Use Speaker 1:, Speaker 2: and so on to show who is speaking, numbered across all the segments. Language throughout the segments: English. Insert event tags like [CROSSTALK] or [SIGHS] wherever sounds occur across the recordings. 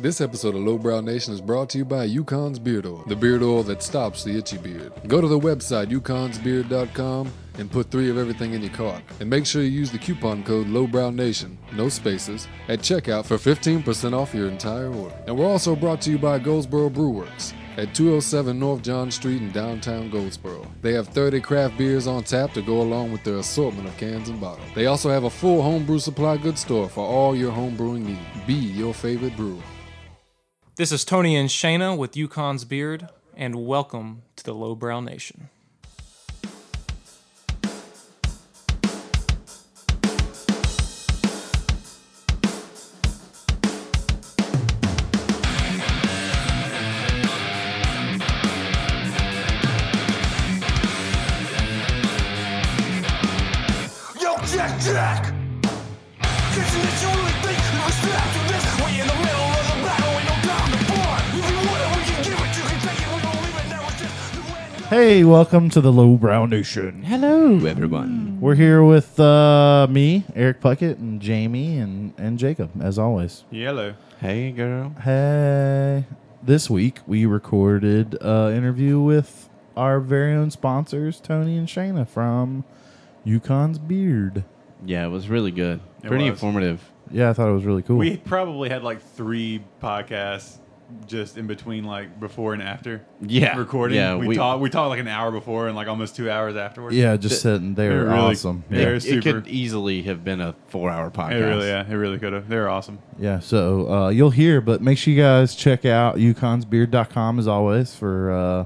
Speaker 1: This episode of Lowbrow Nation is brought to you by Yukon's Beard Oil, the beard oil that stops the itchy beard. Go to the website yukonsbeard.com and put three of everything in your cart. And make sure you use the coupon code LowbrowNation, no spaces, at checkout for 15% off your entire order. And we're also brought to you by Goldsboro Brewworks at 207 North John Street in downtown Goldsboro. They have 30 craft beers on tap to go along with their assortment of cans and bottles. They also have a full homebrew supply goods store for all your homebrewing needs. Be your favorite brewer.
Speaker 2: This is Tony and Shayna with Yukon's Beard, and welcome to the Lowbrow Nation.
Speaker 3: Yo, Jack Jack! Isn't it you really think you respect to this? We in the middle of the battle, we don't down the board. If you want it, we can give it. You can take it, we don't leave it. Now it's just the way it goes.
Speaker 4: Hey, welcome to the Lowbrow Nation.
Speaker 5: Hello, everyone.
Speaker 4: We're here with uh, me, Eric Puckett, and Jamie, and, and Jacob, as always.
Speaker 6: Yellow.
Speaker 5: Hey, girl.
Speaker 4: Hey. This week, we recorded an interview with our very own sponsors, Tony and Shayna from Yukon's Beard.
Speaker 5: Yeah, it was really good.
Speaker 6: It
Speaker 5: Pretty
Speaker 6: was.
Speaker 5: informative.
Speaker 4: Yeah, I thought it was really cool.
Speaker 5: [LAUGHS]
Speaker 6: We probably had like three podcasts just in between, like before and after.
Speaker 5: Yeah.
Speaker 6: recording.
Speaker 5: Yeah,
Speaker 6: we,
Speaker 5: we-
Speaker 6: talked. We talked like an hour before and like almost two hours afterwards.
Speaker 4: yeah, just sitting there.
Speaker 6: they're really-
Speaker 4: awesome.
Speaker 6: they're
Speaker 4: Yeah.
Speaker 6: They're
Speaker 5: it, it
Speaker 6: super.
Speaker 5: could easily have been a four-hour
Speaker 6: it
Speaker 5: podcast.
Speaker 6: really, yeah, it really could have. They're awesome.
Speaker 4: Yeah, so uh, you'll hear, but make sure you guys check out yukonsbeard.com as always for uh,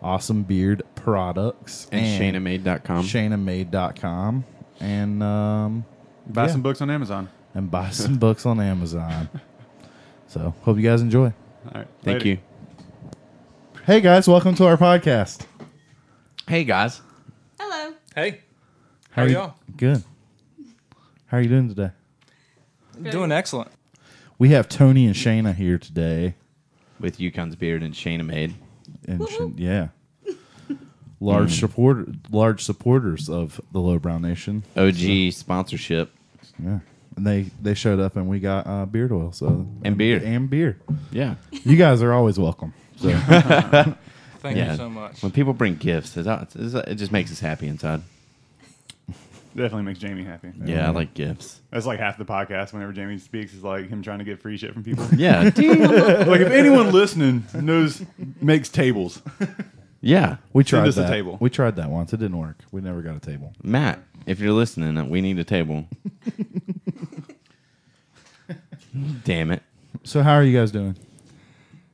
Speaker 4: awesome beard products.
Speaker 5: And ShaynaMade.com.
Speaker 4: ShaynaMade.com. And, um,
Speaker 6: Buy
Speaker 4: yeah,
Speaker 6: some books on Amazon.
Speaker 4: And buy some books on Amazon. So hope you guys enjoy.
Speaker 6: All right,
Speaker 5: Thank
Speaker 6: later.
Speaker 5: you.
Speaker 4: Hey, guys, welcome to our podcast.
Speaker 5: Hey, guys.
Speaker 7: Hello.
Speaker 2: Hey,
Speaker 4: How,
Speaker 2: are
Speaker 4: you-
Speaker 2: y'all?
Speaker 4: Good. How are you doing today?
Speaker 2: doing excellent.
Speaker 4: We have Tony and Shayna here today.
Speaker 5: With Yukon's Beard and Shayna Made.
Speaker 4: and sh- yeah, large supporter, large supporters of the Lowbrow Nation.
Speaker 5: OG sponsorship.
Speaker 4: Yeah, and they they showed up, and we got uh, beard oil. So and,
Speaker 5: beer.
Speaker 4: and beer.
Speaker 5: Yeah.
Speaker 4: You guys are always welcome. So
Speaker 2: Thank
Speaker 5: yeah.
Speaker 2: you so much.
Speaker 5: When people bring gifts, it's, it's, it's- it just makes us happy inside.
Speaker 6: Definitely makes Jamie happy.
Speaker 5: Yeah, I like gifts.
Speaker 6: That's like half the podcast. Whenever Jamie speaks, is like him trying to get free shit
Speaker 5: [LAUGHS]
Speaker 6: from people. [LAUGHS]
Speaker 5: Yeah. dude.
Speaker 6: like if anyone listening knows makes tables,
Speaker 5: yeah.
Speaker 4: we
Speaker 6: Send
Speaker 4: tried
Speaker 6: us a
Speaker 4: that.
Speaker 6: table.
Speaker 4: We tried that once. It didn't work. We never got a table.
Speaker 5: Matt, if you're listening, we need a
Speaker 6: [LAUGHS]
Speaker 5: table. Damn it.
Speaker 4: So how are you guys doing?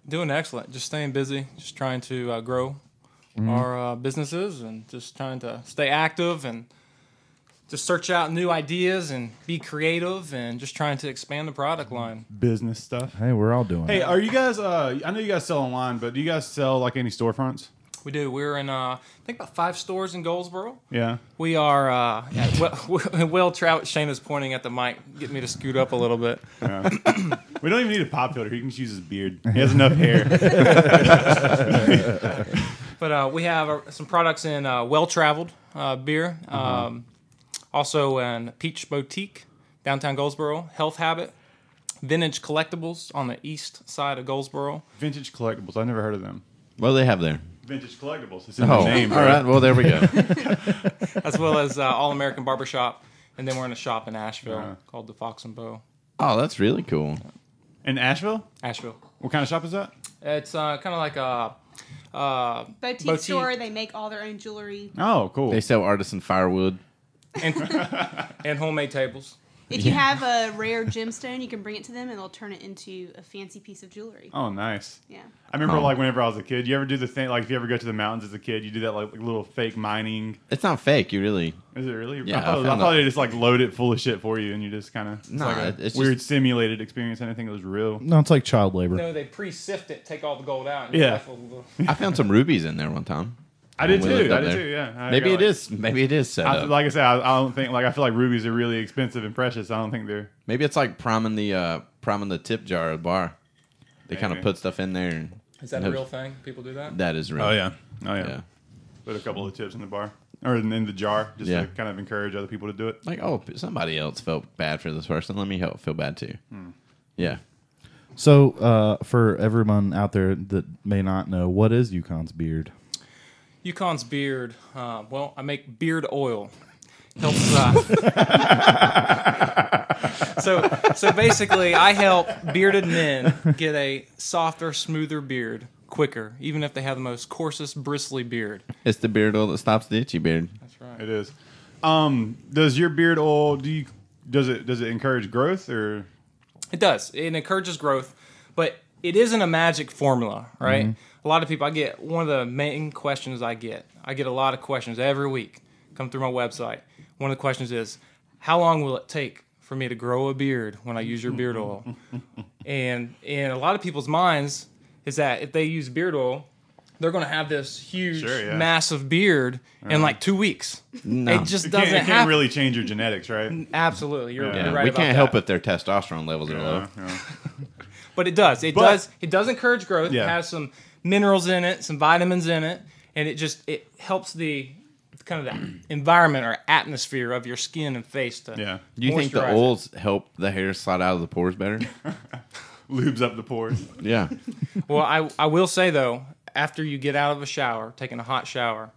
Speaker 2: Doing excellent. Just staying busy, just trying to uh, grow our uh, businesses and just trying to stay active and just search out new ideas and be creative and just trying to expand the product line.
Speaker 6: business stuff.
Speaker 4: Hey, we're all doing.
Speaker 6: Hey,
Speaker 4: it.
Speaker 6: are you guys? Uh, I know you guys sell online, but do you guys sell like any storefronts?
Speaker 2: We do. We're in, uh, I think, about five stores in Goldsboro.
Speaker 6: Yeah.
Speaker 2: We are uh, at well, [LAUGHS] well Trout. Shayna's pointing at the mic, get me to scoot up a little bit.
Speaker 6: We don't even need a pop filter. He can just use his beard. He has enough hair.
Speaker 2: But uh, we have uh, some products in uh, Well Traveled uh, beer, um, also in Peach Boutique, downtown Goldsboro, Health Habit, Vintage Collectibles on the east side of Goldsboro.
Speaker 6: Vintage collectibles. I've never heard of them.
Speaker 5: What do they have there?
Speaker 6: Vintage collectibles. It's in
Speaker 5: Oh,
Speaker 6: the name.
Speaker 5: all right. Well, there we
Speaker 6: [LAUGHS]
Speaker 5: go.
Speaker 2: as well as uh, All American Barbershop. And then we're in a shop in Asheville called the Fox and Bow.
Speaker 5: oh, that's really cool.
Speaker 6: In Asheville.
Speaker 2: Asheville.
Speaker 6: What kind of shop is that?
Speaker 2: It's uh, kind of like a. Uh,
Speaker 7: Boutique,
Speaker 2: Boutique.
Speaker 7: store. They make all their own jewelry.
Speaker 6: Oh, cool.
Speaker 5: They sell artisan firewood.
Speaker 2: and, and homemade tables.
Speaker 7: If you have a rare gemstone, you can bring it to them and they'll turn it into a fancy piece of jewelry.
Speaker 6: oh, nice.
Speaker 7: Yeah.
Speaker 6: I remember
Speaker 5: Oh.
Speaker 6: like whenever I was a kid. You ever do the thing like if you ever go to the mountains as a kid, you do that like little fake mining.
Speaker 5: It's not fake. You really.
Speaker 6: Is it really?
Speaker 5: Yeah,
Speaker 6: I thought,
Speaker 5: I
Speaker 6: I
Speaker 5: found
Speaker 6: thought
Speaker 5: that.
Speaker 6: they just like load it full of shit for you, and you just kind of
Speaker 5: Nah,
Speaker 6: like a
Speaker 5: it's just-
Speaker 6: weird simulated experience. Anything that was real.
Speaker 4: No, it's like child labor.
Speaker 2: No, they pre-sift it, take all the gold out. And
Speaker 6: Yeah.
Speaker 2: left with the-
Speaker 5: I found some rubies in there one time.
Speaker 6: I [LAUGHS] did
Speaker 5: When we lived
Speaker 6: too. I
Speaker 5: up
Speaker 6: did
Speaker 5: there.
Speaker 6: too. Yeah. I
Speaker 5: Maybe
Speaker 6: got,
Speaker 5: it
Speaker 6: like-
Speaker 5: is. Maybe it is set
Speaker 6: I,
Speaker 5: up.
Speaker 6: like I said, I, I don't think like I feel like rubies are really expensive and precious. I don't think they're.
Speaker 5: Maybe it's like priming the uh, priming the tip jar of the bar. They kind of
Speaker 6: Maybe.
Speaker 5: put stuff in there. And
Speaker 2: Is that a
Speaker 5: No.
Speaker 2: real thing? People do that?
Speaker 5: That is real.
Speaker 6: oh yeah.
Speaker 5: Yeah.
Speaker 6: Put a couple of chips in the bar or in, in the jar, just
Speaker 5: Yeah.
Speaker 6: to kind of encourage other people to do it. Hmm.
Speaker 5: Like oh, somebody else felt bad for this person. Let me help feel bad too. Yeah.
Speaker 4: So, uh, for everyone out there that may not know, what is Yukon's beard?
Speaker 2: Yukon's beard. Uh, well, I make beard oil. Helps. Uh, [LAUGHS] so so basically, I help bearded men get a softer, smoother beard quicker, even if they have the most coarsest, bristly beard.
Speaker 5: It's the beard oil that stops the itchy beard.
Speaker 2: That's right.
Speaker 6: It is. Um, does your beard oil do you does it does it encourage growth or
Speaker 2: It does. It encourages growth, but it isn't a magic formula, right?
Speaker 6: Mm-hmm.
Speaker 2: A lot of people, I get one of the main questions I get. I get a lot of questions every week come through my website. One of the questions is, how long will it take for me to grow a beard when I use your beard
Speaker 6: [LAUGHS]
Speaker 2: oil? and in a lot of people's minds is that if they use beard oil, they're going to have this huge,
Speaker 6: Sure, yeah.
Speaker 2: massive beard in like two weeks. It just doesn't
Speaker 6: it can't, it can't
Speaker 2: happen.
Speaker 6: really change your genetics, right?
Speaker 2: Absolutely, you're,
Speaker 6: Yeah.
Speaker 2: you're
Speaker 5: Yeah,
Speaker 2: right.
Speaker 5: we
Speaker 2: about
Speaker 5: can't
Speaker 2: that.
Speaker 5: help if their testosterone levels are low.
Speaker 6: yeah.
Speaker 2: But it does. It
Speaker 6: But-
Speaker 2: does. It does encourage growth. It
Speaker 6: Yeah.
Speaker 2: has some minerals in it, some vitamins in it, and it just it helps the kind of the environment or atmosphere of your skin and face to.
Speaker 6: Yeah.
Speaker 5: Do you think the
Speaker 2: moisturize it.
Speaker 5: oils help the hair slide out of the pores better?
Speaker 6: [LAUGHS] Lubes up the pores.
Speaker 5: yeah.
Speaker 2: Well, I I will say though, after you get out of a shower, taking a hot shower,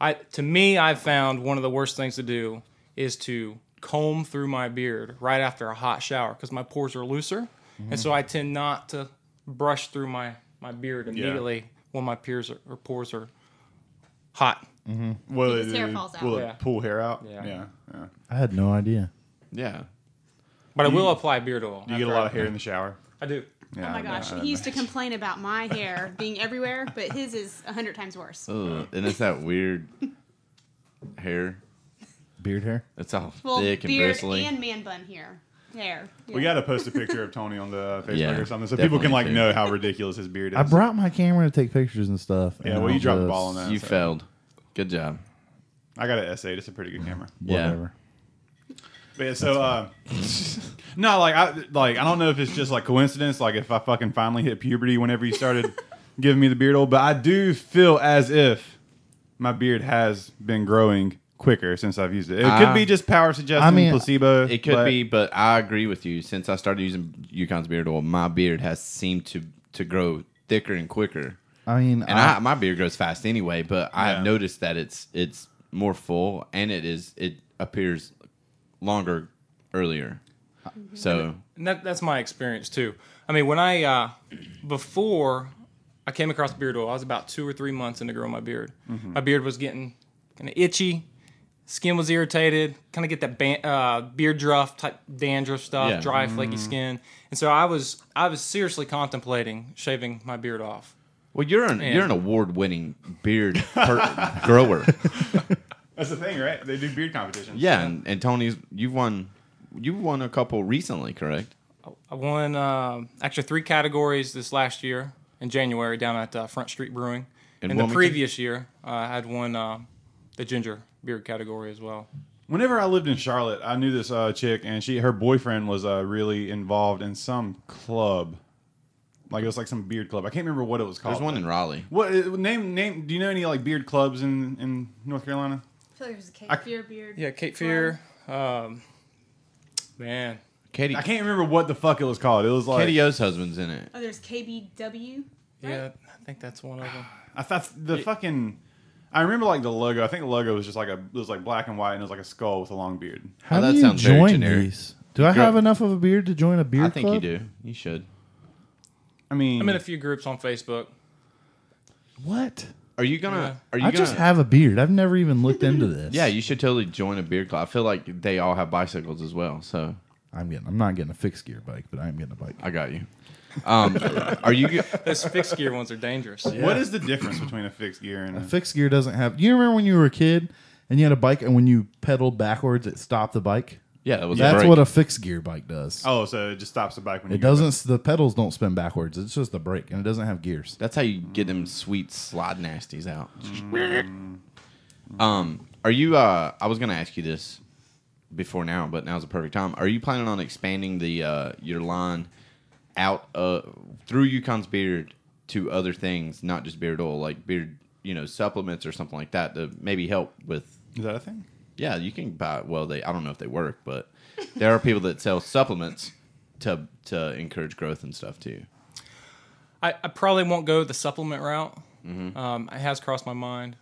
Speaker 2: I to me I've found one of the worst things to do is to comb through my beard right after a hot shower because my pores are looser, and so I tend not to brush through my my beard immediately when my pores are, or pores are hot.
Speaker 6: Will
Speaker 7: Because
Speaker 6: it,
Speaker 7: hair falls out.
Speaker 6: will
Speaker 2: Yeah.
Speaker 6: it pull hair out?
Speaker 2: Yeah.
Speaker 6: yeah. yeah.
Speaker 4: I had no idea.
Speaker 5: Yeah.
Speaker 2: But I will apply beard oil.
Speaker 6: Do you get a lot of hair in the shower?
Speaker 2: I do.
Speaker 7: Oh my gosh, he used to complain about my hair being everywhere, but his is a hundred times worse.
Speaker 5: Ugh. And it's that weird hair.
Speaker 4: Beard hair.
Speaker 5: It's all
Speaker 7: Well,
Speaker 5: thick and
Speaker 7: beard
Speaker 5: bristly.
Speaker 7: and man bun hair, hair.
Speaker 6: We got to post a picture of Tony on the uh, Facebook
Speaker 5: Yeah,
Speaker 6: or something so people
Speaker 5: definitely
Speaker 6: can like
Speaker 5: do.
Speaker 6: know how ridiculous his beard is.
Speaker 4: I brought my camera to take pictures and stuff.
Speaker 6: Yeah,
Speaker 4: and
Speaker 6: well,
Speaker 4: I
Speaker 6: you dropped the
Speaker 4: just-
Speaker 6: ball on that.
Speaker 5: you
Speaker 6: so.
Speaker 5: failed. Good job.
Speaker 6: I got an S8. It's a pretty good camera.
Speaker 5: Yeah.
Speaker 4: Whatever.
Speaker 6: But yeah, so uh, [LAUGHS] no, like I like I don't know if it's just like coincidence, like if I fucking finally hit puberty whenever you
Speaker 5: [LAUGHS]
Speaker 6: started giving me the beard oil, but I do feel as if my beard has been growing quicker since I've used it. It could
Speaker 5: Ah.
Speaker 6: be just power suggestion,
Speaker 4: I mean,
Speaker 6: placebo.
Speaker 5: It could
Speaker 6: but-
Speaker 5: be, but I agree with you. Since I started using Yukon's beard oil, my beard has seemed to to grow thicker and quicker.
Speaker 4: I mean,
Speaker 5: And
Speaker 4: I,
Speaker 5: I, my beard grows fast anyway, but I
Speaker 6: Uh-huh. Yeah.
Speaker 5: have noticed that it's it's more full and it is it appears longer earlier.
Speaker 7: Mm-hmm.
Speaker 5: So
Speaker 2: And that, that's my experience too. I mean, when I uh, before I came across beard oil, I was about two or three months into growing my beard.
Speaker 5: Mm-hmm.
Speaker 2: My beard was getting kind of itchy, skin was irritated, kind of get that ban- uh, beard druff type dandruff stuff,
Speaker 5: Yeah. Mm-hmm.
Speaker 2: dry flaky skin, and so I was I was seriously contemplating shaving my beard off.
Speaker 5: well, you're an you're an award winning beard per- [LAUGHS] grower.
Speaker 6: That's the thing, right? They do beard competitions.
Speaker 5: Yeah, and, and Tony's you've won you've won a couple recently, correct?
Speaker 2: I won uh, actually three categories this last year in January down at uh, Front Street Brewing.
Speaker 5: In
Speaker 2: In, the
Speaker 5: Wilmington?
Speaker 2: previous year, uh, I had won uh, the ginger beer category as well.
Speaker 6: Whenever I lived in Charlotte, I knew this uh, chick, and she her boyfriend was uh, really involved in some club, like it was like some beard club. I can't remember what it was called.
Speaker 5: There's one in Raleigh.
Speaker 6: What uh, name name? Do you know any like beard clubs in in North Carolina?
Speaker 7: I feel like there's a cake
Speaker 6: I-
Speaker 7: beer beard.
Speaker 2: Yeah, Cape Fear. Um, man,
Speaker 5: Katie
Speaker 6: I can't remember what the fuck it was called. It was like
Speaker 5: Katie O's husband's in it.
Speaker 7: Oh, there's KBW.
Speaker 2: yeah, I think that's one of them.
Speaker 6: I thought the fucking. I remember like the logo. I think the logo was just like a it was like black and white and it was like a skull with a long beard.
Speaker 4: how
Speaker 5: Oh, that
Speaker 4: do you
Speaker 5: sounds very
Speaker 4: join
Speaker 5: generic.
Speaker 4: these? Do I
Speaker 5: Grow-
Speaker 4: have enough of a beard to join a beard
Speaker 5: I think
Speaker 4: club?
Speaker 5: you do. You should.
Speaker 6: I mean,
Speaker 2: I'm in a few groups on Facebook.
Speaker 4: What?
Speaker 5: Are you gonna?
Speaker 2: Yeah.
Speaker 5: Are you
Speaker 4: I
Speaker 5: gonna?
Speaker 4: just have a beard. I've never even looked into
Speaker 5: [LAUGHS]
Speaker 4: this.
Speaker 5: yeah, you should totally join a beard club. I feel like they all have bicycles as well. So
Speaker 4: I'm getting. I'm not getting a fixed gear bike, but I'm getting a bike.
Speaker 5: I got you.
Speaker 4: [LAUGHS]
Speaker 5: Um, are you? g-
Speaker 2: Those [LAUGHS] fixed gear ones are dangerous.
Speaker 6: what is the difference between a fixed gear and
Speaker 4: A
Speaker 6: a
Speaker 4: fixed gear doesn't have. You remember when you were a kid and you had a bike, and when you pedaled backwards, it stopped the bike.
Speaker 5: Yeah, that was.
Speaker 4: That's
Speaker 5: a break.
Speaker 4: what a fixed gear bike does.
Speaker 6: Oh, so it just stops the bike when you
Speaker 4: It
Speaker 6: go
Speaker 4: doesn't. The pedals don't spin backwards. It's just the brake, and it doesn't have gears.
Speaker 5: That's how you get them sweet slide nasties out. Um, are you? Uh, I was gonna ask you this before now, but now's the perfect time. Are you planning on expanding the uh, your line out uh, through Yukon's beard to other things, not just beard oil, like beard, you know, supplements or something like that to maybe help with
Speaker 6: Is that a thing?
Speaker 5: Yeah, you can buy. Well, they I don't know if they work, but there are people that sell supplements to to encourage growth and stuff too.
Speaker 2: I, I probably won't go the supplement route. Um, it has crossed my mind,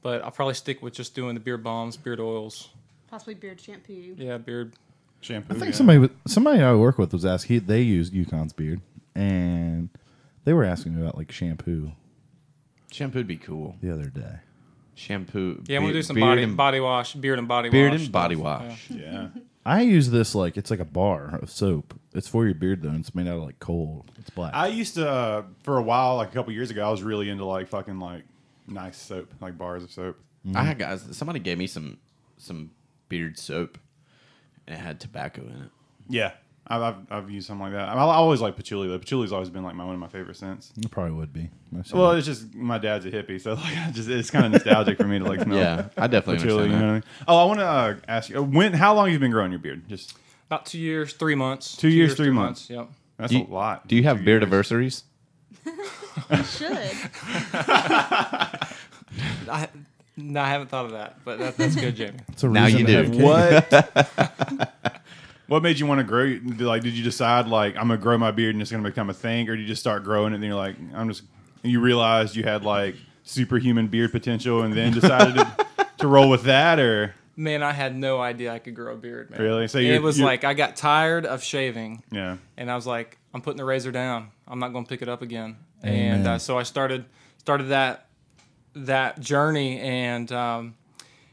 Speaker 2: but I'll probably stick with just doing the beard bombs, beard oils.
Speaker 7: Possibly beard shampoo.
Speaker 2: Yeah, beard.
Speaker 6: Shampoo.
Speaker 4: I think
Speaker 6: yeah.
Speaker 4: somebody wa- somebody I work with was asking. He, they used Yukon's beard, and they were asking me about like shampoo
Speaker 5: Shampoo'd be cool.
Speaker 4: the other day.
Speaker 5: Shampoo.
Speaker 2: Yeah, we'll
Speaker 5: be-
Speaker 2: do some
Speaker 5: beard
Speaker 2: body
Speaker 5: and,
Speaker 2: body wash, beard and body
Speaker 5: beard
Speaker 2: wash.
Speaker 5: and body
Speaker 2: stuff.
Speaker 5: wash.
Speaker 6: Yeah.
Speaker 4: I use this like it's like a bar of soap. It's for your beard though. And it's made out of like coal. It's black.
Speaker 6: I used to uh, for a while, like a couple years ago, I was really into like fucking like nice soap, like bars of soap.
Speaker 5: I had guys. Somebody gave me some some beard soap, and it had tobacco in it.
Speaker 6: Yeah. I've, I've, I've used something like that. I, I always like patchouli though. Patchouli's always been like my one of my favorite scents.
Speaker 4: it probably would be. Most of
Speaker 6: Well,
Speaker 4: it.
Speaker 6: it's just my dad's a hippie, so [LAUGHS] like I just it's kind of nostalgic for me to like smell.
Speaker 5: Yeah, I definitely
Speaker 6: patchouli. You
Speaker 5: understand
Speaker 6: know what
Speaker 5: that.
Speaker 6: I mean? Oh, I want to uh, ask you uh, when? How long have you been growing your beard? Just
Speaker 2: About two years, three months.
Speaker 6: Two years, three months.
Speaker 2: Yep.
Speaker 6: that's
Speaker 5: Do you-
Speaker 6: a lot.
Speaker 5: Do you have
Speaker 6: Two
Speaker 5: beard
Speaker 6: years.
Speaker 5: anniversaries?
Speaker 7: Should.
Speaker 2: I, no, I haven't thought of that, but that, that's good, Jamie.
Speaker 4: It's a
Speaker 5: now
Speaker 4: reason
Speaker 5: you
Speaker 4: to
Speaker 5: do.
Speaker 4: have kids.
Speaker 6: What? what made you want to grow? Like, did you decide like I'm gonna grow my beard and it's gonna become a thing, or did you just start growing it and then you're like, I'm just you realized you had like superhuman beard potential and then
Speaker 5: [LAUGHS]
Speaker 6: decided to, to roll with that, or
Speaker 2: Man, I had no idea I could grow a beard, man.
Speaker 6: Really? So
Speaker 2: And
Speaker 6: you're-
Speaker 2: it was
Speaker 6: you're-
Speaker 2: like I got tired of shaving,
Speaker 6: yeah,
Speaker 2: and I was like, I'm putting the razor down. I'm not going to pick it up again.
Speaker 4: Amen.
Speaker 2: And uh, so I started started that that journey, and um,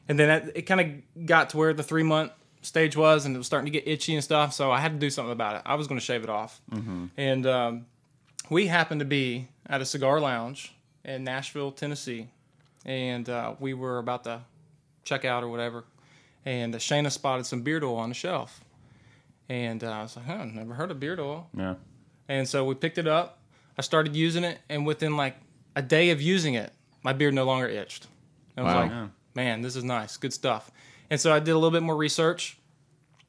Speaker 2: and then it, it kind of got to where the three month stage was, and it was starting to get itchy and stuff. So I had to do something about it. I was going to shave it off, and um, we happened to be at a cigar lounge in Nashville, Tennessee, and uh, we were about to check out or whatever, and Shayna spotted some beard oil on the shelf. And uh, I was like, huh, never heard of beard oil.
Speaker 6: yeah.
Speaker 2: And so we picked it up. I started using it, and within like a day of using it, my beard no longer itched. And I was
Speaker 5: Wow.
Speaker 2: like,
Speaker 5: Yeah.
Speaker 2: man, this is nice, good stuff. And so I did a little bit more research,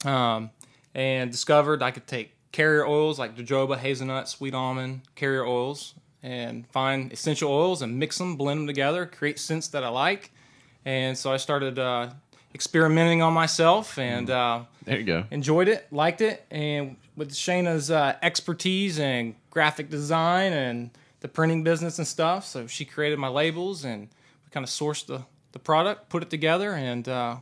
Speaker 2: um, and discovered I could take carrier oils like jojoba, hazelnut, sweet almond, carrier oils, and find essential oils and mix them, blend them together, create scents that I like. And so I started uh, experimenting on myself, and uh,
Speaker 5: There you go.
Speaker 2: enjoyed it, liked it, and with Shayna's uh, expertise and graphic design and the printing business and stuff, so she created my labels and we kind of sourced the, the product, put it together, and uh,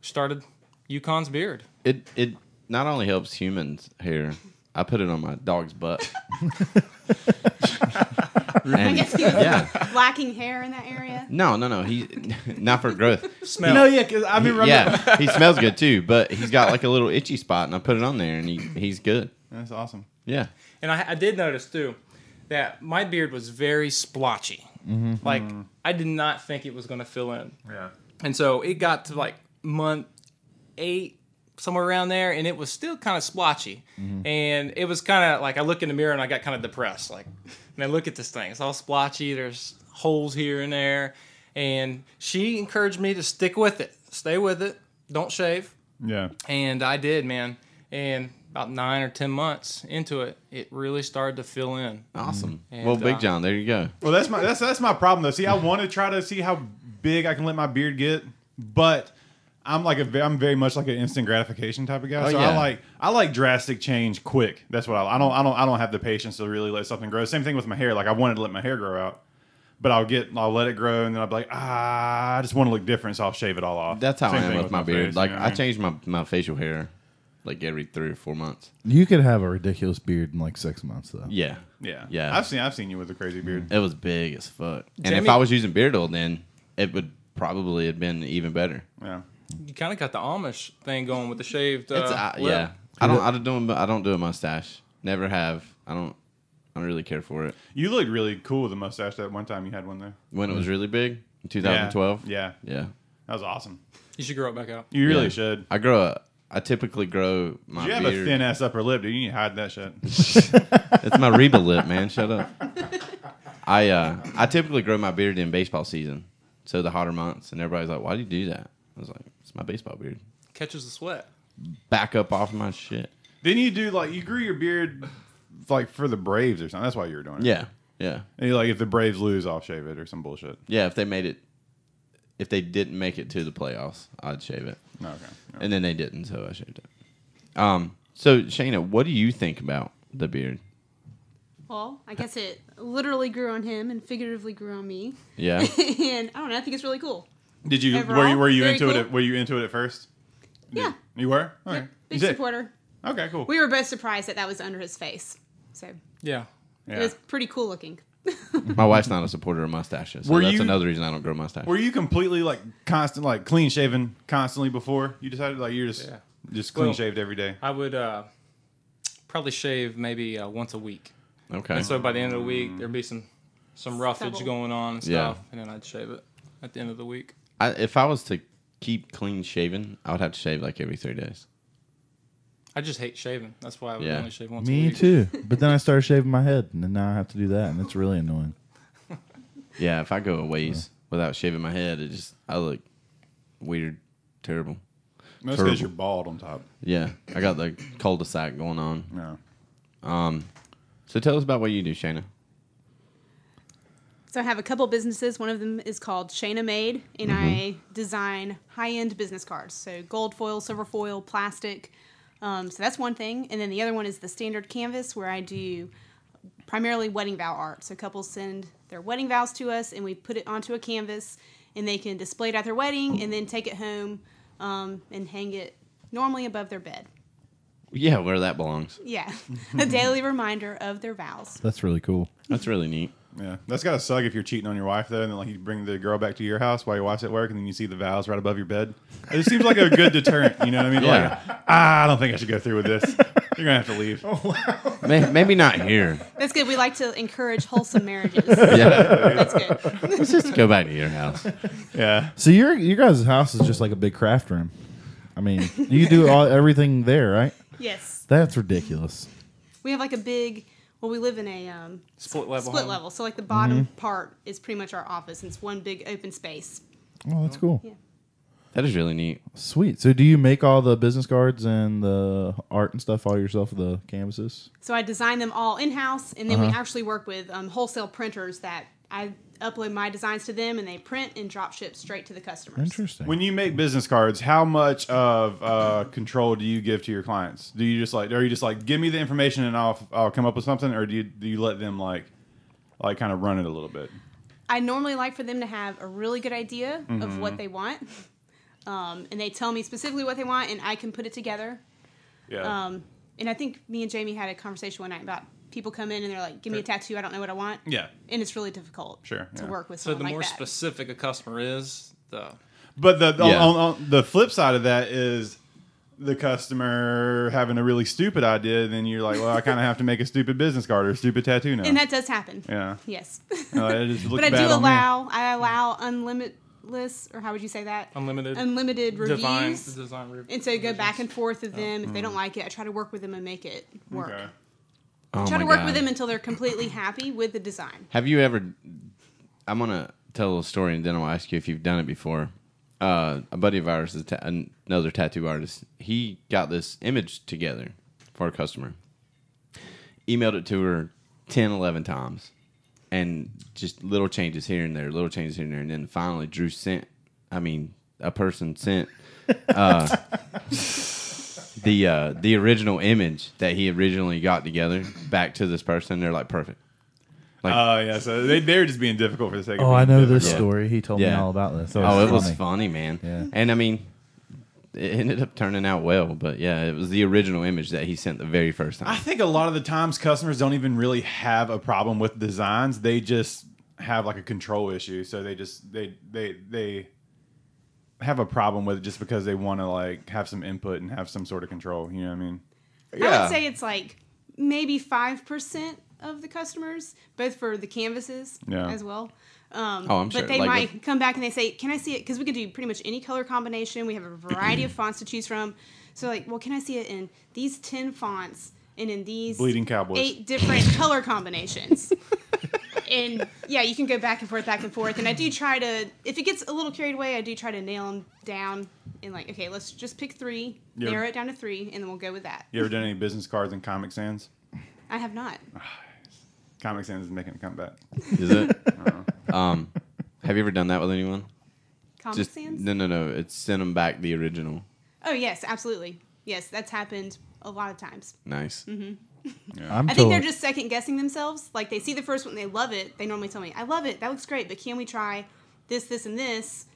Speaker 2: started Yukon's beard.
Speaker 5: It it not only helps humans hair. I put it on my dog's butt. [LAUGHS]
Speaker 7: I
Speaker 5: And-
Speaker 7: guess he was
Speaker 5: yeah.
Speaker 7: lacking hair in that area.
Speaker 5: No, no, no. He [LAUGHS] not for growth.
Speaker 2: Smell.
Speaker 6: No, yeah, because I mean,
Speaker 5: yeah, he smells good too, but he's got like a little itchy spot, and I put it on there, and he, he's good.
Speaker 6: that's awesome.
Speaker 5: Yeah,
Speaker 2: And I, I did notice too that my beard was very splotchy. Like I did not think it was going to fill in.
Speaker 6: Yeah,
Speaker 2: And so it got to like month eight, somewhere around there, and it was still kind of splotchy. And it was kind of like I look in the mirror and I got kind of depressed. Like, man, look at this thing. It's all splotchy. There's holes here and there. And she encouraged me to stick with it, stay with it, don't shave.
Speaker 6: yeah.
Speaker 2: And I did, man. And about nine or 10 months into it, it really started to fill in.
Speaker 5: awesome.
Speaker 2: And,
Speaker 5: well,
Speaker 2: uh,
Speaker 5: Big John, there you go.
Speaker 6: Well, that's my that's that's my problem though.
Speaker 5: [LAUGHS]
Speaker 6: See, I want to try to see how big I can let my beard get, but I'm like a ve- I'm very much like an instant gratification type of guy.
Speaker 5: Oh,
Speaker 6: so I
Speaker 5: yeah.
Speaker 6: like I like drastic change quick. That's what I, I don't I don't I don't have the patience to really let something grow. Same thing with my hair. Like I wanted to let my hair grow out, but I'll get I'll let it grow and then I'll be like ah I just want to look different, so I'll shave it all off.
Speaker 5: That's how
Speaker 6: Same
Speaker 5: I am
Speaker 6: thing
Speaker 5: with, my beard.
Speaker 6: face,
Speaker 5: like
Speaker 6: you know what
Speaker 5: I
Speaker 6: mean?
Speaker 5: change my my facial hair like every three or four months.
Speaker 4: [LAUGHS] You could have a ridiculous beard in like six months though.
Speaker 5: Yeah,
Speaker 6: Yeah,
Speaker 5: yeah.
Speaker 6: I've seen I've seen you with a crazy beard.
Speaker 5: it was big as fuck. and if
Speaker 2: Jamie-
Speaker 5: I was using beard oil, then it would probably have been even better.
Speaker 6: Yeah.
Speaker 2: You kind of got the Amish thing going with the shaved. Uh,
Speaker 5: It's uh,
Speaker 2: lip.
Speaker 5: yeah. I don't I don't do I don't do a mustache. Never have. I don't. I don't really care for it.
Speaker 6: You looked really cool with a mustache that one time you had one there.
Speaker 5: When it was really big in
Speaker 6: Yeah.
Speaker 5: 2012.
Speaker 6: Yeah.
Speaker 5: Yeah.
Speaker 6: That was awesome.
Speaker 2: You should grow it back out.
Speaker 6: You really
Speaker 5: Yeah.
Speaker 6: should.
Speaker 5: I grow a. I typically grow my
Speaker 6: You have a
Speaker 5: beard.
Speaker 6: thin ass upper lip, dude. You need to hide that [LAUGHS] shit.
Speaker 5: it's my Reba lip, man. Shut up. I uh, I typically grow my beard in baseball season, so the hotter months, and everybody's like, "Why do you do that?" I was like, "It's my baseball beard.
Speaker 2: Catches the sweat.
Speaker 5: Back up off my shit."
Speaker 6: Then you do like you grew your beard like for the Braves or something. That's why you were doing it.
Speaker 5: Yeah, yeah,
Speaker 6: And you're like, if the Braves lose, I'll shave it or some bullshit.
Speaker 5: yeah. If they made it, if they didn't make it to the playoffs, I'd shave it,
Speaker 6: No, okay.
Speaker 5: and then they didn't, so I shaved it. Um, So Shayna, what do you think about the beard?
Speaker 7: Well, I guess it literally grew on him and figuratively grew on me. [LAUGHS]
Speaker 6: [LAUGHS]
Speaker 5: Yeah.
Speaker 7: and I don't know. I think it's really cool.
Speaker 6: Did you
Speaker 7: Overall,
Speaker 6: were you were you
Speaker 7: very
Speaker 6: into it?
Speaker 7: cool.
Speaker 6: At, were you into it at first?
Speaker 7: Yeah.
Speaker 6: You were. Okay.
Speaker 7: Yep.
Speaker 6: You
Speaker 7: Big
Speaker 6: did.
Speaker 7: supporter.
Speaker 6: Okay, cool.
Speaker 7: We were both surprised that that was under his face. So
Speaker 2: Yeah.
Speaker 7: it
Speaker 6: Yeah.
Speaker 7: was pretty cool looking.
Speaker 5: My wife's not a supporter of mustaches. So
Speaker 6: Were
Speaker 5: that's
Speaker 6: you-
Speaker 5: another reason I don't grow mustaches.
Speaker 6: Were you completely like constant, like clean shaven constantly before you decided? Like you're just just
Speaker 2: Well-
Speaker 6: clean shaved every day.
Speaker 2: I would uh, probably shave maybe uh, once a week.
Speaker 5: okay.
Speaker 2: So by the end of the week, there'd be some some roughage
Speaker 7: Stubble.
Speaker 2: going on and
Speaker 5: Yeah.
Speaker 2: stuff, and then I'd shave it at the end of the week.
Speaker 5: I, if I was to keep clean shaven, I would have to shave like every three days.
Speaker 2: I just hate shaving. That's why I would
Speaker 5: Yeah.
Speaker 2: only shave once a
Speaker 4: Me
Speaker 2: week.
Speaker 5: [LAUGHS]
Speaker 4: too. But then I started shaving my head, and then now I have to do that, and it's really annoying.
Speaker 5: Yeah, if I go a ways without shaving my head, it just I look weird, terrible.
Speaker 6: Most
Speaker 5: Terrible.
Speaker 6: days you're bald on top.
Speaker 5: Yeah, I got the cul-de-sac going on.
Speaker 6: No.
Speaker 5: So tell us about what you do, Shayna.
Speaker 7: So I have a couple businesses. One of them is called Shayna Made, and I design high-end business cards. So gold foil, silver foil, plastic. Um, so that's one thing. And then the other one is the standard canvas, where I do primarily wedding vow art. So couples send their wedding vows to us, and we put it onto a canvas, and they can display it at their wedding, and then take it home um, and hang it normally above their bed.
Speaker 5: Yeah, where that belongs.
Speaker 7: Yeah, a daily reminder of their vows.
Speaker 4: That's really cool.
Speaker 5: That's really neat.
Speaker 6: Yeah, that's gotta suck if you're cheating on your wife though, and then like you bring the girl back to your house while your wife's at work, and then you see the vows right above your bed. It just seems like a good deterrent. You know what I mean? Like,
Speaker 5: Yeah,
Speaker 6: ah, I don't think I should go through with this. You're gonna have to leave.
Speaker 5: May- maybe not here.
Speaker 7: That's good. We like to encourage wholesome marriages.
Speaker 5: Yeah,
Speaker 7: That's good.
Speaker 5: let's just go back to your house.
Speaker 6: Yeah,
Speaker 4: So your your guys' house is just like a big craft room. I mean,
Speaker 5: [LAUGHS]
Speaker 4: you do all, everything there, right?
Speaker 7: Yes.
Speaker 4: That's ridiculous.
Speaker 7: We have like a big, well, we live in a um,
Speaker 2: Split level.
Speaker 7: split
Speaker 2: home.
Speaker 7: level. So, like, the bottom part is pretty much our office. and It's one big open space.
Speaker 4: Oh, that's cool.
Speaker 5: That is really neat.
Speaker 4: Sweet. So do you make all the business cards and the art and stuff all yourself, the canvases?
Speaker 7: So, I design them all in house, and then we actually work with um, wholesale printers that I upload my designs to them and they print and drop ship straight to the customers.
Speaker 4: Interesting.
Speaker 6: When you make business cards, how much of uh, control do you give to your clients? Do you just like, are you just like, give me the information and I'll I'll come up with something, or do you do you let them like, like kind of run it a little bit?
Speaker 7: I normally like for them to have a really good idea of what they want. Um, and they tell me specifically what they want, and I can put it together
Speaker 6: Yeah.
Speaker 7: Um, and I think me and Jamie had a conversation one night about people come in and they're like, "Give me a tattoo. I don't know what I want."
Speaker 6: Yeah.
Speaker 7: and it's really difficult.
Speaker 6: Sure,
Speaker 7: to
Speaker 6: yeah.
Speaker 7: work with
Speaker 2: So
Speaker 7: someone
Speaker 2: the
Speaker 7: like
Speaker 2: more
Speaker 7: that.
Speaker 2: specific a customer is, the
Speaker 6: But the on-
Speaker 5: Yeah.
Speaker 6: on, on the flip side of that is the customer having a really stupid idea, then you're like, well, I kind of have to make a stupid business card or a stupid tattoo now. [LAUGHS]
Speaker 7: and that does happen.
Speaker 6: yeah.
Speaker 7: Yes, [LAUGHS]
Speaker 6: Uh, it just looks
Speaker 7: but I
Speaker 6: bad
Speaker 7: do
Speaker 6: on me.
Speaker 7: allow. I allow unlimitless, or how would you say that?
Speaker 2: unlimited,
Speaker 7: Unlimited reviews.
Speaker 2: divine, Oh. the design review.
Speaker 7: and so go back and forth with them. If they don't like it, I try to work with them and make it work.
Speaker 6: Mm. Okay.
Speaker 5: Oh
Speaker 7: Try
Speaker 5: my
Speaker 7: to work
Speaker 5: God.
Speaker 7: with them until they're completely
Speaker 6: [CLEARS THROAT]
Speaker 7: happy with the design.
Speaker 5: Have you ever? I'm gonna tell a story and then I'll ask you if you've done it before. Uh, a buddy of ours, is a ta- another tattoo artist, he got this image together for a customer, emailed it to her 10, 11 times, and just little changes here and there, little changes here and there, and then finally Drew sent. I mean, a person sent uh, [LAUGHS] the uh, the original image that he originally got together back to this person. They're like, perfect.
Speaker 6: Oh yeah, so they they're just being difficult for the sake. of
Speaker 4: Oh, I
Speaker 6: being
Speaker 4: know
Speaker 6: difficult.
Speaker 4: this story. He told me
Speaker 5: Yeah.
Speaker 4: all about this.
Speaker 5: Oh, it was
Speaker 4: funny.
Speaker 5: funny, man.
Speaker 4: Yeah.
Speaker 5: And I mean, it ended up turning out well, but yeah, it was the original image that he sent the very first
Speaker 6: I
Speaker 7: Ah,
Speaker 5: time.
Speaker 6: think a lot of the times customers don't even really have a problem with designs. They just have like a control issue, so they just they they they have a problem with it just because they want to like have some input and have some sort of control. You know what I mean?
Speaker 7: I would say it's like maybe five percent of the customers, both for the canvases
Speaker 6: Yeah.
Speaker 7: as well. Um,
Speaker 5: Oh, I'm
Speaker 7: but
Speaker 5: sure,
Speaker 7: they
Speaker 5: like
Speaker 7: might
Speaker 5: with-
Speaker 7: come back and they say, "Can I see it?" Because we can do pretty much any color combination. We have a
Speaker 5: [CLEARS THROAT]
Speaker 7: variety of fonts to choose from. So, like, well, can I see it in these ten fonts and in these
Speaker 6: Bleeding Cowboys.
Speaker 5: [LAUGHS]
Speaker 7: eight different color combinations? and yeah, you can go back and forth, back and forth. And I do try to, if it gets a little carried away, I do try to nail them down. And like, okay, let's just pick three,
Speaker 6: Yeah.
Speaker 7: narrow it down to three, and then we'll go with that.
Speaker 6: You ever done any business cards in Comic Sans?
Speaker 7: I have not.
Speaker 6: Comic Sans is making a comeback.
Speaker 5: [LAUGHS] Is
Speaker 7: [LAUGHS]
Speaker 5: it? um, have you ever done that with anyone?
Speaker 7: Uh-huh. Comic
Speaker 5: Just
Speaker 7: Sans?
Speaker 5: no, no, no. It's sent them back the original.
Speaker 7: Oh yes, absolutely. Yes, that's happened a lot of times.
Speaker 5: Nice.
Speaker 7: Mm-hmm.
Speaker 4: I'm
Speaker 7: I think
Speaker 4: told-
Speaker 7: they're just second guessing themselves. Like they see the first one, they love it. They normally tell me, "I love it. That looks great," but can we try this, this, and this?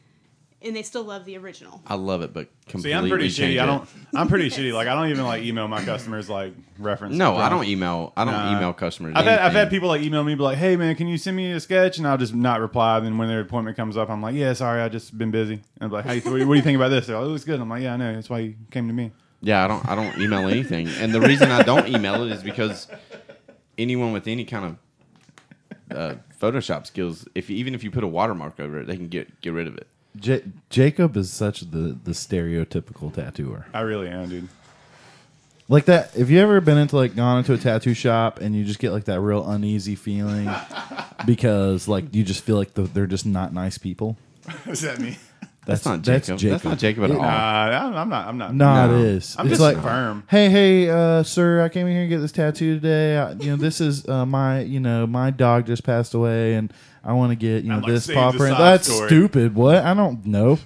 Speaker 7: And they still love the original.
Speaker 5: I love it, but completely
Speaker 6: See, I'm pretty
Speaker 5: change
Speaker 6: shitty. I
Speaker 5: it.
Speaker 6: don't. I'm pretty shitty. Like I don't even like email my customers like reference.
Speaker 5: No, I don't
Speaker 6: prompts.
Speaker 5: email. I don't
Speaker 6: Nah.
Speaker 5: email customers.
Speaker 6: I've had, I've had
Speaker 5: anything.
Speaker 6: people like email me be like, "Hey man, can you send me a sketch?" And I'll just not reply. Then when their appointment comes up, I'm like, "Yeah, sorry, I just been busy." And I'm like, "Hey, what do you- what do you think about this?" They're like, "It looks good." I'm like, "Yeah, I know. That's why you came to me."
Speaker 5: Yeah, I don't. I don't email anything, and the reason I don't email it is because anyone with any kind of uh, Photoshop skills, if even if you put a watermark over it, they can get get rid of it.
Speaker 4: J- Jacob is such the the stereotypical tattooer.
Speaker 6: I really am, [LAUGHS] dude.
Speaker 4: Like that. If you ever been into like gone into a tattoo shop and you just get like that real uneasy
Speaker 5: [LAUGHS]
Speaker 4: feeling because like you just feel like the, they're just not nice people.
Speaker 6: What's that
Speaker 5: [LAUGHS]
Speaker 6: mean?
Speaker 5: That's, not
Speaker 4: that's
Speaker 5: Jacob.
Speaker 4: Jacob.
Speaker 5: That's not Jacob at
Speaker 4: It-
Speaker 5: all.
Speaker 6: Uh, I'm I'm not. I'm not.
Speaker 4: No,
Speaker 5: No.
Speaker 4: it is.
Speaker 6: I'm
Speaker 4: it's
Speaker 6: just
Speaker 4: like
Speaker 6: firm.
Speaker 4: Hey, hey, uh, sir! I came in here and get this tattoo today. I, you know, this is uh, my, you know, my dog just passed away, and I want to get, you know,
Speaker 6: I'd like
Speaker 4: this
Speaker 6: to see the
Speaker 4: paw print.
Speaker 6: sob
Speaker 4: That's
Speaker 6: story.
Speaker 4: stupid. What? I don't know.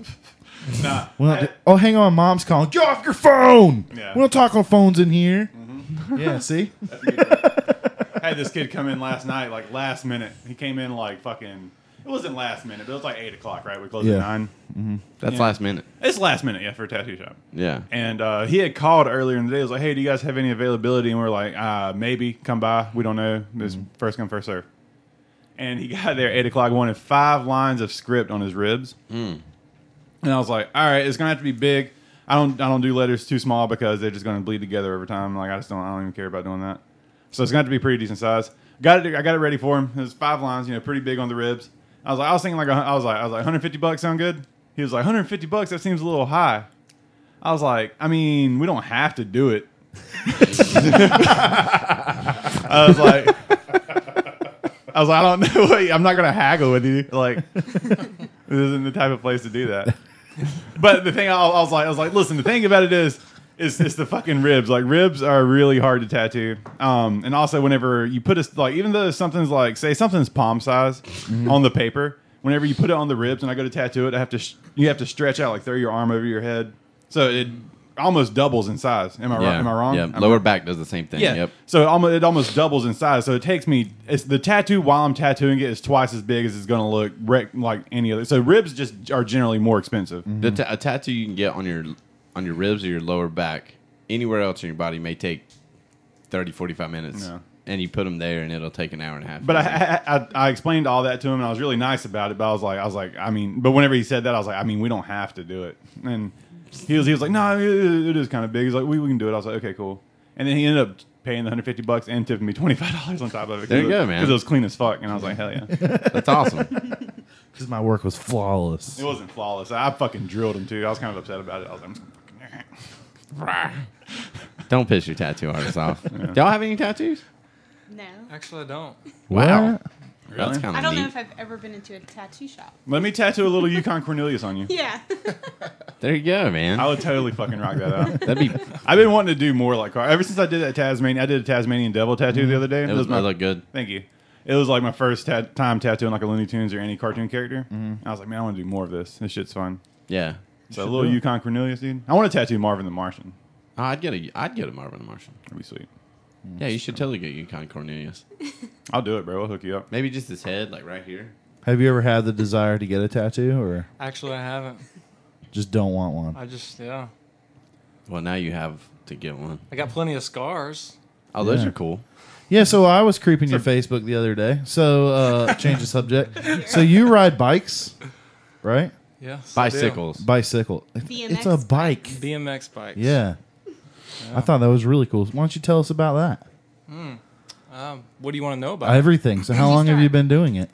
Speaker 6: Nah.
Speaker 4: Well, d- oh, hang on, mom's calling. Get off your phone.
Speaker 6: Yeah.
Speaker 4: We don't talk on phones in here. [LAUGHS] Yeah, see,
Speaker 6: I had this kid come in last night, like last minute. He came in like fucking. It wasn't last minute, but it was like eight o'clock, right? We closed
Speaker 4: Yeah.
Speaker 6: at nine.
Speaker 5: That's last minute.
Speaker 6: It's last minute, yeah, for a tattoo shop.
Speaker 5: Yeah.
Speaker 6: And uh, he had called earlier in the day. He was like, "Hey, do you guys have any availability?" And we are like, uh, "Maybe come by. We don't know. This first come, first serve." And he got there at eight o'clock. Wanted five lines of script on his ribs. And I was like, "All right, it's gonna have to be big. I don't, I don't do letters too small because they're just gonna bleed together over time. Like I just don't, I don't even care about doing that. So it's gonna have to be pretty decent size. Got it. I got it ready for him. It was five lines, you know, pretty big on the ribs. I was like, I was thinking like, a hun- I was like, I was like, 150 bucks sound good. He was like, 150 bucks. That seems a little high. I was like, I mean, we don't have to do it. I was like, I was like, I don't know. What, I'm not gonna haggle with you. Like, this isn't the type of place to do that. But the thing I, I was like, I was like, listen, the thing about it is, is it's the fucking ribs. Like, ribs are really hard to tattoo. Um, and also whenever you put a like, even though something's like, say something's palm size
Speaker 5: Mm-hmm.
Speaker 6: on the paper, whenever you put it on the ribs and I go to tattoo it, I have to, sh- you have to stretch out, like, throw your arm over your head, so it almost doubles in size. Am I right?
Speaker 5: yeah.
Speaker 6: Am I wrong?
Speaker 5: Yeah.
Speaker 6: Am I
Speaker 5: Lower back does the same thing.
Speaker 6: yeah.
Speaker 5: Yep.
Speaker 6: So it almost, it almost doubles in size. So it takes me it's the tattoo while I'm tattooing it is twice as big as it's going to look rec- like any other. So ribs just are generally more expensive.
Speaker 5: The ta- a tattoo you can get on your on your ribs or your lower back, anywhere else in your body may take 30, 45 minutes.
Speaker 6: Yeah.
Speaker 5: And you put them there, and it'll take an hour and a half.
Speaker 6: But I, I, I I explained all that to him, and I was really nice about it. But I was like, I was like, I mean, but whenever he said that, I was like, I mean, we don't have to do it. And he was he was like, no, it, it is kind of big. He's like, we, we can do it. I was like, okay, cool. And then he ended up paying the 150 bucks and tipping me 25 dollars on top of it.
Speaker 5: There you go, man.
Speaker 6: Because it was clean as fuck, and I was like, hell yeah. it
Speaker 5: that's awesome.
Speaker 4: because my work was flawless.
Speaker 6: wasn't flawless. I fucking drilled him too. I was kind of upset about it. I was like. "Mm, "Fucking
Speaker 5: [LAUGHS] Don't piss your tattoo artist off. Do y'all have any tattoos?
Speaker 7: No,
Speaker 2: Actually, I don't.
Speaker 5: Wow.
Speaker 4: What?
Speaker 5: That's kind
Speaker 7: I
Speaker 5: of
Speaker 7: don't
Speaker 5: neat.
Speaker 7: know if I've ever been into a tattoo shop.
Speaker 6: Let me tattoo a little Yukon Cornelius on you.
Speaker 7: [LAUGHS] Yeah,
Speaker 5: there you go, man.
Speaker 6: I would totally fucking rock that out.
Speaker 5: That'd be
Speaker 6: I've been wanting to do more like car. Ever since I did that Tasmanian, I did a Tasmanian devil tattoo the other day.
Speaker 5: It was
Speaker 6: my
Speaker 5: my look good.
Speaker 6: thank you. It was like my first tat time tattooing like a Looney Tunes or any cartoon character. I was like, man, I want to do more of this. This shit's fun.
Speaker 5: Yeah.
Speaker 6: So a little Yukon Cornelius, dude. I want to tattoo Marvin the Martian.
Speaker 5: Oh, I'd get a I'd get a Marvin the Martian.
Speaker 6: That'd be sweet.
Speaker 5: Yeah, you should totally get Yukon Cornelius.
Speaker 6: I'll do it, bro. I'll hook
Speaker 5: [LAUGHS]
Speaker 6: you up.
Speaker 5: Maybe just his head, like right here.
Speaker 4: Have you ever had the desire to get a tattoo, or
Speaker 2: Actually, I haven't.
Speaker 4: just don't want one?
Speaker 2: I just yeah.
Speaker 5: Well, now you have to get one.
Speaker 2: I got plenty of scars.
Speaker 5: Oh, those
Speaker 4: Yeah.
Speaker 5: are cool.
Speaker 4: Yeah, so I was creeping your Facebook the other day. So uh change the subject. So you ride bikes, right?
Speaker 2: Yeah. still do.
Speaker 5: Bicycles.
Speaker 4: [LAUGHS] Bicycle. It's a
Speaker 7: BMX
Speaker 4: bike.
Speaker 2: BMX bikes.
Speaker 4: Yeah. I thought that was really cool. Why don't you tell us about that?
Speaker 2: Um, what do you want to know about? it?
Speaker 4: Everything. So how
Speaker 7: you
Speaker 4: long have
Speaker 7: start?
Speaker 4: you been doing it?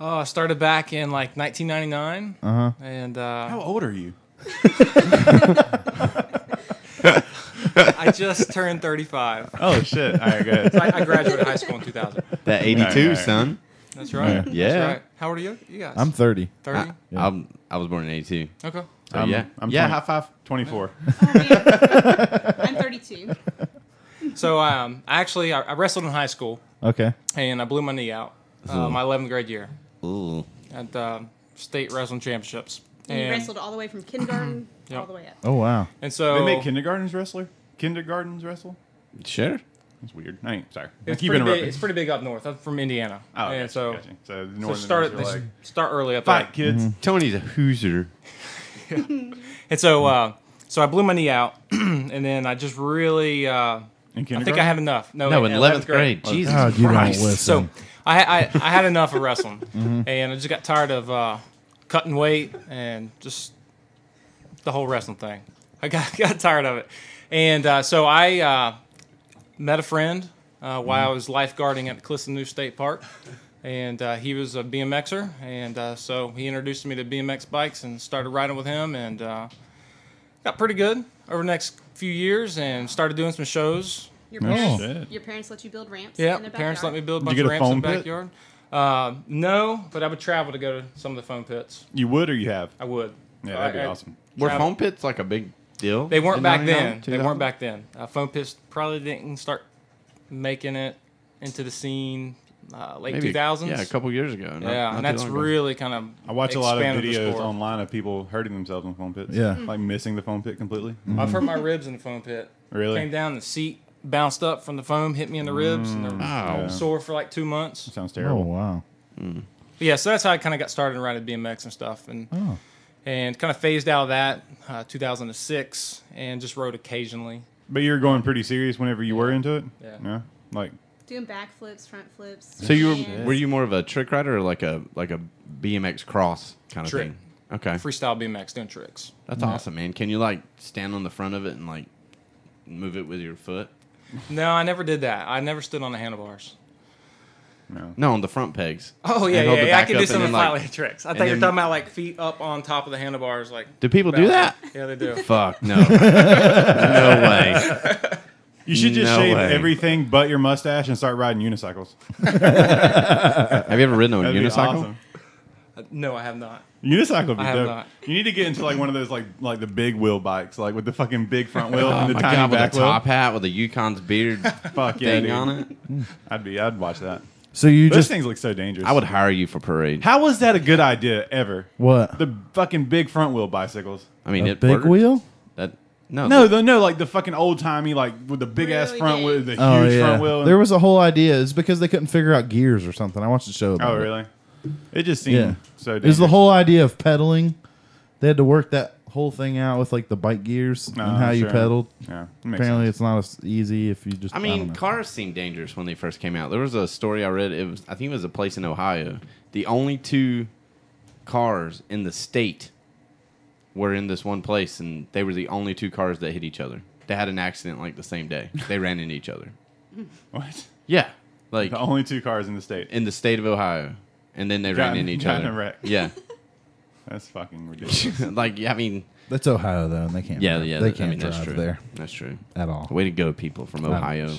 Speaker 2: Oh, I started back in like 1999,
Speaker 5: Uh-huh.
Speaker 2: and uh,
Speaker 6: How old are you?
Speaker 2: [LAUGHS]
Speaker 6: [LAUGHS]
Speaker 2: I just turned 35.
Speaker 6: Oh shit! All right, good.
Speaker 2: I, I graduated high school in 2000.
Speaker 5: That eighty two, son.
Speaker 2: That's right.
Speaker 5: Yeah.
Speaker 2: That's right. How old are you? You guys?
Speaker 4: I'm 30.
Speaker 2: 30.
Speaker 5: I, I'm, I was born in eighty two.
Speaker 2: okay.
Speaker 5: So
Speaker 6: I'm-
Speaker 5: yeah,
Speaker 6: [LAUGHS] I'm
Speaker 5: yeah.
Speaker 6: 20.
Speaker 5: High five.
Speaker 6: Twenty-four.
Speaker 7: Oh, man. I'm 32.
Speaker 2: So um, actually, I, I wrestled in high school,
Speaker 4: Okay.
Speaker 2: and I blew my knee out uh, my 11th grade year
Speaker 5: Ooh.
Speaker 2: at uh, state wrestling championships.
Speaker 5: [CLEARS THROAT]
Speaker 7: And you wrestled all the way from kindergarten
Speaker 2: Yep.
Speaker 7: all the way up.
Speaker 4: Oh wow.
Speaker 2: And so
Speaker 6: They make kindergartens wrestler. kindergartens wrestle?
Speaker 5: Sure.
Speaker 6: That's weird. I ain't sorry. I
Speaker 2: It's
Speaker 6: keep
Speaker 2: pretty, big,
Speaker 6: interrupting.
Speaker 2: it's pretty big up north. I'm from Indiana.
Speaker 6: Oh,
Speaker 2: and
Speaker 6: gotcha,
Speaker 2: so,
Speaker 6: gotcha. so, the
Speaker 2: so
Speaker 6: northerners
Speaker 2: start
Speaker 6: are
Speaker 2: they
Speaker 6: like,
Speaker 2: start early up there.
Speaker 6: fight kids.
Speaker 5: Tony's a hooser.
Speaker 2: And so, uh, so I blew my knee out, [CLEARS THROAT] and then I just really, uh,
Speaker 6: In kindergarten?
Speaker 2: I think I had enough. No,
Speaker 5: No,
Speaker 2: in
Speaker 5: in eleventh grade. Jesus
Speaker 4: God, you don't
Speaker 5: Christ.
Speaker 4: listen.
Speaker 2: So I, I, I had enough of wrestling, and I just got tired of uh, cutting weight and just the whole wrestling thing. I got [LAUGHS] got tired of it, and uh, so I uh, met a friend uh, while I was lifeguarding at Clifton New State Park, and uh, he was a BMXer, and uh, so he introduced me to BMX bikes and started riding with him, and uh, got pretty good over the next few years, and started doing some shows
Speaker 7: Your
Speaker 5: Oh.
Speaker 7: parents,
Speaker 6: shit.
Speaker 7: your parents let you build ramps.
Speaker 2: yeah,
Speaker 7: in the
Speaker 2: parents let me
Speaker 7: backyard?
Speaker 2: build a
Speaker 6: Did
Speaker 2: bunch
Speaker 6: you
Speaker 2: of
Speaker 6: get a
Speaker 2: ramps in the
Speaker 6: foam pit?
Speaker 2: backyard. Uh, no, but I would travel to go to some of the foam pits.
Speaker 6: You would or you have?
Speaker 2: I would.
Speaker 6: Yeah, that'd be
Speaker 2: I- I-
Speaker 6: awesome.
Speaker 5: Were
Speaker 2: Trav-
Speaker 5: foam pits like a big deal?
Speaker 2: They weren't
Speaker 5: in
Speaker 2: back
Speaker 5: 99,
Speaker 2: then. They
Speaker 5: 2000?
Speaker 2: weren't back then. Uh, foam pits probably didn't start making it into the scene uh, late
Speaker 5: Maybe,
Speaker 2: two thousands.
Speaker 5: Yeah, a couple years ago. not-
Speaker 2: Yeah,
Speaker 5: not
Speaker 2: and
Speaker 5: too
Speaker 2: that's
Speaker 5: long ago.
Speaker 2: really kind of.
Speaker 6: I watch a lot of
Speaker 2: expanded the
Speaker 6: videos
Speaker 2: sport.
Speaker 6: online of people hurting themselves in foam pits.
Speaker 4: Yeah. Mm.
Speaker 6: Like missing the foam pit completely.
Speaker 5: Mm-hmm.
Speaker 6: Ah,
Speaker 2: I've hurt my ribs in the foam pit.
Speaker 6: Really?
Speaker 2: Came down the seat, bounced up from the foam, hit me in the ribs, and they're
Speaker 5: Ow.
Speaker 2: sore for like two months.
Speaker 6: Mm. Oh, Sounds
Speaker 4: Oh
Speaker 6: terrible.
Speaker 4: wow.
Speaker 2: But yeah, so that's how I kind of got started riding BMX and stuff, and
Speaker 4: Oh.
Speaker 2: and kind of phased out of that uh, 2006 and just rode occasionally.
Speaker 5: Oh.
Speaker 6: But you're going pretty serious whenever you were into it?
Speaker 2: Yeah.
Speaker 6: No? Like,
Speaker 7: doing backflips, front flips.
Speaker 5: So you were,
Speaker 7: hands.
Speaker 5: were you more of a trick rider or like a like a BMX cross kind of
Speaker 2: Trick.
Speaker 5: thing? Okay,
Speaker 2: Freestyle BMX doing tricks.
Speaker 5: that's awesome, man. Can you like stand on the front of it and like move it with your foot?
Speaker 2: No, I never did that. I never stood on the handlebars.
Speaker 6: no.
Speaker 5: No, on the front pegs.
Speaker 2: Oh yeah,
Speaker 5: And hold
Speaker 2: yeah,
Speaker 5: the
Speaker 2: yeah. I
Speaker 5: back
Speaker 2: can
Speaker 5: up
Speaker 2: do
Speaker 5: and
Speaker 2: some of
Speaker 5: then,
Speaker 2: the flatland [LAUGHS] tricks. I think you're
Speaker 5: then-
Speaker 2: talking about like feet up on top of the handlebars, like.
Speaker 5: Do people do that?
Speaker 2: Yeah, they do.
Speaker 5: [LAUGHS]
Speaker 2: [LAUGHS]
Speaker 5: Fuck no, no way.
Speaker 6: You should just
Speaker 5: No
Speaker 6: shave
Speaker 5: way.
Speaker 6: everything but your mustache and start riding unicycles.
Speaker 5: Have you ever ridden on a
Speaker 6: That'd be
Speaker 5: unicycle?
Speaker 6: awesome.
Speaker 2: Uh, no, I have not.
Speaker 6: Unicycle would be
Speaker 2: I have
Speaker 6: dope.
Speaker 2: not.
Speaker 6: You need to get into like one of those like like the big wheel bikes, like with the fucking big
Speaker 5: [LAUGHS]
Speaker 6: front wheel
Speaker 5: Oh
Speaker 6: and the
Speaker 5: my
Speaker 6: tiny
Speaker 5: god, with
Speaker 6: back
Speaker 5: a top
Speaker 6: wheel.
Speaker 5: hat with a
Speaker 2: [LAUGHS]
Speaker 5: Yukon's beard
Speaker 6: Fuck yeah,
Speaker 5: thing
Speaker 6: dude.
Speaker 5: on it.
Speaker 6: I'd be I'd watch that.
Speaker 4: So you
Speaker 6: Those
Speaker 4: just
Speaker 6: things look so dangerous.
Speaker 5: I would hire you for parade.
Speaker 6: How was that a good idea ever?
Speaker 4: what?
Speaker 6: The fucking big front wheel bicycles.
Speaker 5: I mean,
Speaker 4: a
Speaker 5: it
Speaker 4: big
Speaker 5: worked.
Speaker 4: wheel?
Speaker 5: That no,
Speaker 6: No, the, no, like the fucking old timey, like with the big ass
Speaker 7: Really
Speaker 6: front
Speaker 7: big.
Speaker 6: wheel, the huge
Speaker 4: Oh yeah.
Speaker 6: front wheel. and-
Speaker 4: There was a whole idea. It's because they couldn't figure out gears or something. I watched the show.
Speaker 6: oh
Speaker 4: About it.
Speaker 6: really? It just seemed
Speaker 4: Yeah.
Speaker 6: so.
Speaker 4: it was
Speaker 6: Dangerous.
Speaker 4: the whole idea of pedaling. They had to work that whole thing out with like the bike gears
Speaker 6: No,
Speaker 4: and how you
Speaker 6: sure.
Speaker 4: pedaled.
Speaker 6: Yeah, it makes
Speaker 4: Apparently,
Speaker 6: sense.
Speaker 4: it's not as easy if you just.
Speaker 5: I
Speaker 4: don't
Speaker 5: mean,
Speaker 4: know.
Speaker 5: cars seemed dangerous when they first came out. There was a story I read. It was, I think, it was a place in Ohio. The only two cars in the state were in this one place, and they were the only two cars that hit each other. They had an accident like the same day. They ran into each other.
Speaker 6: what?
Speaker 5: [LAUGHS] Yeah, Oh. like
Speaker 6: The only two cars in the state.
Speaker 5: in the state of Ohio, and then they
Speaker 6: Got
Speaker 5: ran
Speaker 6: in-
Speaker 5: into each
Speaker 6: got in
Speaker 5: other.
Speaker 6: a wreck.
Speaker 5: [LAUGHS] Yeah,
Speaker 6: That's fucking ridiculous.
Speaker 5: like I mean,
Speaker 4: that's Ohio though, and they can't.
Speaker 5: yeah,
Speaker 4: drive-
Speaker 5: yeah.
Speaker 4: They
Speaker 5: that- I
Speaker 4: can't
Speaker 5: mean,
Speaker 4: drive
Speaker 5: that's true.
Speaker 4: there
Speaker 5: That's true.
Speaker 4: at all.
Speaker 5: Way to go, people from Ohio.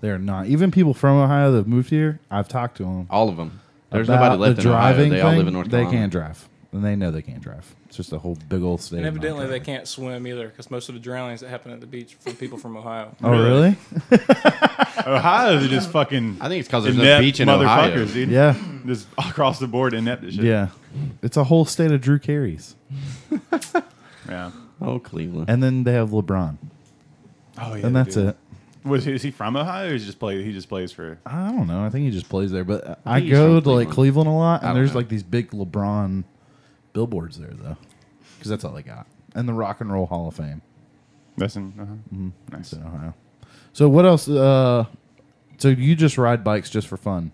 Speaker 4: They're not. Even people from Ohio that moved here, I've talked to them.
Speaker 5: All of them. There's
Speaker 4: about
Speaker 5: nobody left
Speaker 4: the
Speaker 5: in Ohio.
Speaker 4: driving
Speaker 5: They all
Speaker 4: thing,
Speaker 5: live in North Carolina.
Speaker 4: They can't drive, and they know they can't drive. It's just a whole big old state.
Speaker 2: And
Speaker 4: of not
Speaker 2: evidently, they
Speaker 4: driving.
Speaker 2: can't swim either because most of the drownings that happen at the beach are from people from Ohio.
Speaker 4: Oh really?
Speaker 6: Ohio's are just fucking.
Speaker 5: I think it's 'cause there's no
Speaker 6: inept
Speaker 5: beach in
Speaker 6: motherfuckers,
Speaker 5: Ohio.
Speaker 6: dude.
Speaker 4: yeah,
Speaker 6: just across the board inept as shit.
Speaker 4: yeah. It's a whole state of Drew Carey's,
Speaker 6: yeah.
Speaker 5: Oh, Cleveland.
Speaker 4: and then they have LeBron,
Speaker 6: Oh yeah.
Speaker 4: and that's it.
Speaker 6: Was he, is he from Ohio? Or is he just play? He just plays for.
Speaker 4: I don't know. I think he just plays there, but I
Speaker 5: he's
Speaker 4: go
Speaker 5: from
Speaker 4: to like
Speaker 5: Cleveland.
Speaker 4: Cleveland a lot,
Speaker 5: I
Speaker 4: and
Speaker 5: don't
Speaker 4: there's
Speaker 5: know.
Speaker 4: like these big LeBron billboards there though, because that's all they got, and the Rock and Roll Hall of Fame.
Speaker 6: That's in. Uh-huh.
Speaker 4: Mm-hmm. It's
Speaker 6: Nice.
Speaker 4: in Ohio. So what else? Uh, so you just ride bikes just for fun?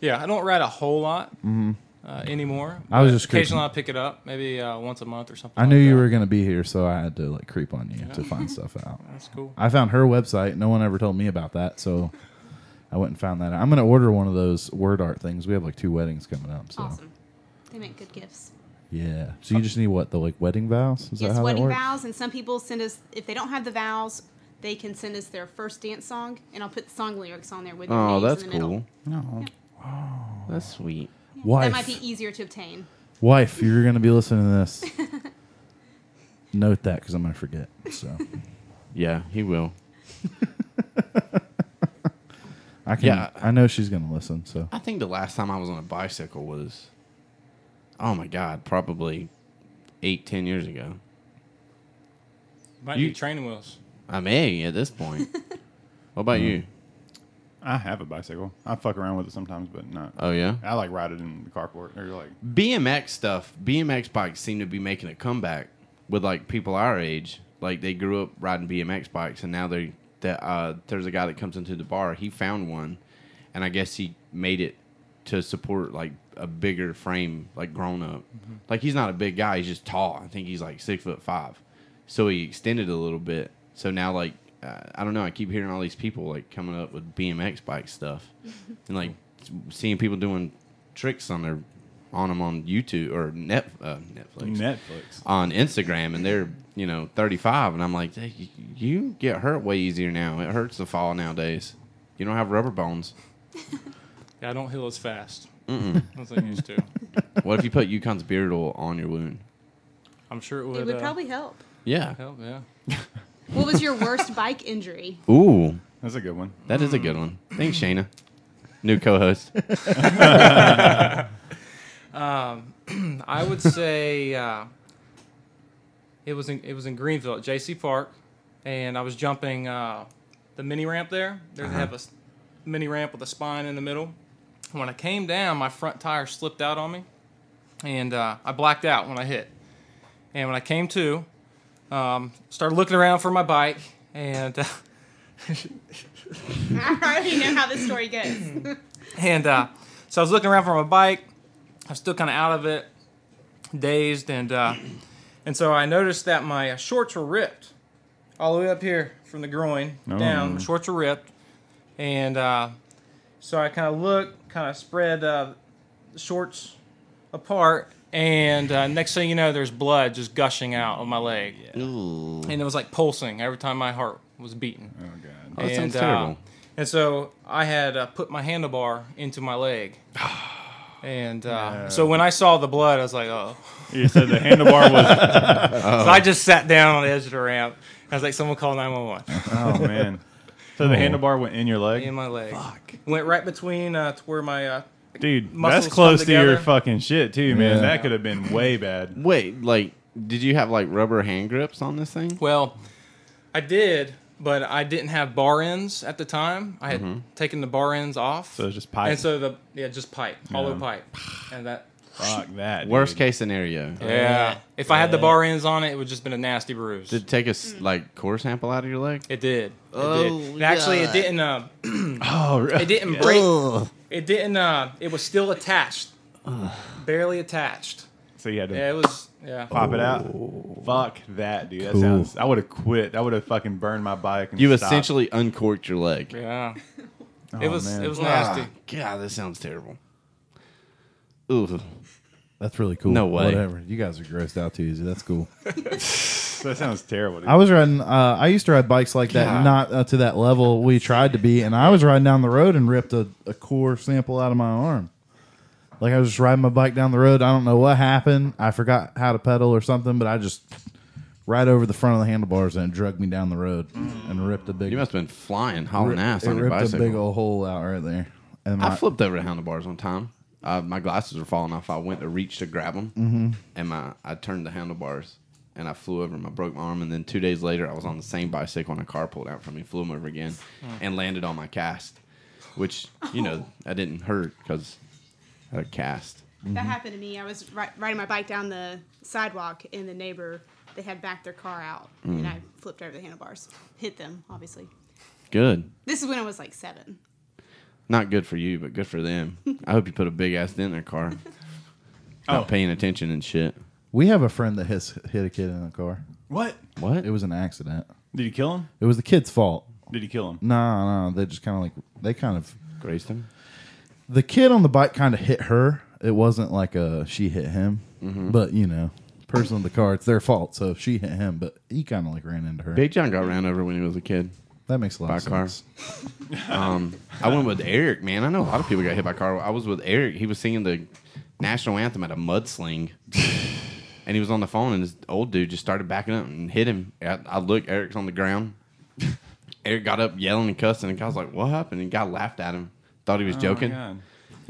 Speaker 2: Yeah, I don't ride a whole lot uh, anymore.
Speaker 4: I was
Speaker 2: but
Speaker 4: just creeping.
Speaker 2: occasionally I pick it up, maybe uh, once a month or something.
Speaker 4: I
Speaker 2: like
Speaker 4: knew you
Speaker 2: that.
Speaker 4: were gonna be here, so I had to like creep on you to find stuff out. [LAUGHS]
Speaker 2: That's cool.
Speaker 4: I found her website. No one ever told me about that, so I went and found that out. I'm gonna order one of those word art things. We have like two weddings coming up. So
Speaker 7: awesome. They make good gifts.
Speaker 4: yeah. So you just need what the like wedding vows? Is that
Speaker 7: Yes,
Speaker 4: how
Speaker 7: wedding
Speaker 4: that works?
Speaker 7: vows, and some people send us if they don't have the vows, they can send us their first dance song, and I'll put the song lyrics on there with their
Speaker 5: Oh,
Speaker 7: names
Speaker 5: that's
Speaker 7: in the
Speaker 5: cool.
Speaker 7: middle.
Speaker 6: No.
Speaker 5: That's sweet.
Speaker 4: Wife,
Speaker 7: That might be easier to obtain.
Speaker 4: wife, you're gonna be listening to
Speaker 7: [LAUGHS]
Speaker 4: this. Note that because I'm gonna forget. So
Speaker 5: Yeah, he will.
Speaker 4: I can.
Speaker 5: Yeah.
Speaker 4: I know she's gonna listen. So
Speaker 5: I think the last time I was on a bicycle was, oh my god, probably eight, ten years ago.
Speaker 2: Might
Speaker 5: You-
Speaker 2: need training wheels.
Speaker 5: I may at this [LAUGHS] point. what about you?
Speaker 6: I have a bicycle. I fuck around with it sometimes, but not.
Speaker 5: Oh yeah,
Speaker 6: I like ride it in the carport or like
Speaker 5: BMX stuff. BMX bikes seem to be making a comeback with like people our age. Like they grew up riding BMX bikes, and now they that uh, there's a guy that comes into the bar. He found one, and I guess he made it to support like a bigger frame, like grown up. Like he's not a big guy. He's just tall. I think he's like six foot five. So he extended a little bit. So now like. Uh, I don't know. I keep hearing all these people like coming up with BMX bike stuff, and like seeing people doing tricks on their on them on YouTube or net uh, Netflix
Speaker 6: Netflix.
Speaker 5: on Instagram, and they're you know 35, and I'm like, "Hey, y- you get hurt way easier now. It hurts to fall nowadays. You don't have rubber bones.
Speaker 2: Yeah, I don't heal as fast [LAUGHS] as I used to.
Speaker 5: What if you put Yukon's beard oil on your wound?
Speaker 2: I'm sure it would.
Speaker 7: It would
Speaker 2: uh,
Speaker 7: probably help.
Speaker 5: Yeah.
Speaker 2: help. Yeah.
Speaker 7: What was your worst bike injury?
Speaker 5: Ooh,
Speaker 6: That's a good one.
Speaker 5: that is a good one. Thanks, Shayna. New [LAUGHS] co-host.
Speaker 2: I would say uh, it was in, it was in Greenville at JC Park, and I was jumping uh, the mini ramp there. There they have a s- mini ramp with a spine in the middle. When I came down, my front tire slipped out on me, and uh, I blacked out when I hit. And when I came to, um, started looking around for my bike, and. [LAUGHS] Uh,
Speaker 7: I already know how this story goes.
Speaker 2: And uh, so I was looking around for my bike. I was still kind of out of it, dazed, and uh, and so I noticed that my uh, shorts were ripped all the way up here from the groin down. My shorts were ripped, and uh, so I kind of looked, kind of spread uh, the shorts apart, and uh, next thing you know, there's blood just gushing out of my leg,
Speaker 5: Ooh.
Speaker 2: and it was like pulsing every time my heart was beating.
Speaker 6: Oh god.
Speaker 5: That sounds
Speaker 2: uh,
Speaker 5: terrible.
Speaker 2: and so I had uh, put my handlebar into my leg. And uh, so when I saw the blood, I was like, oh.
Speaker 6: You said the handlebar was.
Speaker 2: So I just sat down on the edge of the ramp. I was like, someone call 911
Speaker 6: [LAUGHS] Oh man. Oh. So the handlebar went in your leg,
Speaker 2: in my leg. Went right between uh, to where my. Uh,
Speaker 6: dude.
Speaker 2: Muscles
Speaker 6: That's close
Speaker 2: come
Speaker 6: to your
Speaker 2: together.
Speaker 6: fucking shit too, man.
Speaker 4: Yeah.
Speaker 6: That could have been way bad.
Speaker 5: Wait, like, did you have like rubber hand grips on this thing?
Speaker 2: well, I did, but I didn't have bar ends at the time. I had taken the bar ends off.
Speaker 6: So it's just pipe.
Speaker 2: And so the. Yeah, just pipe, hollow
Speaker 6: Yeah.
Speaker 2: pipe. And that.
Speaker 6: Fuck that.
Speaker 5: Worst
Speaker 6: dude.
Speaker 5: case scenario.
Speaker 2: Yeah. If I had the bar ends on it, it would just been a nasty bruise.
Speaker 5: Did it take a s- like core sample out of your leg?
Speaker 2: It did. It
Speaker 5: Oh,
Speaker 2: did. And Actually, it
Speaker 5: God.
Speaker 2: didn't. Uh,
Speaker 6: [CLEARS THROAT] Oh, re-
Speaker 2: it didn't break. It didn't. Uh, it was still attached, barely attached.
Speaker 6: So you had to
Speaker 2: Yeah, it was. Yeah.
Speaker 6: pop it out. Fuck that, dude. That
Speaker 4: Cool.
Speaker 6: sounds. I would have quit. I would have fucking burned my bike. And
Speaker 5: You
Speaker 6: stopped.
Speaker 5: essentially uncorked your leg.
Speaker 2: Yeah.
Speaker 6: Oh,
Speaker 2: It was.
Speaker 6: man.
Speaker 2: It was nasty.
Speaker 5: Ah, God, that sounds terrible. Ooh,
Speaker 4: That's really cool.
Speaker 5: No way.
Speaker 4: Whatever. You guys are grossed out too easy. That's cool.
Speaker 6: That sounds terrible. Dude.
Speaker 4: I was riding. Uh, I used to ride bikes like that, not uh, to that level we tried to be. And I was riding down the road and ripped a, a core sample out of my arm. Like I was just riding my bike down the road. I don't know what happened. I forgot how to pedal or something, but I just right over the front of the handlebars and it drugged me down the road and ripped a big.
Speaker 5: you must have been flying, hauling
Speaker 4: rip-
Speaker 5: ass
Speaker 4: it
Speaker 5: on your
Speaker 4: ripped a big
Speaker 5: bicycle.
Speaker 4: old hole out right there. And
Speaker 5: I
Speaker 4: my-
Speaker 5: flipped over to handlebars one time. Uh, my glasses were falling off. I went to reach to grab them,
Speaker 4: Mm-hmm.
Speaker 5: and my I turned the handlebars, and I flew over. and I broke my arm, and then two days later, I was on the same bicycle, and a car pulled out from me, flew him over again,
Speaker 4: Hmm.
Speaker 5: and landed on my cast, which you know I didn't hurt because I had a cast.
Speaker 7: That happened to me. I was ri- riding my bike down the sidewalk, and the neighbor they had backed their car out,
Speaker 5: Mm.
Speaker 7: and I flipped over the handlebars, hit them. Obviously,
Speaker 5: Good.
Speaker 7: this is when I was like seven.
Speaker 5: Not good for you, but good for them. I hope you put a big ass dent in their car. Not
Speaker 6: Oh.
Speaker 5: paying attention and shit.
Speaker 4: we have a friend that hits, hit a kid in a car.
Speaker 6: what?
Speaker 5: What?
Speaker 4: It was an accident.
Speaker 6: Did you kill him?
Speaker 4: It was the kid's fault.
Speaker 6: Did you kill him?
Speaker 4: No, no, they just kind of like they kind of
Speaker 5: Grazed him.
Speaker 4: the kid on the bike kind of hit her. It wasn't like a she hit him,
Speaker 6: Mm-hmm.
Speaker 4: but you know, person in the car, it's their fault. So she hit him, but he kind of like ran into her.
Speaker 5: Big John got ran over when he was a kid
Speaker 4: that makes a lot
Speaker 5: by a
Speaker 4: of
Speaker 5: car.
Speaker 4: sense.
Speaker 5: um, I went with Eric, man. I know a lot of people got hit by a car. I was with Eric. He was singing the national anthem at a mudsling, and he was on the phone, and this old dude just started backing up and hit him. I, I look, Eric's on the ground. Eric got up yelling and cussing, and I was like, "What happened?" And the guy laughed at him, thought he was
Speaker 6: Oh, my
Speaker 5: joking.
Speaker 6: God.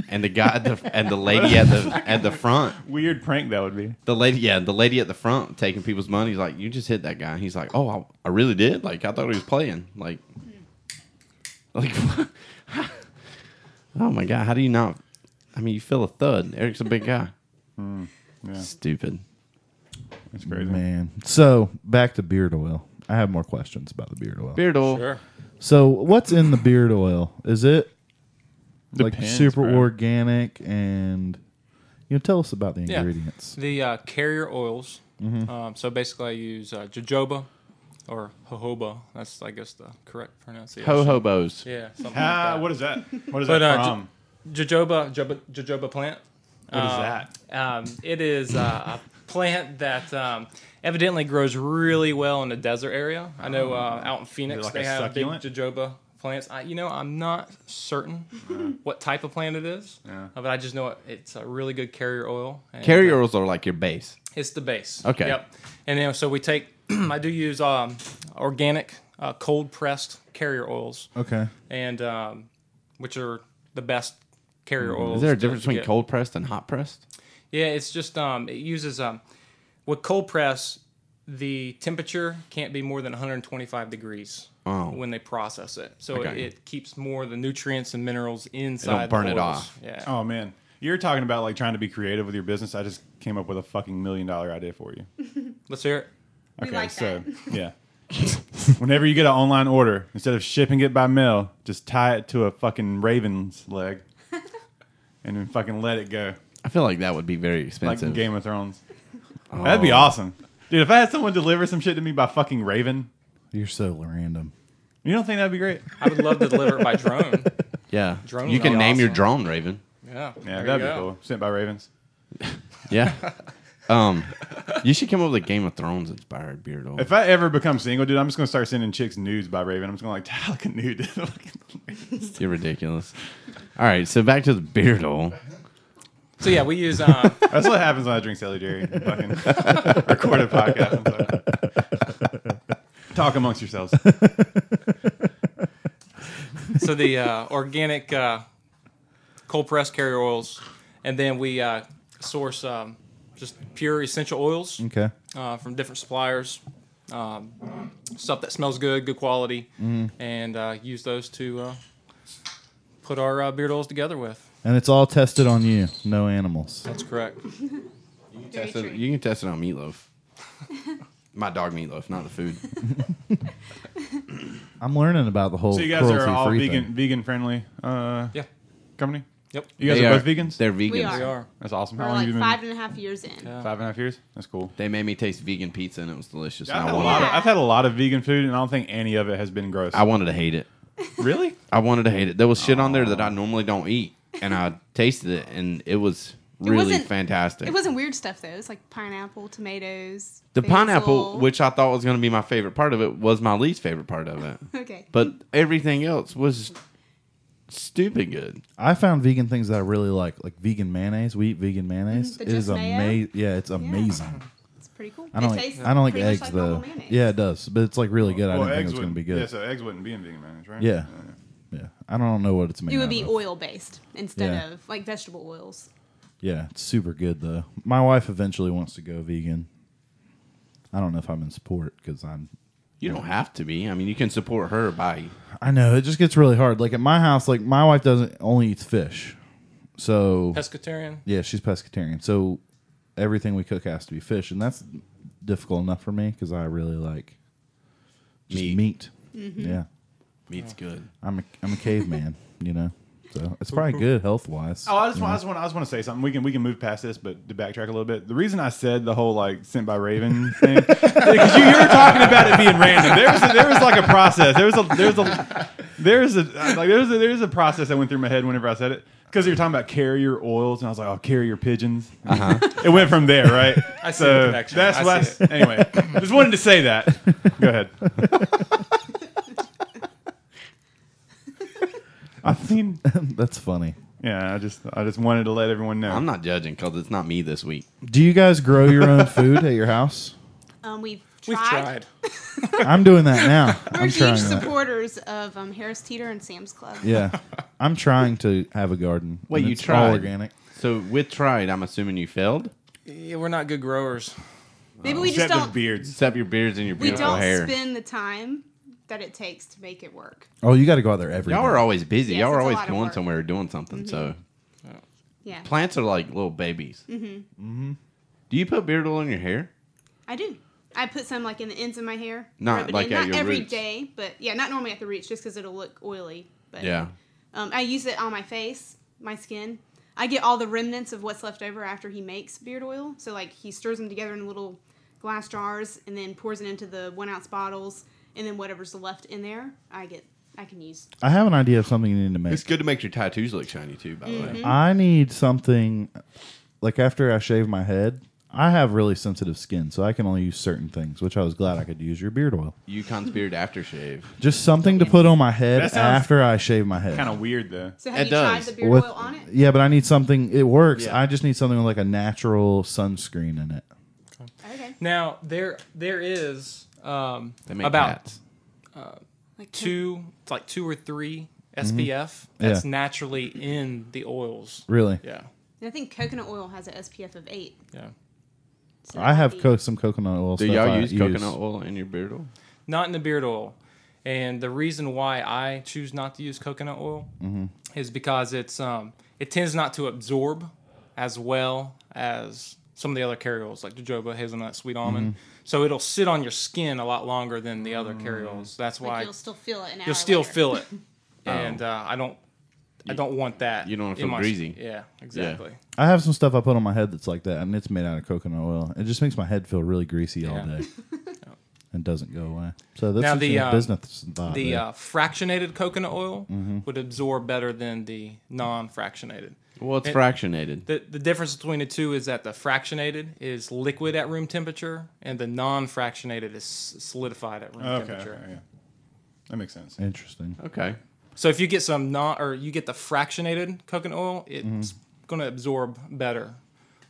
Speaker 5: and the guy at the, and the lady at the at the front
Speaker 6: Weird prank that would be.
Speaker 5: the lady yeah the lady at the front taking people's money he's like you just hit that guy he's like oh I, I really did like I thought he was playing like [LAUGHS] like oh my god how do you not I mean you feel a thud Eric's a big guy
Speaker 2: Hmm,
Speaker 5: stupid
Speaker 6: That's crazy.
Speaker 4: Man. So back to beard oil. I have more questions about the beard oil.
Speaker 5: beard oil
Speaker 2: Sure.
Speaker 4: So what's in the beard oil? Is it like
Speaker 6: Depends,
Speaker 4: super
Speaker 6: bro.
Speaker 4: organic and you know, tell us about the
Speaker 2: Yeah.
Speaker 4: ingredients.
Speaker 2: The uh, carrier oils.
Speaker 6: Mm-hmm.
Speaker 2: Um, so basically, I use uh, jojoba or jojoba. That's I guess the correct pronunciation.
Speaker 5: ho hobos
Speaker 2: Yeah. Something like
Speaker 6: Ah,
Speaker 2: that.
Speaker 6: what is that? What is
Speaker 2: But,
Speaker 6: that
Speaker 2: uh,
Speaker 6: from?
Speaker 2: jojoba, jojoba, jojoba plant.
Speaker 6: What is that?
Speaker 2: Um, it is uh, a plant that um, evidently grows really well in a desert area. I know uh, out in Phoenix
Speaker 6: Oh, like
Speaker 2: they
Speaker 6: a
Speaker 2: have big
Speaker 6: succulent?
Speaker 2: jojoba plants. I, you know, I'm not certain what type of plant it is,
Speaker 6: Uh-huh. Yeah.
Speaker 2: uh, but I just know it, it's a really good carrier oil. and, uh,
Speaker 5: carrier oils are like your base
Speaker 2: it's the base.
Speaker 5: Okay.
Speaker 2: Yep. And then so we take. [CLEARS THROAT] I do use um, organic uh, cold pressed carrier oils,
Speaker 4: Okay.
Speaker 2: and um, which are the best carrier oils.
Speaker 5: Hmm. is there a
Speaker 2: to-
Speaker 5: difference
Speaker 2: to
Speaker 5: between
Speaker 2: get.
Speaker 5: cold pressed and hot pressed
Speaker 2: Yeah, it's just um, it uses um, with cold press, the temperature can't be more than 125 degrees
Speaker 5: Oh.
Speaker 2: when they process it. So
Speaker 5: Okay.
Speaker 2: it, it keeps more of the nutrients and minerals inside. the
Speaker 5: burn it
Speaker 2: oils.
Speaker 5: off.
Speaker 2: Yeah.
Speaker 6: Oh man, you're talking about like trying to be creative with your business. I just came up with a fucking million dollar idea
Speaker 2: [LAUGHS]
Speaker 6: for you.
Speaker 2: Let's hear it.
Speaker 7: We like
Speaker 6: so [LAUGHS]
Speaker 7: that.
Speaker 6: yeah. Whenever you get an online order, instead of shipping it by mail, just tie it to a fucking
Speaker 2: [LAUGHS]
Speaker 6: raven's leg, and then fucking let it go,
Speaker 5: I feel like that would be very
Speaker 6: like
Speaker 5: expensive
Speaker 6: in Game of Thrones. That'd be awesome, dude. If I had someone deliver some shit to me by fucking raven,
Speaker 4: You're so random.
Speaker 6: you don't think that'd be great?
Speaker 2: I would love to deliver it by
Speaker 5: [LAUGHS]
Speaker 2: drone.
Speaker 5: yeah
Speaker 2: Drone
Speaker 5: you
Speaker 2: would
Speaker 5: can
Speaker 2: be
Speaker 5: name your
Speaker 2: awesome.
Speaker 5: drone Raven
Speaker 2: Yeah.
Speaker 6: Yeah,
Speaker 2: there you
Speaker 6: that'd be
Speaker 2: go.
Speaker 6: cool. Sent by ravens.
Speaker 2: [LAUGHS]
Speaker 5: yeah um you should come up with a Game of Thrones inspired beard oil
Speaker 6: If I ever become single, dude, I'm just gonna start sending chicks nudes by Raven. I'm just gonna like [LAUGHS] tie like a nude. to the fucking-
Speaker 5: You're ridiculous. All right, so back to the beard oil.
Speaker 2: So yeah, we use uh,
Speaker 6: That's what happens when I drink Sally Jerry. and Fucking [LAUGHS] record a podcast. I'm sorry. Talk amongst yourselves.
Speaker 2: so the uh, organic uh, cold pressed carrier oils, and then we uh, source um, just pure essential oils
Speaker 4: Okay.
Speaker 2: uh, from different suppliers, um, stuff that smells good, good quality, and uh, use those to uh, put our uh, beard oils together with.
Speaker 4: And it's all tested on you, no animals.
Speaker 2: That's correct.
Speaker 7: Very
Speaker 5: So
Speaker 7: true.
Speaker 5: you can test it on meatloaf. [LAUGHS] My dog meatloaf, not the food.
Speaker 4: I'm learning about the whole
Speaker 6: So you guys are all
Speaker 4: cruelty-free
Speaker 6: vegan,
Speaker 4: thing.
Speaker 6: vegan friendly uh,
Speaker 2: Yeah.
Speaker 6: company.
Speaker 2: Yep.
Speaker 6: You guys
Speaker 5: They
Speaker 6: are, both vegans.
Speaker 5: They're vegans.
Speaker 7: We
Speaker 2: We
Speaker 7: are.
Speaker 2: are.
Speaker 6: That's awesome. How
Speaker 7: We're
Speaker 6: long
Speaker 7: like
Speaker 6: you been?
Speaker 7: five and a half years in.
Speaker 2: Yeah.
Speaker 6: five and a half years. That's cool.
Speaker 5: They made me taste vegan pizza, and it was delicious.
Speaker 6: I've
Speaker 5: and I
Speaker 6: had, a
Speaker 5: wanted,
Speaker 6: lot of,
Speaker 7: Yeah.
Speaker 6: I've had a lot of vegan food, and I don't think any of it has been gross.
Speaker 5: I wanted to hate it.
Speaker 6: really?
Speaker 5: I wanted to hate it. There was shit on there that I normally don't eat, and I tasted it, and it was
Speaker 7: It
Speaker 5: really
Speaker 7: wasn't-
Speaker 5: fantastic.
Speaker 7: It wasn't weird stuff though. It's like pineapple, tomatoes.
Speaker 5: the
Speaker 7: basil.
Speaker 5: pineapple, which I thought was going to be my favorite part of it, was my least favorite part of it.
Speaker 7: [LAUGHS] okay,
Speaker 5: But everything else was stupid good.
Speaker 4: I found vegan things that I really like, like vegan mayonnaise. We eat vegan mayonnaise.
Speaker 7: Mhm, the
Speaker 4: it is
Speaker 7: just mayo?
Speaker 4: amazing. Yeah, it's amazing.
Speaker 7: it's pretty cool.
Speaker 4: I don't
Speaker 7: it
Speaker 4: like
Speaker 7: tastes
Speaker 4: I don't like
Speaker 7: pretty much
Speaker 4: eggs
Speaker 7: like normal
Speaker 4: though.
Speaker 7: mayonnaise.
Speaker 4: Yeah, it does, but it's like really good. I
Speaker 6: Oh, Well,
Speaker 4: didn't think it
Speaker 6: eggs
Speaker 4: was going to
Speaker 6: wouldn't
Speaker 4: be good.
Speaker 6: Yeah, so eggs wouldn't be in vegan mayonnaise, right?
Speaker 4: Yeah. Yeah. I don't know what it's made
Speaker 7: It would
Speaker 4: out
Speaker 7: be
Speaker 4: of.
Speaker 7: oil based instead
Speaker 4: Yeah.
Speaker 7: of like vegetable oils.
Speaker 4: Yeah, it's super good though. My wife eventually wants to go vegan. I don't know if I'm in support because I'm.
Speaker 5: You don't have to be. I mean, you can support her by
Speaker 4: I know it just gets really hard. Like at my house, like my wife doesn't only eats fish, so
Speaker 2: Pescatarian.
Speaker 4: yeah, she's pescatarian. So everything we cook has to be fish, and that's difficult enough for me because I really like just
Speaker 5: Meat.
Speaker 4: meat. Yeah,
Speaker 5: meat's good.
Speaker 4: I'm a I'm a caveman, [LAUGHS] you know. So it's probably good health wise. [LAUGHS]
Speaker 6: Oh, I just, want, I just want, I just want to say something. We can, we can move past this, but to backtrack a little bit, the reason I said the whole like sent by Raven thing, because you, you were talking about it being random. There was, a, there was like a process. There was a, there was a, there was a, like there was a, there was a process that went through my head whenever I said it. Because you were talking about carrier oils, and I was like, "Oh, carrier pigeons." It went from there, right?
Speaker 2: I see the connection.
Speaker 6: That's
Speaker 2: I
Speaker 6: what. I
Speaker 2: see
Speaker 6: s- anyway, just wanted to say that. Go ahead. I mean,
Speaker 4: That's funny.
Speaker 6: yeah, I just, I just wanted to let everyone know.
Speaker 5: I'm not judging because it's not me this week.
Speaker 4: Do you guys grow your own food at your house?
Speaker 7: Um, we've tried.
Speaker 2: We've tried.
Speaker 4: I'm doing that now.
Speaker 7: We're
Speaker 4: I'm
Speaker 7: huge
Speaker 4: trying that.
Speaker 7: supporters of um, Harris Teeter and Sam's Club.
Speaker 4: [LAUGHS] Yeah. I'm trying to have a garden.
Speaker 5: Wait,
Speaker 4: and
Speaker 5: you
Speaker 4: it's
Speaker 5: tried.
Speaker 4: all organic.
Speaker 5: So with tried, I'm assuming you failed.
Speaker 2: Yeah, we're not good growers.
Speaker 7: Maybe we just
Speaker 6: Except with
Speaker 7: don't.
Speaker 6: beards.
Speaker 5: Except your beards and your
Speaker 7: We
Speaker 5: beautiful
Speaker 7: don't
Speaker 5: hair.
Speaker 7: spend the time that it takes to make it work.
Speaker 4: Oh, you got to go out there every
Speaker 5: Y'all
Speaker 4: day.
Speaker 5: are always busy.
Speaker 7: Yes,
Speaker 5: Y'all are
Speaker 7: it's a
Speaker 5: always
Speaker 7: lot of
Speaker 5: going
Speaker 7: work. Mm-hmm.
Speaker 5: somewhere or doing something. So
Speaker 7: Yeah,
Speaker 5: plants are like little babies. Mm-hmm. Do you put beard oil in your hair?
Speaker 7: I do. I put some like in the ends of my hair.
Speaker 5: Not
Speaker 7: rub it
Speaker 5: like
Speaker 7: in.
Speaker 5: at
Speaker 7: not
Speaker 5: your
Speaker 7: every
Speaker 5: roots.
Speaker 7: day, but yeah, not normally at the roots, just because it'll look oily. But
Speaker 5: Yeah.
Speaker 7: Um, I use it on my face, my skin. I get all the remnants of what's left over after he makes beard oil. So like he stirs them together in little glass jars and then pours it into the one ounce bottles, and then whatever's left in there, I get I can use.
Speaker 4: I have an idea of something you need to make.
Speaker 5: It's good to make your tattoos look shiny too. By the
Speaker 7: Mm-hmm.
Speaker 5: way,
Speaker 4: I need something like after I shave my head. I have really sensitive skin, so I can only use certain things, which I was glad I could use your beard oil.
Speaker 5: Yukon's beard aftershave.
Speaker 4: Just something to put on my head
Speaker 6: That sounds
Speaker 4: after I shave my head.
Speaker 6: Kind of weird though.
Speaker 7: So have
Speaker 5: It
Speaker 7: you
Speaker 5: does.
Speaker 7: tried the beard
Speaker 4: With-
Speaker 7: oil on it?
Speaker 4: Yeah, but I need something. It works.
Speaker 5: Yeah.
Speaker 4: I just need something with like a natural sunscreen in it.
Speaker 7: Okay,
Speaker 2: Now there there is um,
Speaker 5: They make
Speaker 2: about
Speaker 5: hats.
Speaker 7: like
Speaker 2: two, it's like two or three
Speaker 5: Mm-hmm.
Speaker 2: SPF that's
Speaker 4: Yeah.
Speaker 2: naturally in the oils.
Speaker 4: Really,
Speaker 2: Yeah,
Speaker 7: And I think coconut oil has an SPF of eight.
Speaker 2: yeah.
Speaker 7: So
Speaker 4: I have
Speaker 7: that'd be-
Speaker 4: co- some coconut oil.
Speaker 5: Do
Speaker 4: stuff
Speaker 5: y'all
Speaker 4: I
Speaker 5: use coconut oil in your beard oil?
Speaker 2: Not in the beard oil, and the reason why I choose not to use coconut oil
Speaker 5: Mm-hmm.
Speaker 2: is because it's um it tends not to absorb as well as some of the other carryols like jojoba, hazelnut, sweet almond.
Speaker 5: Mm-hmm.
Speaker 2: So it'll sit on your skin a lot longer than the
Speaker 5: Mm.
Speaker 2: other carryols. That's why
Speaker 7: Like you'll still feel it. An
Speaker 2: you'll still feel
Speaker 5: [LAUGHS]
Speaker 2: it. and uh, I don't, I don't want that.
Speaker 5: Oh. you don't wanna
Speaker 2: in
Speaker 5: feel
Speaker 2: my-
Speaker 5: greasy.
Speaker 2: Yeah, exactly.
Speaker 4: I have some stuff I put on my head that's like that, and it's made out of coconut oil. It just makes my head feel really greasy all
Speaker 2: Yeah.
Speaker 7: [LAUGHS]
Speaker 4: day, and doesn't go away. So that's
Speaker 2: Now
Speaker 4: just
Speaker 2: the,
Speaker 4: a
Speaker 2: uh,
Speaker 4: business thought.
Speaker 2: The
Speaker 4: there.
Speaker 2: uh, fractionated coconut oil
Speaker 6: Mm-hmm.
Speaker 2: would absorb better than the non-fractionated.
Speaker 5: Well, it's
Speaker 2: It-
Speaker 5: fractionated.
Speaker 2: The the difference between the two is that the fractionated is liquid at room temperature, and the non-fractionated is s- solidified at room
Speaker 6: Okay,
Speaker 2: temperature.
Speaker 6: okay, yeah. that makes sense.
Speaker 4: Interesting.
Speaker 5: Okay.
Speaker 2: So if you get some non or you get the fractionated coconut oil, it's
Speaker 6: Mm-hmm.
Speaker 2: going to absorb better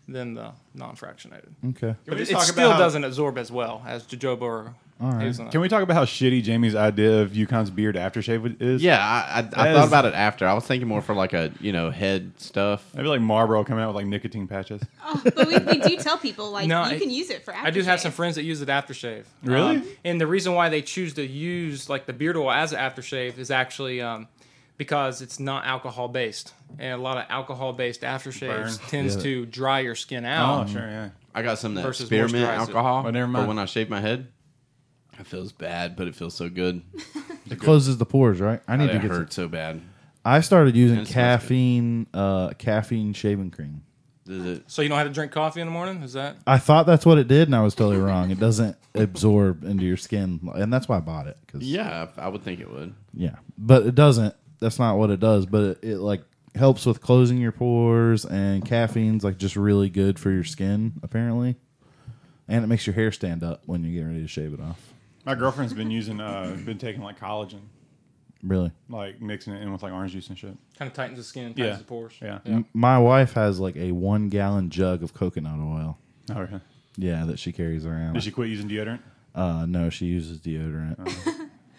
Speaker 2: than the non-fractionated.
Speaker 4: Okay.
Speaker 6: Can we
Speaker 2: It
Speaker 6: Mm-hmm. just talk about
Speaker 2: still
Speaker 6: how-
Speaker 2: doesn't absorb as well as jojoba or hazelnut.
Speaker 6: Can we talk about how shitty Jamie's idea of Yukon's beard aftershave is?
Speaker 5: Yeah, I, I, I
Speaker 6: As-
Speaker 5: thought about it after. I was thinking more for like a you know head stuff.
Speaker 6: Maybe like Marlboro coming out with like nicotine patches.
Speaker 7: Oh, but we, we do tell people like
Speaker 2: No,
Speaker 7: you
Speaker 2: I-
Speaker 7: can use it for. Aftershave.
Speaker 2: I do have some friends that use it aftershave.
Speaker 6: Really?
Speaker 2: Um, and the reason why they choose to use like the beard oil as an aftershave is actually um, because it's not alcohol based, and a lot of alcohol based aftershaves
Speaker 6: Burn.
Speaker 2: tends
Speaker 4: Yeah.
Speaker 2: to dry your skin
Speaker 6: Oh,
Speaker 2: out.
Speaker 6: sure, yeah.
Speaker 5: I got some of that
Speaker 2: Versus
Speaker 5: spearmint
Speaker 2: moisturizer.
Speaker 5: alcohol.
Speaker 6: Well, never
Speaker 5: for
Speaker 6: mind.
Speaker 5: when I shave my head, it feels bad, but it feels so good.
Speaker 4: It closes the pores, right? I need
Speaker 5: It
Speaker 4: to get.
Speaker 5: hurt
Speaker 4: Some,
Speaker 5: so bad.
Speaker 4: I started using
Speaker 5: And it smells good.
Speaker 4: caffeine, uh, caffeine shaving cream.
Speaker 5: Does it?
Speaker 2: So you don't have to drink coffee in the morning? Is that?
Speaker 4: I thought that's what it did, and I was totally wrong. It doesn't absorb into your skin, and that's why I bought it. 'cause-
Speaker 5: Yeah, I I would think it would.
Speaker 4: yeah, but it doesn't. That's not what it does. But it, it like helps with closing your pores, and caffeine's like just really good for your skin, apparently. And it makes your hair stand up when you get ready to shave it off.
Speaker 6: My girlfriend's been using, uh, been taking like collagen,
Speaker 4: Really,
Speaker 6: like mixing it in with like orange juice and shit.
Speaker 2: Kind of tightens the skin, tightens
Speaker 6: Yeah.
Speaker 2: the pores.
Speaker 6: Yeah. Mm.
Speaker 4: my wife has like a one gallon jug of coconut oil.
Speaker 6: Oh, yeah.
Speaker 4: Yeah, that she carries around.
Speaker 6: Did she quit using deodorant?
Speaker 4: Uh, no, she uses deodorant.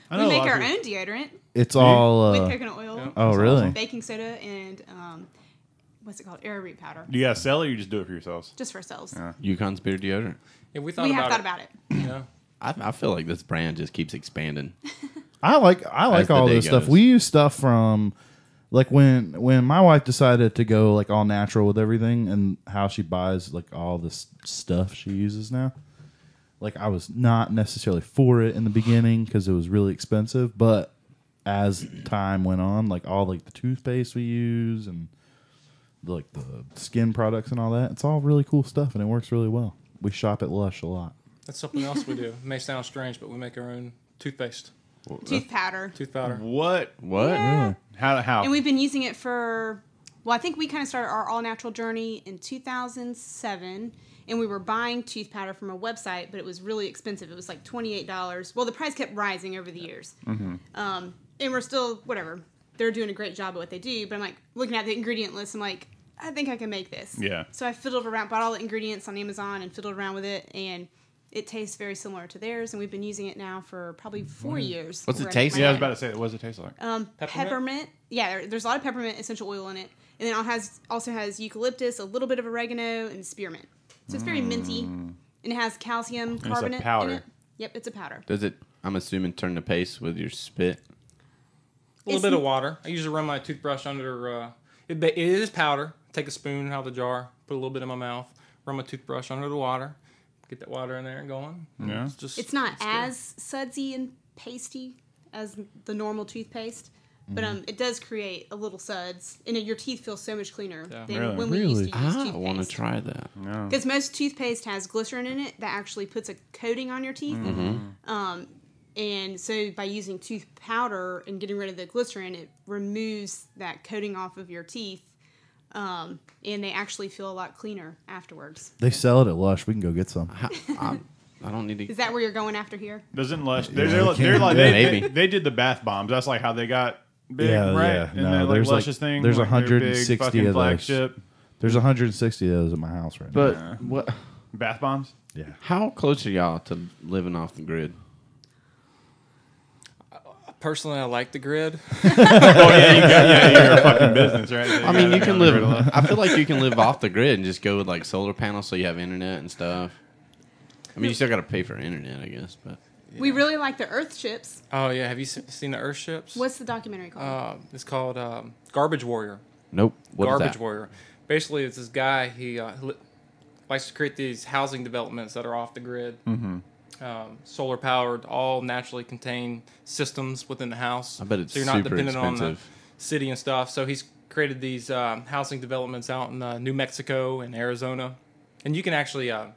Speaker 6: I
Speaker 7: We
Speaker 6: a
Speaker 7: make
Speaker 6: lot of
Speaker 7: our
Speaker 6: people-
Speaker 7: own deodorant
Speaker 4: It's all.
Speaker 7: with
Speaker 4: Uh,
Speaker 7: coconut oil,
Speaker 4: oh, really?
Speaker 7: baking soda, and um, what's it called? Arrowroot powder,
Speaker 6: Do you guys sell it or you just do it for yourselves?
Speaker 7: just for ourselves.
Speaker 5: Yukon's beard deodorant.
Speaker 2: Yeah, we thought
Speaker 7: we
Speaker 2: about it.
Speaker 7: have thought about it.
Speaker 2: Yeah.
Speaker 5: I, I feel like this brand just keeps expanding.
Speaker 4: I like I like
Speaker 5: the
Speaker 4: all
Speaker 5: day
Speaker 4: this stuff.
Speaker 5: goes.
Speaker 4: We use stuff from like when when my wife decided to go like all natural with everything and how she buys like all this stuff she uses now. Like I was not necessarily for it in the beginning because it was really expensive, but as time went on, like all like the toothpaste we use and like the skin products and all that, it's all really cool stuff and it works really well. We shop at Lush a lot.
Speaker 2: That's something else we do. It may sound strange, but we make our own toothpaste,
Speaker 7: Tooth powder,
Speaker 2: tooth
Speaker 6: Mm-hmm.
Speaker 2: powder.
Speaker 6: What?
Speaker 5: What?
Speaker 6: How? How?
Speaker 7: and we've been using it for. Well, I think we kind of started our all natural journey in 2007, and we were buying tooth powder from a website, but it was really expensive. It was like $28. Well, the price kept rising over the years,
Speaker 6: Mm-hmm.
Speaker 7: um, and we're still whatever. They're doing a great job at what they do, but I'm like looking at the ingredient list. I'm like, I think I can make this.
Speaker 6: Yeah.
Speaker 7: So I fiddled around, bought all the ingredients on Amazon, and fiddled around with it, and It tastes very similar to theirs, and we've been using it now for probably four years.
Speaker 5: What's it
Speaker 7: We're at
Speaker 5: taste
Speaker 7: my
Speaker 6: Mm-hmm. Yeah, I
Speaker 7: lab
Speaker 6: was about to say, what does it taste like?
Speaker 7: Um,
Speaker 2: Peppermint?
Speaker 7: peppermint. Yeah, there, there's a lot of peppermint essential oil in it, and then it has also has eucalyptus, a little bit of oregano, and spearmint. So it's very minty, and it has calcium
Speaker 6: a
Speaker 7: carbonate.
Speaker 6: powder.
Speaker 7: In it. Yep, it's a powder.
Speaker 5: Does it? I'm assuming turn the pace with your spit.
Speaker 2: A little
Speaker 7: It's-
Speaker 2: bit of water. I usually run my toothbrush under. Uh, it, ba- it is powder. Take a spoon out of the jar, put a little bit in my mouth, run my toothbrush under the water, get that water in there and going.
Speaker 6: Yeah.
Speaker 2: It's just.
Speaker 7: It's not
Speaker 2: good.
Speaker 7: as sudsy and pasty as the normal toothpaste, but um, it does create a little suds, and your teeth feel so much cleaner
Speaker 2: Yeah.
Speaker 7: than
Speaker 6: Really?
Speaker 7: when we
Speaker 4: Really?
Speaker 7: used to use
Speaker 5: Ah, I want to
Speaker 7: toothpaste.
Speaker 5: try that.
Speaker 7: Because most toothpaste has glycerin in it that actually puts a coating on your teeth. Um, and so by using tooth powder and getting rid of the glycerin, it removes that coating off of your teeth. Um, and they actually feel a lot cleaner afterwards.
Speaker 4: They sell it at Lush. We can go get some.
Speaker 5: I, I, I don't need to.
Speaker 7: Is that where you're going after here?
Speaker 6: Doesn't Lush? They're,
Speaker 4: we
Speaker 6: they're,
Speaker 4: can.
Speaker 6: they're like
Speaker 5: Yeah,
Speaker 6: they, they,
Speaker 5: maybe.
Speaker 6: they did the bath bombs. That's like how they got big,
Speaker 4: Yeah,
Speaker 6: right?
Speaker 4: yeah.
Speaker 6: And
Speaker 4: No,
Speaker 6: then, like
Speaker 4: there's, like,
Speaker 6: Lush's thing.
Speaker 4: there's
Speaker 6: like, their big
Speaker 4: 160
Speaker 6: fucking
Speaker 4: of those.
Speaker 6: flagship
Speaker 4: There's 160 of those at my house right now.
Speaker 5: But what?
Speaker 4: [LAUGHS]
Speaker 6: bath bombs.
Speaker 4: Yeah.
Speaker 5: How close are y'all to living off the grid?
Speaker 2: Personally, I like the grid.
Speaker 6: Oh yeah, you got, yeah, you're a fucking business, right?
Speaker 5: I mean, you can live. I feel like you can live off the grid and just go with like solar panels, so you have internet and stuff. I mean, you still got to pay for internet, I guess. But
Speaker 7: We really like the Earth ships.
Speaker 2: Oh yeah, have you se- seen the Earth ships?
Speaker 7: What's the documentary called?
Speaker 2: Uh, it's called um, Garbage Warrior.
Speaker 5: nope. What is
Speaker 2: garbage
Speaker 5: that?
Speaker 2: warrior. Basically, it's this guy. He uh, li- likes to create these housing developments that are off the grid, um, solar powered, all naturally contained systems within the house.
Speaker 5: I bet it's
Speaker 2: so you're not
Speaker 5: super
Speaker 2: dependent on
Speaker 5: expensive.
Speaker 2: the city and stuff. So he's created these um, housing developments out in uh, New Mexico and Arizona, and you can actually uh,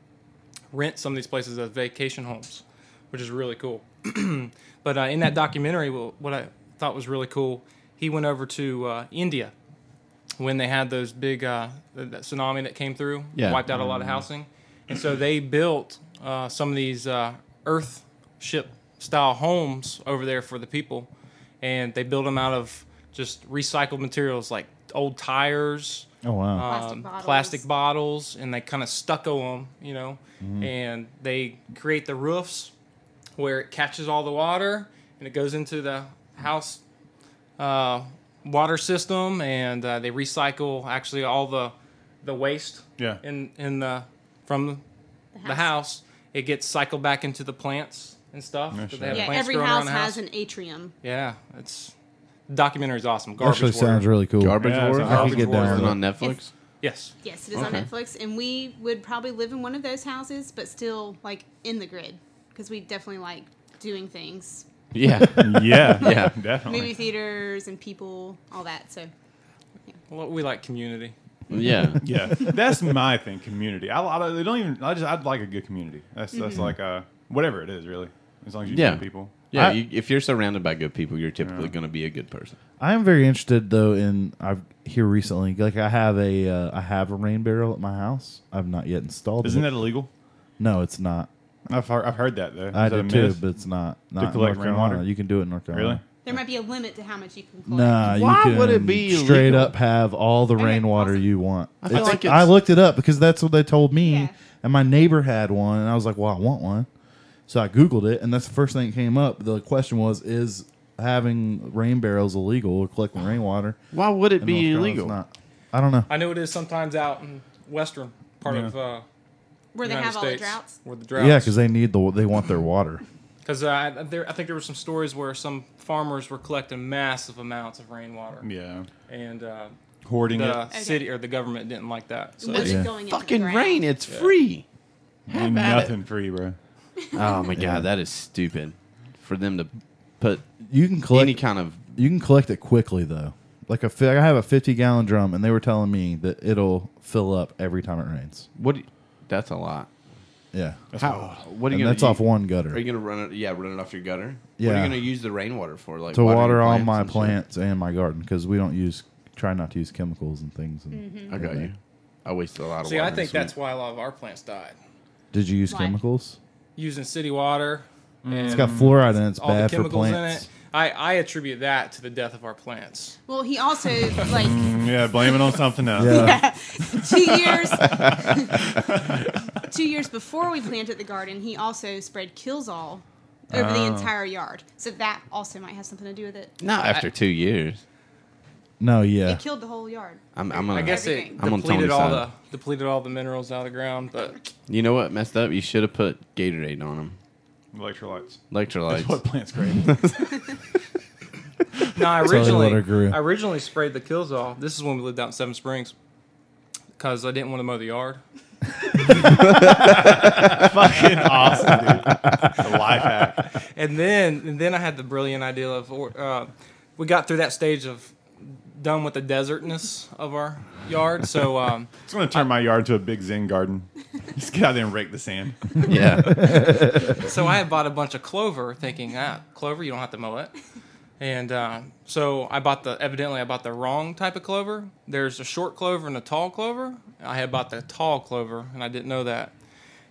Speaker 2: rent some of these places as vacation homes, which is really cool. [CLEARS THROAT] But uh, in that documentary, well, what I thought was really cool, he went over to uh, India when they had those big uh, th- that tsunami that came through,
Speaker 5: Yeah.
Speaker 2: wiped out a lot of housing, and so they built uh, some of these uh, earth ship style homes over there for the people, and they built them out of just recycled materials like old tires,
Speaker 4: Oh wow.
Speaker 7: Plastic
Speaker 2: um,
Speaker 7: bottles.
Speaker 2: plastic bottles and they kind of stucco them, you know,
Speaker 6: Mm-hmm.
Speaker 2: and they create the roofs where it catches all the water and it goes into the house uh, water system and uh, they recycle actually all the the waste
Speaker 6: Yeah.
Speaker 2: in in the from the, house. It gets cycled back into the plants and stuff. that
Speaker 6: shit.
Speaker 2: they have
Speaker 7: yeah,
Speaker 2: plants
Speaker 7: every
Speaker 2: growing
Speaker 7: house,
Speaker 2: around the
Speaker 7: has an atrium.
Speaker 2: Yeah, it's documentary's awesome. Garbage
Speaker 4: Actually,
Speaker 2: Warrior.
Speaker 4: sounds really cool.
Speaker 5: Garbage
Speaker 6: Yeah,
Speaker 5: warrior.
Speaker 6: it's
Speaker 4: I
Speaker 6: Garbage
Speaker 4: could get
Speaker 2: Warrior.
Speaker 5: Is
Speaker 4: down.
Speaker 5: it
Speaker 4: with it.
Speaker 5: on Netflix?
Speaker 2: yes.
Speaker 7: Yes, it is on
Speaker 5: Okay.
Speaker 7: Netflix, and we would probably live in one of those houses, but still like in the grid because we definitely like doing things,
Speaker 5: Yeah.
Speaker 6: [LAUGHS] Yeah,
Speaker 5: Yeah.
Speaker 6: definitely.
Speaker 7: movie theaters and people, all that. So
Speaker 2: Well, we like community.
Speaker 5: yeah.
Speaker 6: Yeah,
Speaker 4: [LAUGHS]
Speaker 6: that's my thing. Community. I, I, don't- I don't even. I just. I'd like a good community. That's that's like uh whatever it is really. As long as you
Speaker 5: Yeah.
Speaker 6: know people.
Speaker 5: Yeah.
Speaker 4: I-
Speaker 5: you, if you're surrounded by good people, you're typically going to be a good person.
Speaker 4: I am very interested though in I've here recently. Like I have a uh, I have a rain barrel at my house. I've not yet installed
Speaker 6: Isn't
Speaker 4: it.
Speaker 6: that illegal?
Speaker 4: no, it's not.
Speaker 6: I've heard, I've heard that though.
Speaker 4: I
Speaker 6: Is that a
Speaker 4: did too,
Speaker 6: myth?
Speaker 4: but it's not. Not in
Speaker 6: collect
Speaker 4: North Carolina.
Speaker 6: rainwater?
Speaker 4: You can do it in North Carolina.
Speaker 6: really?
Speaker 7: there might be a limit to how much you can collect.
Speaker 4: Nah,
Speaker 5: Why
Speaker 4: you can
Speaker 5: would it be
Speaker 4: straight
Speaker 5: illegal?
Speaker 4: up have all the
Speaker 7: Okay,
Speaker 4: rainwater
Speaker 7: awesome.
Speaker 4: you want?
Speaker 5: I feel
Speaker 4: It's-
Speaker 5: like it's-
Speaker 4: I looked it up because that's what they told me,
Speaker 7: Yeah.
Speaker 4: and my neighbor had one, and I was like, "Well, I want one," so I googled it, and that's the first thing that came up. The question was, "Is having rain barrels illegal or collecting rainwater?"
Speaker 5: Why would it
Speaker 4: in
Speaker 5: be
Speaker 4: North Carolina? It's
Speaker 5: illegal?
Speaker 4: not. I don't know.
Speaker 2: I know it is sometimes out in western part of uh,
Speaker 7: Where they
Speaker 2: United
Speaker 7: have all the
Speaker 2: States,
Speaker 7: droughts.
Speaker 2: Where the
Speaker 4: Yeah,
Speaker 2: droughts.
Speaker 4: 'cause yeah, because they need the they want their water.
Speaker 2: because uh, there, I think there were some stories where some farmers were collecting massive amounts of rainwater,
Speaker 6: Yeah.
Speaker 2: and uh,
Speaker 6: Hoarding
Speaker 2: the
Speaker 6: it.
Speaker 2: city or the government didn't like that. So
Speaker 7: It wasn't
Speaker 4: Yeah.
Speaker 7: going into the
Speaker 5: Fucking
Speaker 7: ground.
Speaker 5: rain. It's free.
Speaker 6: Ain't nothing free, bro.
Speaker 5: Oh my god, that is stupid for them to put
Speaker 4: You can collect
Speaker 5: any kind of.
Speaker 4: You can collect it quickly though. Like a, fi- I have a fifty gallon drum, and they were telling me that it'll fill up every time it rains.
Speaker 5: What? do you- that's a lot.
Speaker 4: Yeah,
Speaker 5: How? What are you
Speaker 4: and
Speaker 5: gonna
Speaker 4: that's off
Speaker 5: u-
Speaker 4: one
Speaker 5: Are
Speaker 4: gutter
Speaker 5: you gonna run it? Yeah, run it off your gutter. What are
Speaker 4: Yeah.
Speaker 5: you gonna use the rainwater for? Like
Speaker 4: to
Speaker 5: watering
Speaker 4: water
Speaker 5: your
Speaker 4: all
Speaker 5: plants
Speaker 4: my
Speaker 5: and shit?
Speaker 4: plants and my garden because we don't use try not to use chemicals and things. And
Speaker 5: I got you. I wasted a lot of.
Speaker 2: see,
Speaker 5: water
Speaker 2: I think
Speaker 5: this week.
Speaker 2: that's why a lot of our plants died
Speaker 4: Did you use
Speaker 7: Why?
Speaker 4: chemicals?
Speaker 2: using city water. And
Speaker 4: Mm. It's got fluoride in it. It's
Speaker 2: Mm, all the
Speaker 4: bad for
Speaker 2: chemicals in it.
Speaker 4: [LAUGHS] plants.
Speaker 2: I, I attribute that to the death of our plants.
Speaker 7: Well, he also
Speaker 5: [LAUGHS]
Speaker 7: like
Speaker 6: Yeah, blame it on something else.
Speaker 4: Yeah.
Speaker 7: two years. [LAUGHS] two years before we planted the garden, he also spread Kills All over the
Speaker 4: Oh.
Speaker 7: entire yard. So that also might have something to do with it.
Speaker 5: No, after two years,
Speaker 4: No, yeah.
Speaker 7: It killed the whole yard.
Speaker 5: I'm, I'm gonna.
Speaker 2: I guess it
Speaker 7: Everything.
Speaker 5: I'm on
Speaker 2: depleted
Speaker 5: Tony's
Speaker 2: all
Speaker 5: side.
Speaker 2: the depleted all the minerals out of the ground. But
Speaker 5: You know what messed up? You should have put Gatorade on them.
Speaker 6: Electrolytes. That's what
Speaker 5: Electrolytes.
Speaker 6: plants great.
Speaker 2: no, I
Speaker 4: Tell you what
Speaker 2: originally
Speaker 4: I grew.
Speaker 2: I originally sprayed the kills all. This is when we lived out in Seven Springs because I didn't want to mow the yard.
Speaker 6: Fucking awesome, dude. The [LAUGHS] life hack.
Speaker 2: and then and then I had the brilliant idea of or- uh, we got through that stage of done with the desertness of our yard. So um,
Speaker 6: Just want to turn my yard to a big zen garden. Just get out there and rake the sand.
Speaker 5: [LAUGHS] yeah.
Speaker 2: so I had bought a bunch of clover, thinking ah clover you don't have to mow it. And uh, so I bought the evidently I bought the wrong type of clover. There's a short clover and a tall clover. I had bought the tall clover and I didn't know that.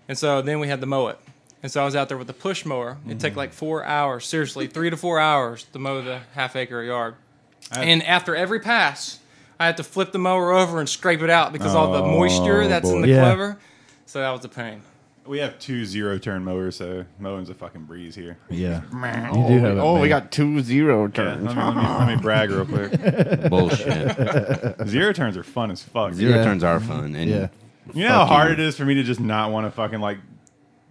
Speaker 2: And so then we had to mow it. And so I was out there with the push mower. It took like four hours, seriously, three to four hours to mow the half acre yard. and after every pass, I had to flip the mower over and scrape it out because all the moisture that's in the
Speaker 4: Yeah.
Speaker 2: clover. So that was a pain.
Speaker 6: We have two zero turn mowers, so mowing's a fucking breeze here.
Speaker 4: Yeah. You do have it, man.
Speaker 5: Oh, got two zero
Speaker 6: Yeah, let, me, let, me, let me brag real quick.
Speaker 5: Bullshit.
Speaker 6: Zero turns are fun as fuck.
Speaker 5: Zero
Speaker 4: Yeah.
Speaker 5: turns are fun, and
Speaker 4: Yeah.
Speaker 6: You know how
Speaker 5: Fuck you.
Speaker 6: hard it is for me to just not want to fucking like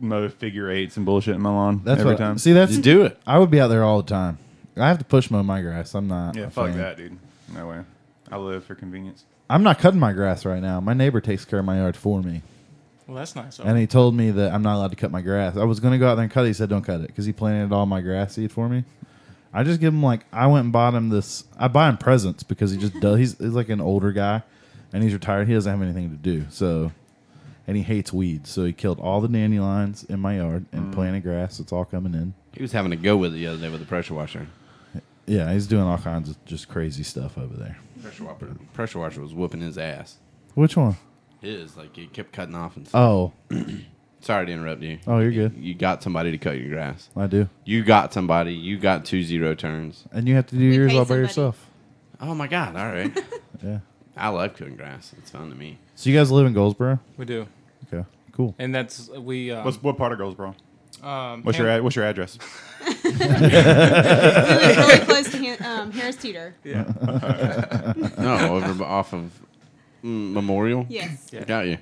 Speaker 6: mow figure eights and bullshit in my lawn
Speaker 4: That's
Speaker 6: every
Speaker 4: what,
Speaker 6: time.
Speaker 4: See, that's
Speaker 5: just do it.
Speaker 4: I would be out there all the time. I have to push mow my grass. I'm not.
Speaker 6: yeah,
Speaker 4: a
Speaker 6: fuck
Speaker 4: fan.
Speaker 6: that, dude. No way. I live for convenience.
Speaker 4: I'm not cutting my grass right now. My neighbor takes care of my yard for me,
Speaker 2: Well, that's nice.
Speaker 4: and he told me that I'm not allowed to cut my grass. I was gonna go out there and cut it. He said, "Don't cut it," because he planted all my grass seed for me. I just give him like I went and bought him this. I buy him presents because he just does. He's, he's like an older guy, and he's retired. He doesn't have anything to do. So, and he hates weeds. So he killed all the dandelions in my yard
Speaker 7: Mm.
Speaker 4: and planted grass. It's all coming in.
Speaker 5: He was having to go with it the other day with the pressure washer.
Speaker 4: Yeah, he's doing all kinds of just crazy stuff over there.
Speaker 5: Pressure washer. Pressure washer was whooping his ass.
Speaker 4: Which one?
Speaker 5: His like he kept cutting off and. stuff.
Speaker 4: Oh,
Speaker 5: Sorry to interrupt you.
Speaker 4: oh, you're good.
Speaker 5: You got somebody to cut your grass.
Speaker 4: I do.
Speaker 5: You got somebody. You got two zero turns.
Speaker 4: And you have to do
Speaker 7: We
Speaker 4: yours
Speaker 7: pay
Speaker 4: all by
Speaker 7: somebody.
Speaker 4: yourself.
Speaker 5: Oh my god! All right. [LAUGHS]
Speaker 4: Yeah.
Speaker 5: I love cutting grass. It's fun to me.
Speaker 4: So you guys live in Goldsboro?
Speaker 2: we do.
Speaker 4: Okay. Cool.
Speaker 2: And that's we. Uh,
Speaker 6: What's what part of Goldsboro?
Speaker 2: um,
Speaker 6: What's your ad, what's your [LAUGHS] address?
Speaker 7: We live
Speaker 4: [LAUGHS]
Speaker 7: really close to Han- um, Harris Teeter.
Speaker 5: No, over b- off of mm, Memorial.
Speaker 7: Yes,
Speaker 2: Yeah.
Speaker 5: Got you.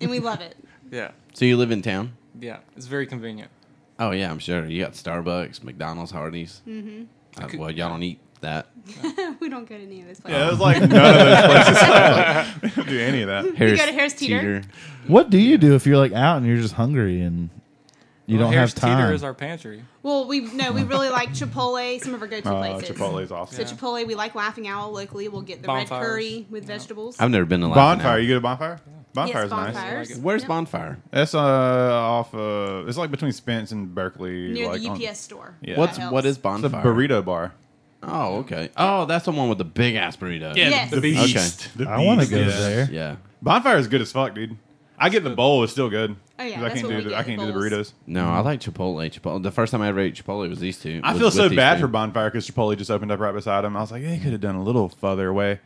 Speaker 7: and we love it. [LAUGHS]
Speaker 2: Yeah,
Speaker 5: So you live in town?
Speaker 2: yeah. It's very convenient.
Speaker 5: Oh yeah, I'm sure. You got Starbucks, McDonald's, Hardee's. Mm-hmm. well, y'all don't eat that.
Speaker 7: we don't go to any of those places.
Speaker 6: Yeah, it was like none of those places. do any of [LAUGHS] that.
Speaker 5: Harris,
Speaker 7: go to Harris Teeter?
Speaker 4: What do you do if you're like out and you're just hungry and you
Speaker 2: Well,
Speaker 4: don't
Speaker 2: Harris
Speaker 4: have time?
Speaker 2: Teeter is our pantry.
Speaker 7: Well, we no, we really like Chipotle. Some of our go-to
Speaker 4: Oh,
Speaker 6: Uh,
Speaker 7: places.
Speaker 6: Chipotle's awesome.
Speaker 7: So Chipotle, we like Laughing Owl locally. We'll get the red
Speaker 2: Bonfires.
Speaker 7: curry with vegetables.
Speaker 5: I've never been to Laughing
Speaker 6: Bonfire.
Speaker 5: Owl.
Speaker 6: You go to Bonfire? Bonfire's
Speaker 7: yes, bonfires.
Speaker 6: nice.
Speaker 5: Where's
Speaker 7: Yep.
Speaker 5: Bonfire?
Speaker 6: That's uh off uh it's like between Spence and Berkeley.
Speaker 7: Near
Speaker 6: like
Speaker 7: the
Speaker 6: on-
Speaker 7: UPS store.
Speaker 6: Yeah.
Speaker 7: That
Speaker 5: What's
Speaker 7: helps.
Speaker 5: what is
Speaker 6: it's a
Speaker 5: Bonfire?
Speaker 6: burrito bar.
Speaker 5: Oh, okay. Oh, that's the one with the big ass burrito.
Speaker 2: Yeah,
Speaker 7: Yes.
Speaker 2: the, the
Speaker 5: Okay.
Speaker 2: beast.
Speaker 6: The
Speaker 4: I want to
Speaker 6: beast,
Speaker 4: go
Speaker 6: yeah.
Speaker 4: there.
Speaker 5: Yeah.
Speaker 6: Bonfire is good as fuck, dude. I get the bowl; it's still good.
Speaker 7: Oh, yeah,
Speaker 6: 'Cause I
Speaker 7: that's
Speaker 6: can't
Speaker 7: what
Speaker 6: do
Speaker 7: we
Speaker 6: the,
Speaker 7: get,
Speaker 6: I
Speaker 7: the
Speaker 6: can't do the
Speaker 7: bowls.
Speaker 6: burritos.
Speaker 5: No, I like Chipotle. Chipotle. The first time I ever ate Chipotle was these two.
Speaker 6: I
Speaker 5: was
Speaker 6: feel so
Speaker 5: with these
Speaker 6: bad
Speaker 5: two.
Speaker 6: for Bonfire because Chipotle just opened up right beside him. I was like, they could have done a little further away,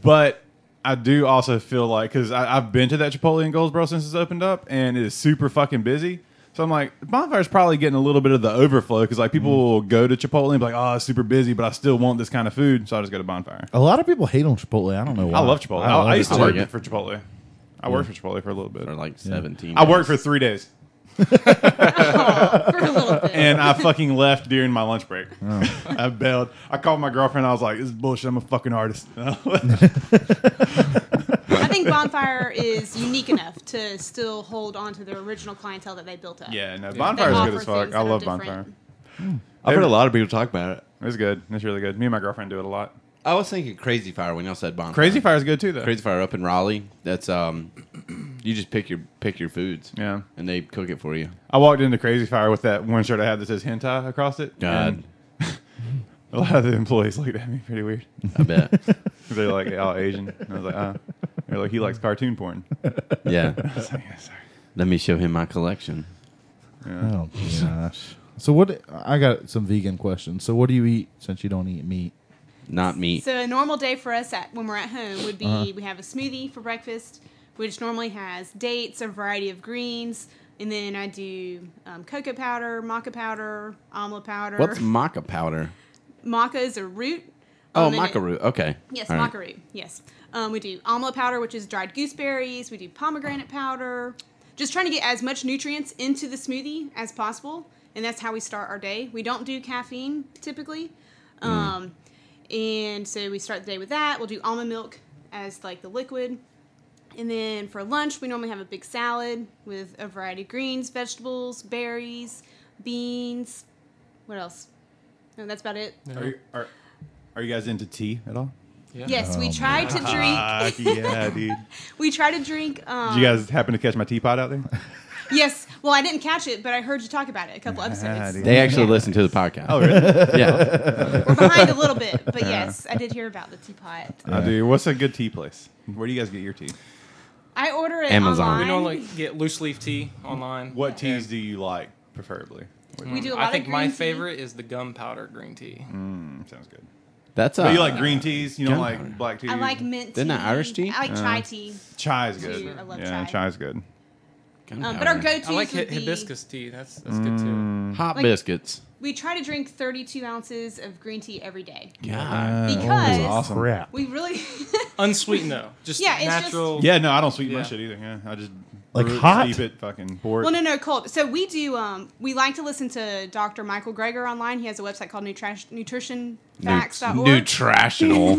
Speaker 6: but I do also feel like because I've been to that Chipotle in Goldsboro since it's opened up, and it is super fucking busy. So I'm like, Bonfire's probably getting a little bit of the overflow because like people
Speaker 5: Mm.
Speaker 6: will go to Chipotle and be like, oh, it's super busy, but I still want this kind of food, so I just go to Bonfire.
Speaker 4: A lot of people hate on Chipotle. I don't know why.
Speaker 6: I love Chipotle. I,
Speaker 4: love
Speaker 6: I
Speaker 4: it
Speaker 6: used to
Speaker 4: too.
Speaker 6: work
Speaker 5: like it.
Speaker 6: for Chipotle. I worked for Chipotle for a little bit.
Speaker 5: Or like seventeen.
Speaker 6: I worked for three days.
Speaker 7: [LAUGHS] for a little bit.
Speaker 6: and I fucking left during my lunch break. [LAUGHS] I bailed. I called my girlfriend. I was like, "This is bullshit. I'm a fucking artist." [LAUGHS]
Speaker 7: I think Bonfire is unique enough to still hold on to their original clientele that they built up.
Speaker 6: yeah, no,
Speaker 7: They
Speaker 6: Bonfire's good
Speaker 7: offer
Speaker 6: as fuck.
Speaker 7: things
Speaker 6: I
Speaker 7: that are
Speaker 6: love
Speaker 7: different.
Speaker 6: Bonfire.
Speaker 5: I've heard a lot of people talk about it.
Speaker 6: It's good. It's really good. Me and my girlfriend do it a lot.
Speaker 5: I was thinking Crazy Fire when y'all said Bonfire.
Speaker 6: Crazy Fire's good too, though.
Speaker 5: Crazy Fire up in Raleigh. That's um, [CLEARS THROAT] you just pick your pick your foods.
Speaker 6: Yeah.
Speaker 5: and they cook it for you.
Speaker 6: I walked into Crazy Fire with that one shirt I had that says hentai across it.
Speaker 5: God,
Speaker 6: and [LAUGHS] a lot of the employees looked at me pretty weird. [LAUGHS]
Speaker 5: I bet.
Speaker 6: They're like all Asian. And I was like, uh. They're like, he likes cartoon porn.
Speaker 5: [LAUGHS] Yeah,
Speaker 6: [LAUGHS] I was like, yeah, sorry.
Speaker 5: let me show him my collection.
Speaker 4: Oh gosh. So what? I got some vegan questions. So what do you eat since you don't eat meat?
Speaker 5: not meat.
Speaker 7: So a normal day for us at when we're at home would be
Speaker 6: Uh-huh.
Speaker 7: we have a smoothie for breakfast, which normally has dates, a variety of greens, and then I do um, cocoa powder, maca powder, omelet powder.
Speaker 5: What's maca powder?
Speaker 7: maca is a root.
Speaker 5: Oh,
Speaker 7: um, and
Speaker 5: maca
Speaker 7: it-
Speaker 5: root. Okay.
Speaker 7: Yes,
Speaker 5: All right.
Speaker 7: maca root. Yes. Um, we do omelet powder, which is dried gooseberries. We do pomegranate powder. Just trying to get as much nutrients into the smoothie as possible, and that's how we start our day. We don't do caffeine typically,
Speaker 5: Mm.
Speaker 7: um, and so we start the day with that. We'll do almond milk as like the liquid, and then for lunch we normally have a big salad with a variety of greens, vegetables, berries, beans. What else? No, that's about it.
Speaker 6: Are you, are, are you guys into tea at all?
Speaker 7: Yes,
Speaker 5: Oh,
Speaker 7: we try to
Speaker 5: [LAUGHS]
Speaker 6: Fuck
Speaker 7: drink.
Speaker 6: yeah, dude.
Speaker 7: We try to drink. Um,
Speaker 6: Did you guys happen to catch my teapot out there?
Speaker 7: Yes. Well, I didn't catch it, but I heard you talk about it
Speaker 6: [LAUGHS]
Speaker 7: a couple
Speaker 6: Ah,
Speaker 5: [LAUGHS]
Speaker 7: episodes.
Speaker 6: dude.
Speaker 5: They actually listen to the podcast.
Speaker 6: Oh, really?
Speaker 5: [LAUGHS] yeah.
Speaker 7: We're behind a little
Speaker 6: [LAUGHS]
Speaker 7: bit, but yes, I did hear about the teapot.
Speaker 6: I do. What's a good tea place? Where do you guys get your tea?
Speaker 7: I order it
Speaker 5: Amazon.
Speaker 7: online.
Speaker 5: We
Speaker 2: We normally get loose leaf tea online.
Speaker 6: What teas do you like, preferably?
Speaker 7: We do a lot
Speaker 2: I think
Speaker 7: of green
Speaker 2: my
Speaker 7: tea.
Speaker 2: favorite is the gunpowder green tea.
Speaker 6: Mm, sounds good.
Speaker 5: That's
Speaker 6: But
Speaker 5: uh,
Speaker 6: you like green teas? You don't like
Speaker 5: Gunpowder.
Speaker 6: black tea?
Speaker 7: I like mint tea.
Speaker 5: Isn't that Irish tea? Uh,
Speaker 7: I like chai tea.
Speaker 6: Chai is good.
Speaker 7: Tea. I love
Speaker 6: yeah,
Speaker 7: chai.
Speaker 6: chai is good.
Speaker 7: Um, but our go
Speaker 2: I
Speaker 7: to
Speaker 2: like hi-
Speaker 7: would be,
Speaker 2: hibiscus tea. That's that's good too.
Speaker 5: Mm. hot
Speaker 7: like-
Speaker 5: biscuits.
Speaker 7: We try to drink 32 ounces of green tea every day
Speaker 6: Uh, oh,
Speaker 5: God.
Speaker 7: because
Speaker 4: Crap.
Speaker 7: we really. [LAUGHS]
Speaker 2: Unsweetened though, just
Speaker 7: Yeah, it's just-
Speaker 2: natural.
Speaker 6: Yeah, no, I don't sweeten my
Speaker 2: Yeah.
Speaker 6: shit either. Yeah, I just
Speaker 4: Like
Speaker 6: brew it,
Speaker 4: hot?
Speaker 6: steep it, fucking pour it.
Speaker 7: well, no, no, cold. So we do. Um, we like to listen to Dr. Michael Greger online. He has a website called Nutrash- nutritionfacts.org. [LAUGHS]
Speaker 5: Nutritional.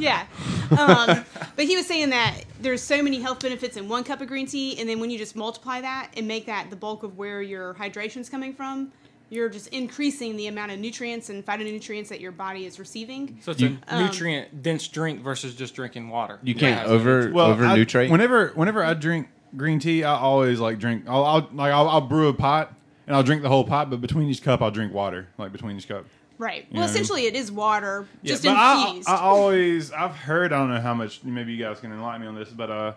Speaker 7: yeah. Um, [LAUGHS] but he was saying that there's so many health benefits in one cup of green tea, and then when you just multiply that and make that the bulk of where your hydration's coming from, you're just increasing the amount of nutrients and phytonutrients that your body is receiving.
Speaker 2: So it's a
Speaker 7: Um,
Speaker 2: nutrient dense drink versus just drinking water.
Speaker 5: you can't
Speaker 2: Yeah.
Speaker 5: over
Speaker 6: well,
Speaker 5: over
Speaker 6: I-
Speaker 5: nutrate.
Speaker 6: Whenever, whenever I drink green tea, I always like drink. I'll, I'll like I'll, I'll brew a pot and I'll drink the whole pot, but between each cup, I'll drink water. Like between each cup.
Speaker 7: Right.
Speaker 6: Yeah.
Speaker 7: Well, essentially, it is water just
Speaker 6: but
Speaker 7: infused.
Speaker 6: I, I always I've heard I don't know how much maybe you guys can enlighten me on this, but uh,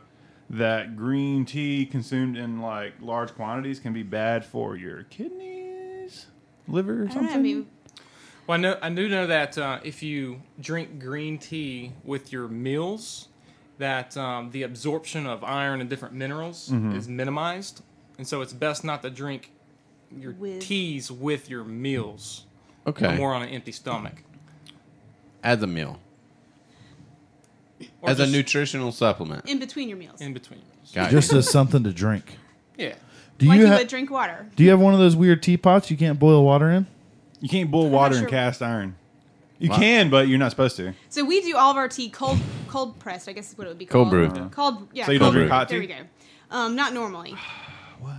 Speaker 6: that green tea consumed in like large quantities can be bad for your kidneys, liver, or
Speaker 7: I don't know,
Speaker 6: something.
Speaker 7: I mean,
Speaker 2: Well, I know I do know that uh, if you drink green tea with your meals, that um, the absorption of iron and different minerals is minimized, and so it's best not to drink your
Speaker 7: With-
Speaker 2: teas with your meals.
Speaker 5: okay.
Speaker 2: More on an empty stomach.
Speaker 5: As a meal.
Speaker 2: Or
Speaker 5: As a
Speaker 2: just
Speaker 5: nutritional supplement.
Speaker 7: in between your meals,
Speaker 2: in between.
Speaker 5: Got
Speaker 4: Just
Speaker 5: you.
Speaker 4: as something to drink.
Speaker 2: Yeah.
Speaker 4: Do
Speaker 7: like you,
Speaker 4: you have
Speaker 7: would drink water.
Speaker 4: Do you have one of those weird teapots you can't boil water in?
Speaker 6: You can't boil water in
Speaker 7: sure.
Speaker 6: cast iron. You
Speaker 5: Wow.
Speaker 6: can, but you're not supposed to.
Speaker 7: So we do all of our tea cold, cold pressed. I guess is what it would be
Speaker 5: Cold
Speaker 7: called.
Speaker 5: brew. Uh-huh.
Speaker 7: Cold, yeah.
Speaker 6: So you don't
Speaker 7: cold
Speaker 5: drink
Speaker 7: brew.
Speaker 6: hot
Speaker 7: There
Speaker 6: tea?
Speaker 7: we go. Um, not
Speaker 6: [SIGHS]
Speaker 7: normally.
Speaker 6: What?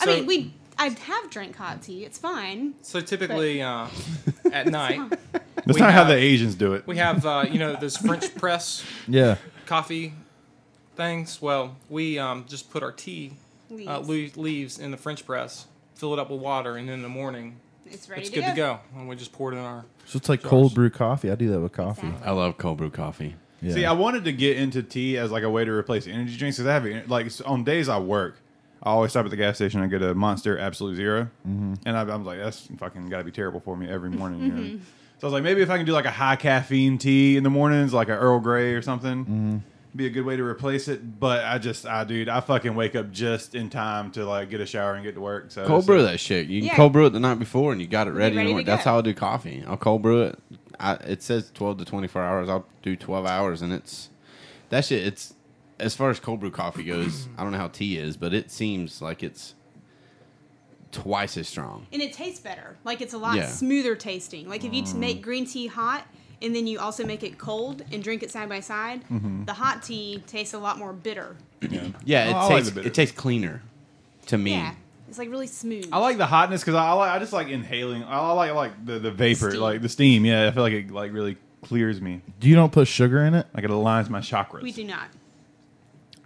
Speaker 7: I
Speaker 2: So-
Speaker 7: mean, we. I have drank hot tea. It's fine.
Speaker 2: So typically uh, at night
Speaker 6: That's
Speaker 2: We
Speaker 6: not how
Speaker 2: have-
Speaker 6: the Asians do it.
Speaker 2: we have uh, you know those French press
Speaker 4: Yeah.
Speaker 2: coffee things. Well, we um, just put our tea uh,
Speaker 7: Leaves.
Speaker 2: lea- leaves in the French press, fill it up with water, and in the morning
Speaker 7: It's ready
Speaker 2: it's
Speaker 7: to,
Speaker 2: good
Speaker 7: go.
Speaker 2: to go. And we just pour it in our.
Speaker 4: So it's like cold brew coffee. I do that with coffee.
Speaker 7: Exactly.
Speaker 5: I love cold brew coffee.
Speaker 4: Yeah.
Speaker 6: See, I wanted to get into tea as like a way to replace energy drinks because I have like s- on days I work, I always stop at the gas station and get a Monster Absolute 0
Speaker 5: Mm-hmm.
Speaker 6: and I, I'm like, that's fucking got to be terrible for me every morning. you know? So I was like, maybe if I can do like a high caffeine tea in the mornings, like an Earl Grey or something,
Speaker 5: Mm-hmm.
Speaker 6: be a good way to replace it. But I just, I dude, I fucking wake up just in time to like get a shower and get to work. So
Speaker 5: Cold
Speaker 6: so-
Speaker 5: brew that shit. You can
Speaker 7: Yeah.
Speaker 5: cold brew it the night before and you got it ready.
Speaker 7: ready
Speaker 5: and
Speaker 7: to
Speaker 5: work. That's
Speaker 7: go.
Speaker 5: how I do coffee. I'll cold brew it. I, it says 12 to 24 hours. I'll do 12 hours and it's that shit. It's as far as cold brew coffee goes, [CLEARS THROAT] I don't know how tea is, but it seems like it's twice as strong.
Speaker 7: And it tastes better. Like it's a lot
Speaker 5: Yeah.
Speaker 7: smoother tasting. Like if you t- make green tea hot and then you also make it cold and drink it side by side,
Speaker 5: Mm-hmm.
Speaker 7: the hot tea tastes a lot more bitter.
Speaker 5: Yeah, it,
Speaker 6: I like
Speaker 5: tastes,
Speaker 6: the bitter.
Speaker 5: it tastes cleaner to me.
Speaker 7: Yeah. It's like really smooth.
Speaker 6: I like the hotness because I, I like I just like inhaling. I like like the, the vapor,
Speaker 7: Steam.
Speaker 6: like the steam. Yeah, I feel like it like really clears me.
Speaker 4: Do you don't put sugar in it?
Speaker 6: Like it aligns my chakras.
Speaker 7: we do not.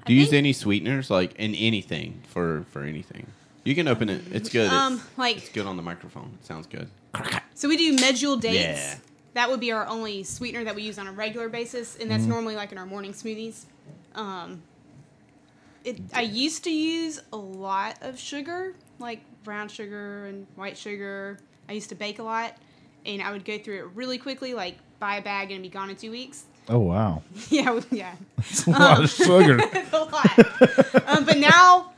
Speaker 5: Do you use
Speaker 7: think-
Speaker 5: any sweeteners like in anything for for anything? You can open it. It's good. It's-
Speaker 7: Um, like-
Speaker 5: it's good on the microphone. It sounds good.
Speaker 7: So we do medjool dates.
Speaker 5: Yeah.
Speaker 7: That would be our only sweetener that we use on a regular basis, and that's normally like in our morning smoothies. Um, it, I used to use a lot of sugar, like brown sugar and white sugar. I used to bake a lot, and I would go through it really quickly, like buy a bag and be gone in two weeks. [LAUGHS]
Speaker 4: Oh wow,
Speaker 7: yeah, we- yeah,
Speaker 4: it's [LAUGHS] a lot of sugar.
Speaker 7: It's [LAUGHS] a lot. um, but now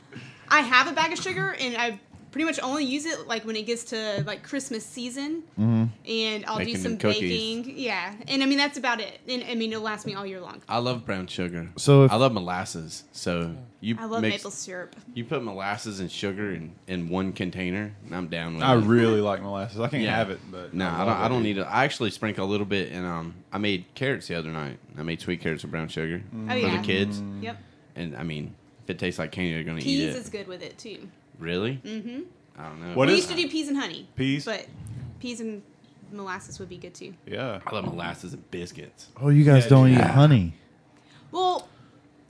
Speaker 7: I have a bag of sugar, and I pretty much only use it like when it gets to like Christmas season, and I'll
Speaker 5: Mm-hmm. Making
Speaker 7: do some
Speaker 5: them cookies.
Speaker 7: baking. Yeah, and I mean that's about it. And I mean it'll last me all year long.
Speaker 5: I love brown sugar.
Speaker 4: So if-
Speaker 5: I love molasses. So you
Speaker 7: I love
Speaker 5: mix-
Speaker 7: maple syrup.
Speaker 5: You put molasses and sugar in, in one container, and I'm down with
Speaker 6: I
Speaker 5: it.
Speaker 6: really like molasses. I can't
Speaker 5: Yeah.
Speaker 6: have it, but
Speaker 5: no, I
Speaker 6: love
Speaker 5: don't. I
Speaker 6: it.
Speaker 5: don't need it. I actually sprinkle a little bit, and um, I made carrots the other night. I made sweet carrots with brown sugar for
Speaker 7: Oh, yeah. Mm.
Speaker 5: the kids,
Speaker 7: Yep.
Speaker 5: and I mean, if it tastes like candy, they're gonna eat
Speaker 7: Peas
Speaker 5: it.
Speaker 7: is good with it too.
Speaker 5: Really? Mm-hmm. I don't know.
Speaker 6: What
Speaker 7: We
Speaker 6: is-
Speaker 7: used to do peas and honey.
Speaker 6: Peas?
Speaker 7: But peas and molasses would be good too.
Speaker 6: Yeah,
Speaker 5: I love molasses and biscuits.
Speaker 4: Oh, you guys
Speaker 6: Yeah,
Speaker 4: don't
Speaker 6: yeah.
Speaker 4: eat honey.
Speaker 7: Well,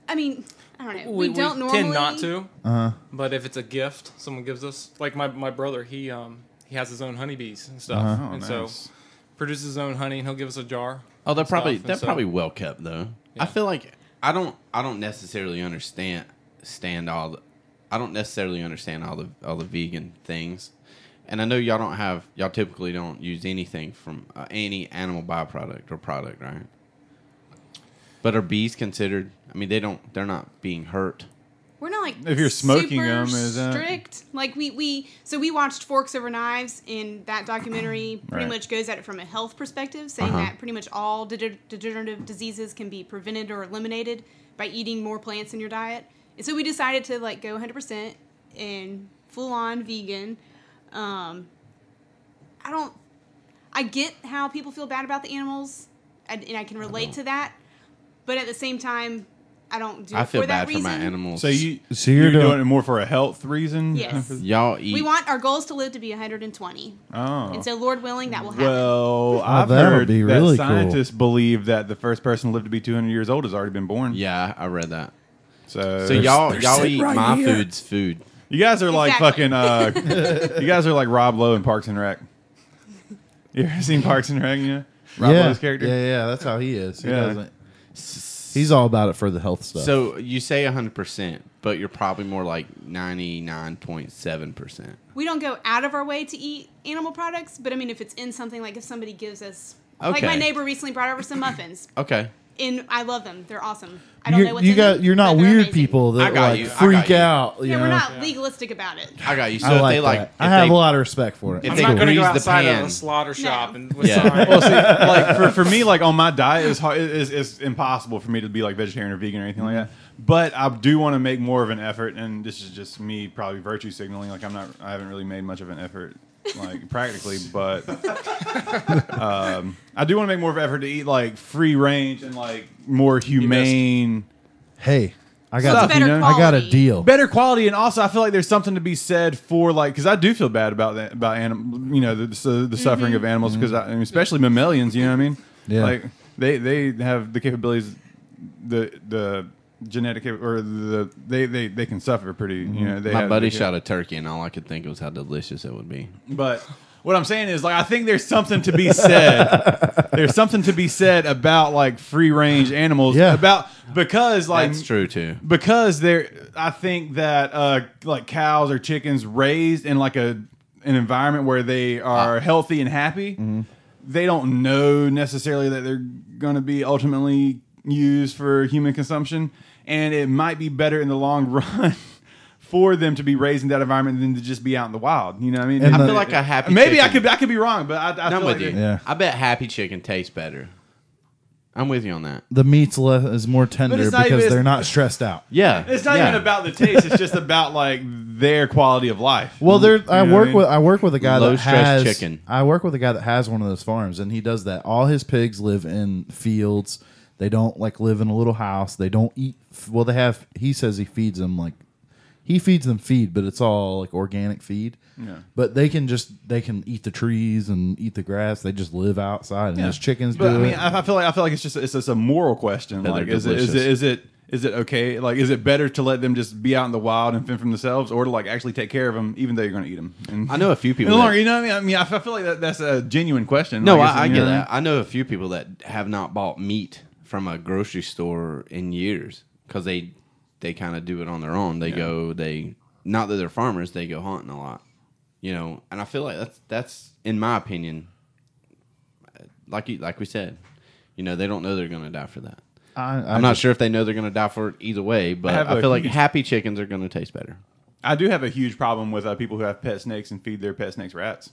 Speaker 7: I mean, I don't know.
Speaker 2: we,
Speaker 7: We,
Speaker 2: we
Speaker 7: don't normally
Speaker 2: tend not to.
Speaker 4: Uh huh.
Speaker 2: But if it's a gift someone gives us, like my, my brother, he um he has his own honeybees and stuff,
Speaker 4: Uh-huh.
Speaker 6: Oh,
Speaker 2: and
Speaker 6: nice.
Speaker 2: so produces his own honey, and he'll give us a jar.
Speaker 5: Oh, they're
Speaker 2: and
Speaker 5: probably
Speaker 2: stuff, and
Speaker 5: they're
Speaker 2: so-
Speaker 5: probably well kept though. I feel like I don't I don't necessarily understand stand all the I don't necessarily understand all the all the vegan things, and I know y'all don't have y'all typically don't use anything from uh, any animal byproduct or product, right? But are bees considered? I mean, they don't they're not being hurt.
Speaker 7: We're not like
Speaker 6: If you're smoking
Speaker 7: super
Speaker 6: 'em, is that-
Speaker 7: strict. Like we we so we watched Forks Over Knives, and that documentary pretty
Speaker 6: Right.
Speaker 7: much goes at it from a health perspective, saying that pretty much all de- degenerative diseases can be prevented or eliminated by eating more plants in your diet. And so we decided to like go 100% and full on vegan. Um, I don't. I get how people feel bad about the animals, and, and I can relate to that. But at the same time, I don't do it
Speaker 5: I feel
Speaker 7: for that
Speaker 5: bad
Speaker 7: reason.
Speaker 5: for my animals.
Speaker 6: So you
Speaker 4: So you're
Speaker 6: doing,
Speaker 4: doing-
Speaker 6: it more for a health reason? [LAUGHS]
Speaker 7: Yes.
Speaker 5: y'all eat.
Speaker 7: We want our goals to live to be 120.
Speaker 6: Oh.
Speaker 7: And so, Lord willing, that will happen.
Speaker 6: well, I've
Speaker 4: that would
Speaker 6: heard
Speaker 4: Oh, be
Speaker 6: that
Speaker 4: really cool.
Speaker 6: scientists believe that the first person to live to be 200 years old has already been born.
Speaker 5: yeah, I read that.
Speaker 6: So,
Speaker 5: So y'all y'all eat my food's food.
Speaker 6: you guys are like
Speaker 7: Exactly.
Speaker 6: fucking.
Speaker 7: [LAUGHS]
Speaker 6: Uh, you guys are like Rob Lowe in Parks and Rec. You ever seen Parks and Rec? Yeah. Rob
Speaker 4: yeah.
Speaker 6: Lowe's character.
Speaker 4: Yeah, yeah, that's how he is. He
Speaker 6: Yeah.
Speaker 4: doesn't. He's all about it for the health stuff.
Speaker 5: So you say 100%, but you're probably more like 99.7%.
Speaker 7: we don't go out of our way to eat animal products, but I mean, if it's in something, like if somebody gives us, like
Speaker 5: Okay.
Speaker 7: my neighbor recently brought over some muffins,
Speaker 5: Okay.
Speaker 7: and I love them. They're awesome. I don't
Speaker 4: you're,
Speaker 7: know what
Speaker 4: you got. You're not weird people
Speaker 5: I
Speaker 4: that
Speaker 5: got
Speaker 4: like
Speaker 5: you, I got
Speaker 4: freak
Speaker 5: you.
Speaker 4: out. You
Speaker 7: Yeah,
Speaker 4: know?
Speaker 7: we're not legalistic about it.
Speaker 5: I got you. So
Speaker 4: I
Speaker 5: if
Speaker 4: like
Speaker 5: they like,
Speaker 4: that.
Speaker 5: if
Speaker 4: I have
Speaker 5: they-
Speaker 4: a lot of respect for it.
Speaker 5: if
Speaker 2: I'm
Speaker 5: they
Speaker 2: not going to
Speaker 5: grease
Speaker 2: go
Speaker 5: the
Speaker 2: outside of
Speaker 5: pan.
Speaker 2: a slaughter shop
Speaker 7: No.
Speaker 2: and with
Speaker 5: Yeah.
Speaker 2: signs.
Speaker 6: Well, see, like for, for me, like on my diet, it's hard. It's, it's impossible for me to be like vegetarian or vegan or anything like that. But I do want to make more of an effort, and this is just me probably virtue signaling. Like I'm not, I haven't really made much of an effort, like practically. But um, I do want to make more of an effort to eat like free range and like more humane,
Speaker 4: Hey, I
Speaker 6: Sup?
Speaker 4: got.
Speaker 7: Better
Speaker 6: you know?
Speaker 7: quality.
Speaker 4: I got a deal.
Speaker 6: better quality. And also, I feel like there's something to be said for like because I do feel bad about that about animal, you know, the the, the suffering of
Speaker 5: Mm-hmm.
Speaker 6: animals because I, I mean, especially mammalians. You know what I mean?
Speaker 4: Yeah.
Speaker 6: Like they they have the capabilities, the the genetic cap- or the they they, they can suffer pretty. You know, they
Speaker 5: Mm-hmm. My
Speaker 6: have-
Speaker 5: buddy
Speaker 6: they can-
Speaker 5: shot a turkey, and all I could think was how delicious it would be.
Speaker 6: But what I'm saying is like I think there's something to be said. there's something to be said about like free range animals.
Speaker 4: Yeah.
Speaker 6: About because like
Speaker 5: That's true, too.
Speaker 6: because they're i think that uh like cows or chickens raised in like a an environment where they
Speaker 4: Ah.
Speaker 6: are healthy and happy
Speaker 4: Mm-hmm.
Speaker 6: they don't know necessarily that they're going to be ultimately used for human consumption and it might be better in the long [LAUGHS] run for them to be raised in that environment than to just be out in the wild you know what i mean
Speaker 4: And
Speaker 5: I
Speaker 4: the-
Speaker 5: feel like a happy
Speaker 6: maybe i
Speaker 5: chicken-
Speaker 6: could be- i could be wrong but i, I
Speaker 5: I'm
Speaker 6: feel
Speaker 5: with
Speaker 6: like
Speaker 5: you.
Speaker 6: it-
Speaker 4: Yeah.
Speaker 5: I bet happy chicken tastes better. I'm with you on that.
Speaker 4: The meat's le- is more tender
Speaker 6: it's not
Speaker 4: because
Speaker 6: even-
Speaker 4: they're not stressed out.
Speaker 5: Yeah.
Speaker 6: it's not
Speaker 5: yeah.
Speaker 6: even about the taste it's just about like their quality of life
Speaker 4: Well, there I
Speaker 6: You know what
Speaker 4: work
Speaker 6: I mean?
Speaker 4: with I work with a guy
Speaker 5: Low
Speaker 4: that has
Speaker 5: stress chicken.
Speaker 4: I work with a guy that has one of those farms, and he does that. All his pigs live in fields. They don't like live in a little house. They don't eat. Well, they have. He says he feeds them like he feeds them feed, but it's all like organic feed. Yeah. But they can just they can eat the trees and eat the grass. They just live outside, and his chickens
Speaker 6: But
Speaker 4: do
Speaker 6: I mean,
Speaker 4: it.
Speaker 6: I, I feel like I feel like it's just it's just a moral question.
Speaker 5: they're
Speaker 6: like, is it, is it
Speaker 5: delicious.
Speaker 6: is it is it okay? Like, is it better to let them just be out in the wild and fend for themselves, or to like actually take care of them, even though you're going to eat them? And
Speaker 5: I know a few
Speaker 6: in
Speaker 5: people.
Speaker 6: the
Speaker 5: that-
Speaker 6: long, run, you know what I mean? I mean, I f- I feel like that, that's a genuine question.
Speaker 5: No,
Speaker 6: Like,
Speaker 5: I, I
Speaker 6: it's- you
Speaker 5: get
Speaker 6: know
Speaker 5: that. I know a few people that have not bought meat from a grocery store in years because they they kind of do it on their own. They go they not that they're farmers, they go hunting a lot, you know. And I feel like that's that's in my opinion like you, like we said, you know, they don't know they're going to die for that.
Speaker 4: I, I
Speaker 5: I'm not
Speaker 4: just-
Speaker 5: sure if they know they're going to die for it either way, but
Speaker 6: have
Speaker 5: I,
Speaker 6: a
Speaker 5: feel like
Speaker 6: huge-
Speaker 5: happy chickens are going to taste better.
Speaker 6: I do have a huge problem with uh, people who have pet snakes and feed their pet snakes rats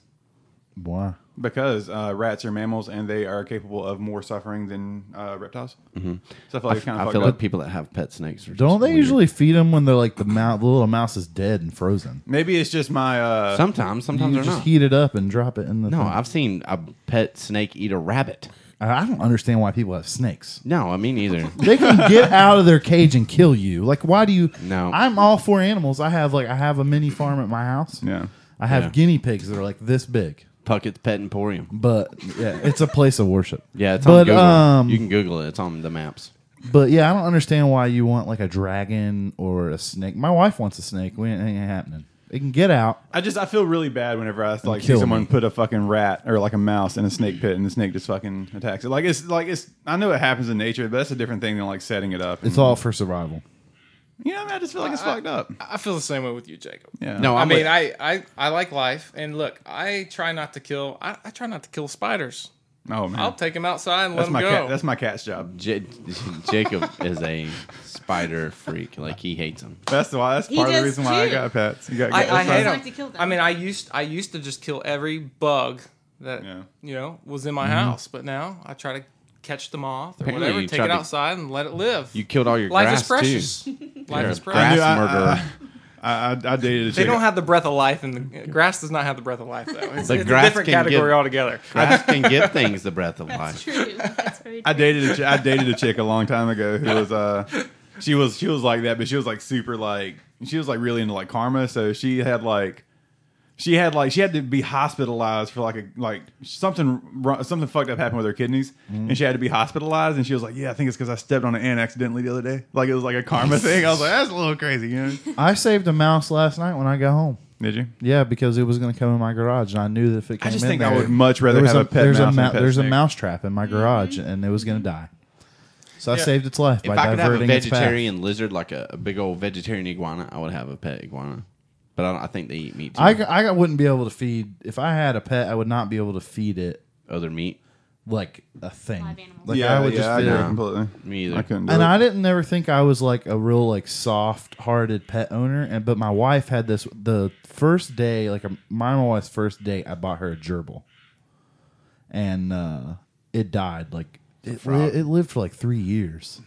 Speaker 4: Why?
Speaker 6: because uh, rats are mammals and they are capable of more suffering than uh, reptiles. Mm-hmm. So I feel like it's kind of
Speaker 5: I
Speaker 6: fucked
Speaker 5: feel
Speaker 6: up.
Speaker 5: like people that have pet snakes are
Speaker 4: Don't
Speaker 5: just
Speaker 4: they
Speaker 5: weird.
Speaker 4: usually feed them when they're like the, mou- the little mouse is dead and frozen?
Speaker 6: Maybe it's just my. Uh,
Speaker 5: Sometimes, sometimes
Speaker 4: you
Speaker 5: they're
Speaker 4: just
Speaker 5: not.
Speaker 4: heat it up and drop it in the.
Speaker 5: No,
Speaker 4: thing.
Speaker 5: I've seen a pet snake eat a rabbit.
Speaker 4: I, I don't understand why people have snakes.
Speaker 5: No, I
Speaker 4: [LAUGHS]
Speaker 5: mean either.
Speaker 4: They can
Speaker 5: [LAUGHS]
Speaker 4: get out of their cage and kill you. Like, why do you?
Speaker 5: No.
Speaker 4: I'm all for animals. I have like I have a mini farm at my house.
Speaker 6: yeah.
Speaker 4: I have
Speaker 5: Yeah.
Speaker 4: guinea pigs that are like this big.
Speaker 5: Puckett's Pet Emporium.
Speaker 4: But yeah, it's a place of worship.
Speaker 5: Yeah, it's on
Speaker 4: but
Speaker 5: Google.
Speaker 4: um,
Speaker 5: you can Google it. It's on the maps.
Speaker 4: but yeah, I don't understand why you want like a dragon or a snake. My wife wants a snake. We ain't, ain't happening. It can get out.
Speaker 6: I just I feel really bad whenever I like see
Speaker 4: kill
Speaker 6: someone
Speaker 4: me.
Speaker 6: put a fucking rat or like a mouse in a snake pit and the snake just fucking attacks it. Like it's like it's I know it happens in nature, but that's a different thing than like setting it up.
Speaker 4: It's
Speaker 5: Mm-hmm.
Speaker 4: all for survival.
Speaker 6: you know, I, mean, I just feel like it's fucked up.
Speaker 2: I feel the same way with you, Jacob.
Speaker 6: Yeah.
Speaker 5: No,
Speaker 2: Uh, I
Speaker 5: I'm
Speaker 2: mean,
Speaker 5: with-
Speaker 2: I, I, I like life, and look, I try not to kill. I, I try not to kill spiders.
Speaker 6: Oh man,
Speaker 2: I'll take them outside and
Speaker 6: that's
Speaker 2: let
Speaker 6: my
Speaker 2: them
Speaker 6: cat.
Speaker 2: go.
Speaker 6: That's my cat's job.
Speaker 5: J- [LAUGHS] Jacob is a spider freak. Like he hates them.
Speaker 6: That's why. That's
Speaker 7: He
Speaker 6: part of the
Speaker 7: does
Speaker 6: reason why I
Speaker 7: too.
Speaker 6: got pets. You got,
Speaker 2: I,
Speaker 6: got
Speaker 2: I
Speaker 6: that's
Speaker 2: hate
Speaker 6: fine.
Speaker 7: like
Speaker 2: them.
Speaker 7: to kill them.
Speaker 2: I mean, I used I used to just kill every bug that
Speaker 6: Yeah.
Speaker 2: you know was in my house, but now I try to catch them off or
Speaker 5: Mm-hmm. Apparently
Speaker 2: whatever,
Speaker 5: you
Speaker 2: take
Speaker 5: try
Speaker 2: it
Speaker 5: to-
Speaker 2: outside and let it live.
Speaker 5: You killed all your
Speaker 2: Life
Speaker 5: grass
Speaker 2: is precious.
Speaker 5: too. [LAUGHS] You're
Speaker 2: Life is
Speaker 5: a
Speaker 2: precious. uh,
Speaker 5: grass
Speaker 6: I-
Speaker 5: murderer.
Speaker 6: I, I, I dated a
Speaker 2: They
Speaker 6: chick.
Speaker 2: don't have the breath of life,
Speaker 5: [LAUGHS]
Speaker 2: and the grass does not have the breath of life though. It's,
Speaker 5: The
Speaker 2: it's
Speaker 5: grass
Speaker 2: a different
Speaker 5: can
Speaker 2: category
Speaker 5: give-
Speaker 2: altogether. [LAUGHS]
Speaker 5: grass can give things the breath of
Speaker 7: That's
Speaker 5: life.
Speaker 7: true. That's very
Speaker 6: I
Speaker 7: true.
Speaker 6: dated a ch- I dated a chick a long time ago who was uh she was she was like that, but she was like super like she was like really into like karma, so she had like she had like she had to be hospitalized for like a like something wrong, something fucked up happened with her kidneys, and she had to be hospitalized. And she was like, "Yeah, I think it's because I stepped on an ant accidentally the other day. Like it was like a karma thing." I was like, "That's a little crazy." You know?
Speaker 4: I saved a mouse last night when I got home.
Speaker 6: Did you?
Speaker 4: Yeah, because it was going to come in my garage, and I knew that if it came
Speaker 6: just
Speaker 4: in
Speaker 6: think I
Speaker 4: there,
Speaker 6: would much rather
Speaker 4: there was
Speaker 6: have a pet
Speaker 4: there's
Speaker 6: mouse than
Speaker 4: a
Speaker 6: a pet
Speaker 4: there's a
Speaker 6: snake.
Speaker 4: mouse trap in my garage, and it was going to die. So I saved its life
Speaker 5: If
Speaker 4: by
Speaker 5: I could have a
Speaker 4: diverting its path.
Speaker 5: vegetarian lizard, like a, a big old vegetarian iguana, I would have a pet iguana. But I, don't, I think they eat meat. Too.
Speaker 4: I, I wouldn't be able to feed if I had a pet. I would not be able to feed it
Speaker 5: other meat.
Speaker 4: like a thing.
Speaker 7: Live animal.
Speaker 4: Like I would just
Speaker 6: I
Speaker 4: feed
Speaker 6: agree
Speaker 4: it.
Speaker 6: completely.
Speaker 5: Me either.
Speaker 6: I couldn't. Do
Speaker 4: And
Speaker 6: it.
Speaker 4: I didn't never think I was like a real like soft hearted pet owner. And but my wife had this the first day like a, my wife's first date. I bought her a gerbil, and uh, it died. Like it, li- it lived for like three years,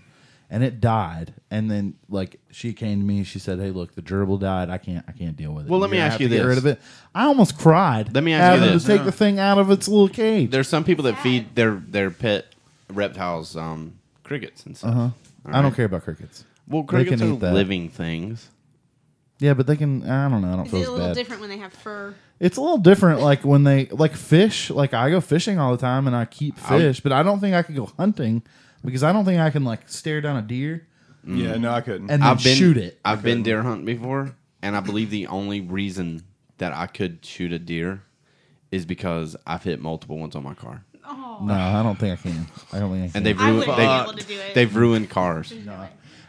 Speaker 4: and it died. And then like she came to me. She said, "Hey, look, the gerbil died. I can't I can't deal with it.
Speaker 5: Well, let me
Speaker 4: You're gonna have
Speaker 5: ask you
Speaker 4: to Get
Speaker 5: this.
Speaker 4: rid of it. I almost cried.
Speaker 5: Let me ask you
Speaker 4: having
Speaker 5: this.
Speaker 4: To take the thing out of its little cage.
Speaker 5: There's some people that feed their their pet reptiles um, crickets and stuff.
Speaker 4: I don't care about crickets.
Speaker 5: Well,
Speaker 4: Uh-huh. They can
Speaker 5: crickets are
Speaker 4: eat that.
Speaker 5: living things.
Speaker 4: Yeah, but they can. I don't know. I don't
Speaker 7: Is
Speaker 4: feel
Speaker 7: it
Speaker 4: as
Speaker 7: a little
Speaker 4: bad.
Speaker 7: different when they have fur?
Speaker 4: It's a little different, like when they like fish. Like I go fishing all the time, and I keep fish, but I don't think I could go hunting because I don't think I can like stare down a deer
Speaker 6: Mm. yeah, no, I couldn't.
Speaker 4: and then shoot it.
Speaker 5: I've been deer hunting before, and I believe the only reason that I could shoot a deer is because I've hit multiple ones on my car,
Speaker 7: Oh,
Speaker 4: No, I don't think I can. I don't think I can.
Speaker 5: and they've
Speaker 7: I
Speaker 5: ruined
Speaker 7: wouldn't be able
Speaker 5: they,
Speaker 7: to do it.
Speaker 5: they've ruined cars.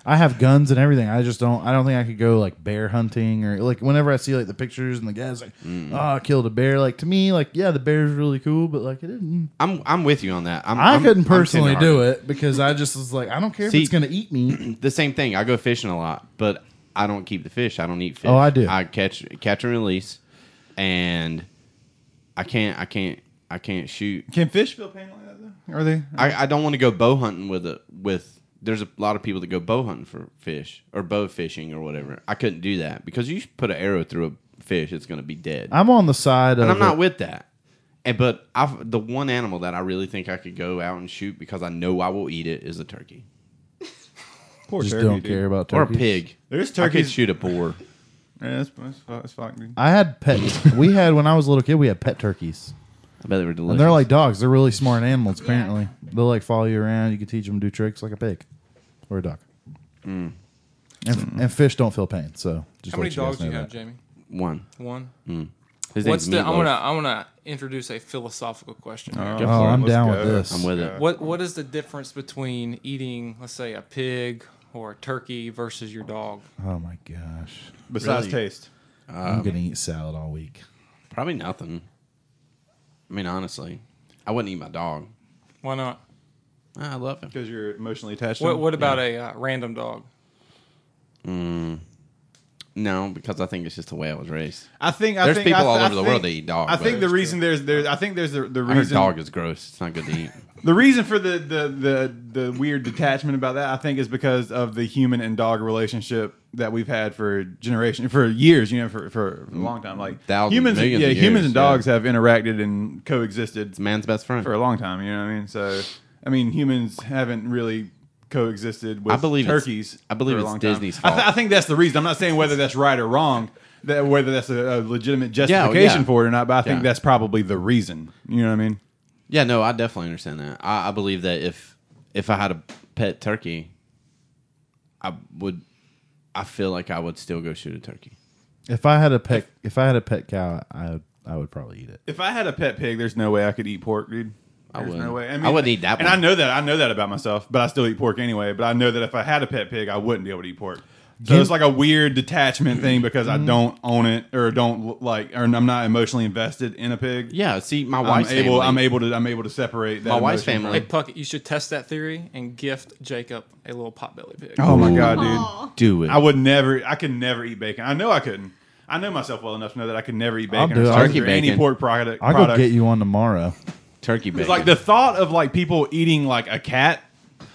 Speaker 4: I have guns and everything. I just don't. I don't think I could go like bear hunting or like whenever I see like the pictures and the guys like,
Speaker 5: Mm.
Speaker 4: oh, I killed a bear. Like to me, like yeah, the bear's really cool, but like it didn't.
Speaker 5: I'm I'm with you on that. I'm,
Speaker 4: I
Speaker 5: I'm-
Speaker 4: couldn't
Speaker 5: I'm
Speaker 4: personally
Speaker 5: tenderhearted.
Speaker 4: do it because I just was like, I don't care
Speaker 5: See-
Speaker 4: if it's gonna eat me.
Speaker 5: [CLEARS THROAT] the same thing. I go fishing a lot, but I don't keep the fish. I don't eat fish.
Speaker 4: Oh, I do.
Speaker 5: I catch catch and release, and I can't. I can't. I can't shoot.
Speaker 6: Can fish feel pain like that though? Are they?
Speaker 5: I, I don't want to go bow hunting with a with. There's a lot of people that go bow hunting for fish or bow fishing or whatever. I couldn't do that because you put an arrow through a fish, it's going to be dead.
Speaker 4: I'm on the side of.
Speaker 5: and I'm
Speaker 4: it.
Speaker 5: not with that. And but I've the one animal that I really think I could go out and shoot because I know I will eat it is a turkey
Speaker 6: Poor
Speaker 4: just
Speaker 6: turkey,
Speaker 4: don't
Speaker 6: dude.
Speaker 4: care about
Speaker 5: or a
Speaker 4: turkeys.
Speaker 5: pig.
Speaker 6: There's
Speaker 5: I could
Speaker 6: turkeys.
Speaker 5: shoot a boar.
Speaker 6: Yeah, that's, that's, fu- that's fucked, dude.
Speaker 4: I had pets. we had when I was a little kid. We had pet turkeys,
Speaker 5: I bet they were delicious.
Speaker 4: and they're like dogs. They're really smart animals. Apparently, they'll like follow you around. You can teach them to do tricks like a pig or a duck. And, and fish don't feel pain, so just
Speaker 2: How many
Speaker 4: let
Speaker 2: dogs
Speaker 4: guys know
Speaker 2: do you have,
Speaker 4: that.
Speaker 2: Jamie?
Speaker 5: one.
Speaker 2: One.
Speaker 5: His
Speaker 2: What's
Speaker 5: name's
Speaker 2: the? I
Speaker 5: Meatloaf.
Speaker 2: want to. I want to introduce a philosophical question. here.
Speaker 6: Oh,
Speaker 4: Oh, I'm
Speaker 6: Let's
Speaker 4: down
Speaker 6: go.
Speaker 4: with this.
Speaker 5: I'm with it.
Speaker 2: What What is the difference between eating, let's say, a pig or a turkey versus your dog?
Speaker 4: Oh my gosh,
Speaker 6: Besides
Speaker 5: Really?
Speaker 6: taste.
Speaker 2: Um,
Speaker 4: I'm gonna eat salad all week.
Speaker 5: Probably nothing. I mean, honestly, I wouldn't eat my dog.
Speaker 2: Why not?
Speaker 5: I love him.
Speaker 6: because you're emotionally attached. to
Speaker 2: What
Speaker 6: them?
Speaker 2: What about a uh, random dog?
Speaker 5: No, because I think it's just the way I was raised.
Speaker 6: I think I
Speaker 5: There's
Speaker 6: think,
Speaker 5: people
Speaker 6: I th-
Speaker 5: all
Speaker 6: I
Speaker 5: over the
Speaker 6: think-
Speaker 5: world that eat dog,
Speaker 6: I
Speaker 5: but-
Speaker 6: think the reason there's there's I think there's the, the
Speaker 5: I heard
Speaker 6: reason
Speaker 5: dog is gross. It's not good to
Speaker 6: [LAUGHS]
Speaker 5: eat.
Speaker 6: the reason for the, the the the weird detachment about that I think is because of the human and dog relationship that we've had for generation for years, you know, for for a long time. Like
Speaker 5: Mm, Thousands,
Speaker 6: humans,
Speaker 5: millions
Speaker 6: yeah,
Speaker 5: of
Speaker 6: humans
Speaker 5: years,
Speaker 6: and
Speaker 5: yeah.
Speaker 6: dogs have interacted and coexisted
Speaker 5: It's man's best friend.
Speaker 6: for a long time. You know what I mean? So I mean, humans haven't really coexisted with
Speaker 5: I believe it's-
Speaker 6: turkeys.
Speaker 5: I believe
Speaker 6: for a
Speaker 5: it's
Speaker 6: long time.
Speaker 5: Disney's
Speaker 6: I, th-
Speaker 5: fault.
Speaker 6: I think that's the reason. I'm not saying whether that's right or wrong. That whether that's a, a legitimate justification
Speaker 5: yeah.
Speaker 6: for it or not, but I think
Speaker 5: Yeah.
Speaker 6: that's probably the reason. You know what I mean?
Speaker 5: Yeah, no, I definitely understand that. I, I believe that if if I had a pet turkey, I would. I feel like I would still go shoot a turkey.
Speaker 4: If I had a pet, if I had a pet cow, I would, I would probably eat it.
Speaker 6: If I had a pet pig, there's no way I could eat pork, dude.
Speaker 5: I
Speaker 6: There's
Speaker 5: wouldn't.
Speaker 6: no way.
Speaker 5: I wouldn't eat that
Speaker 6: And
Speaker 5: one.
Speaker 6: I know that. I know that about myself, but I still eat pork anyway. But I know that if I had a pet pig, I wouldn't be able to eat pork. So
Speaker 4: You-
Speaker 6: it's like a weird detachment thing because
Speaker 5: Mm-hmm.
Speaker 6: I don't own it or don't like, or I'm not emotionally invested in a pig.
Speaker 5: Yeah, see, my
Speaker 6: I'm
Speaker 5: wife's
Speaker 6: able.
Speaker 5: family-
Speaker 6: I'm able to. I'm able to separate that
Speaker 5: My wife's
Speaker 6: emotion
Speaker 5: family-
Speaker 2: Hey Puckett, you should test that theory and gift Jacob a little potbelly pig.
Speaker 6: From, oh my god, dude!
Speaker 7: Aw.
Speaker 5: do it.
Speaker 6: I would never. I could never eat bacon. I know I couldn't. I know myself well enough to know that I could never eat
Speaker 4: I'll
Speaker 6: bacon
Speaker 4: do
Speaker 6: or
Speaker 4: it.
Speaker 6: sausage
Speaker 5: Turkey
Speaker 6: or any
Speaker 5: bacon.
Speaker 6: pork product.
Speaker 4: I'll go
Speaker 6: product.
Speaker 4: get you one tomorrow.
Speaker 5: turkey bacon.
Speaker 6: It's like the thought of like people eating like a cat.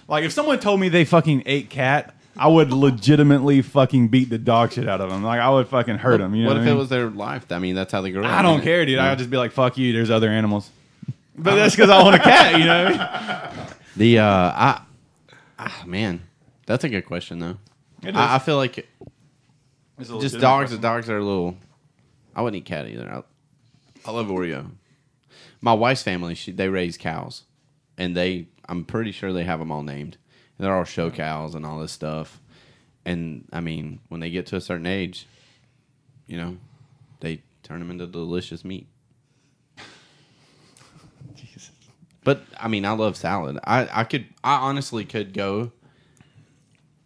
Speaker 6: Like if someone told me they fucking ate cat, I would legitimately fucking beat the dog shit out of them. Like I would fucking hurt them. You know
Speaker 5: what
Speaker 6: what
Speaker 5: if
Speaker 6: I mean?
Speaker 5: it was their life? I mean, that's how they grew up.
Speaker 6: I don't
Speaker 5: isn't it?
Speaker 6: care, dude. I'd just be like, fuck you. There's other animals. [LAUGHS] But that's because I want a cat. You know. What I mean?
Speaker 5: The uh, I, ah, man, that's a good question though.
Speaker 6: [LAUGHS] It
Speaker 5: I, I
Speaker 6: is.
Speaker 5: feel like
Speaker 6: It's a
Speaker 5: just
Speaker 6: legitimate
Speaker 5: dogs.
Speaker 6: question.
Speaker 5: Dogs are a little. I wouldn't eat cat either. I, I love Oreo. My wife's family, she, they raise cows, and they. I'm pretty sure they have them all named. And they're all show cows and all this stuff. And I mean, when they get to a certain age, you know, they turn them into
Speaker 4: [LAUGHS]
Speaker 5: delicious meat. But I mean, I love salad. I, I could, I honestly could go.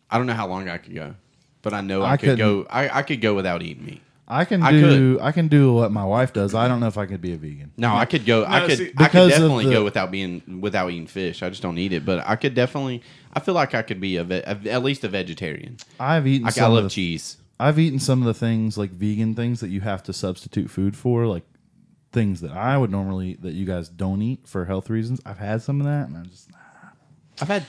Speaker 5: I don't know how long I could go, but I know I,
Speaker 4: I couldn't.
Speaker 5: could go. I, I could go without eating meat.
Speaker 4: I can
Speaker 5: I
Speaker 4: do, I can do what my wife does. I don't know if I could be a vegan.
Speaker 5: No, I could go. I
Speaker 6: No,
Speaker 5: could.
Speaker 6: see-
Speaker 5: I
Speaker 4: Because
Speaker 5: could
Speaker 4: of
Speaker 5: definitely
Speaker 4: the-
Speaker 5: go without being without eating fish. I just don't eat it. But I could definitely. I feel like I could be a, ve- a at least a vegetarian.
Speaker 4: I've eaten.
Speaker 5: I,
Speaker 4: some
Speaker 5: I
Speaker 4: of
Speaker 5: love
Speaker 4: the-
Speaker 5: cheese.
Speaker 4: I've eaten some of the things like vegan things that you have to substitute food for, like things that I would normally eat that you guys don't eat for health reasons. I've had some of that, and I'm just,
Speaker 5: I've had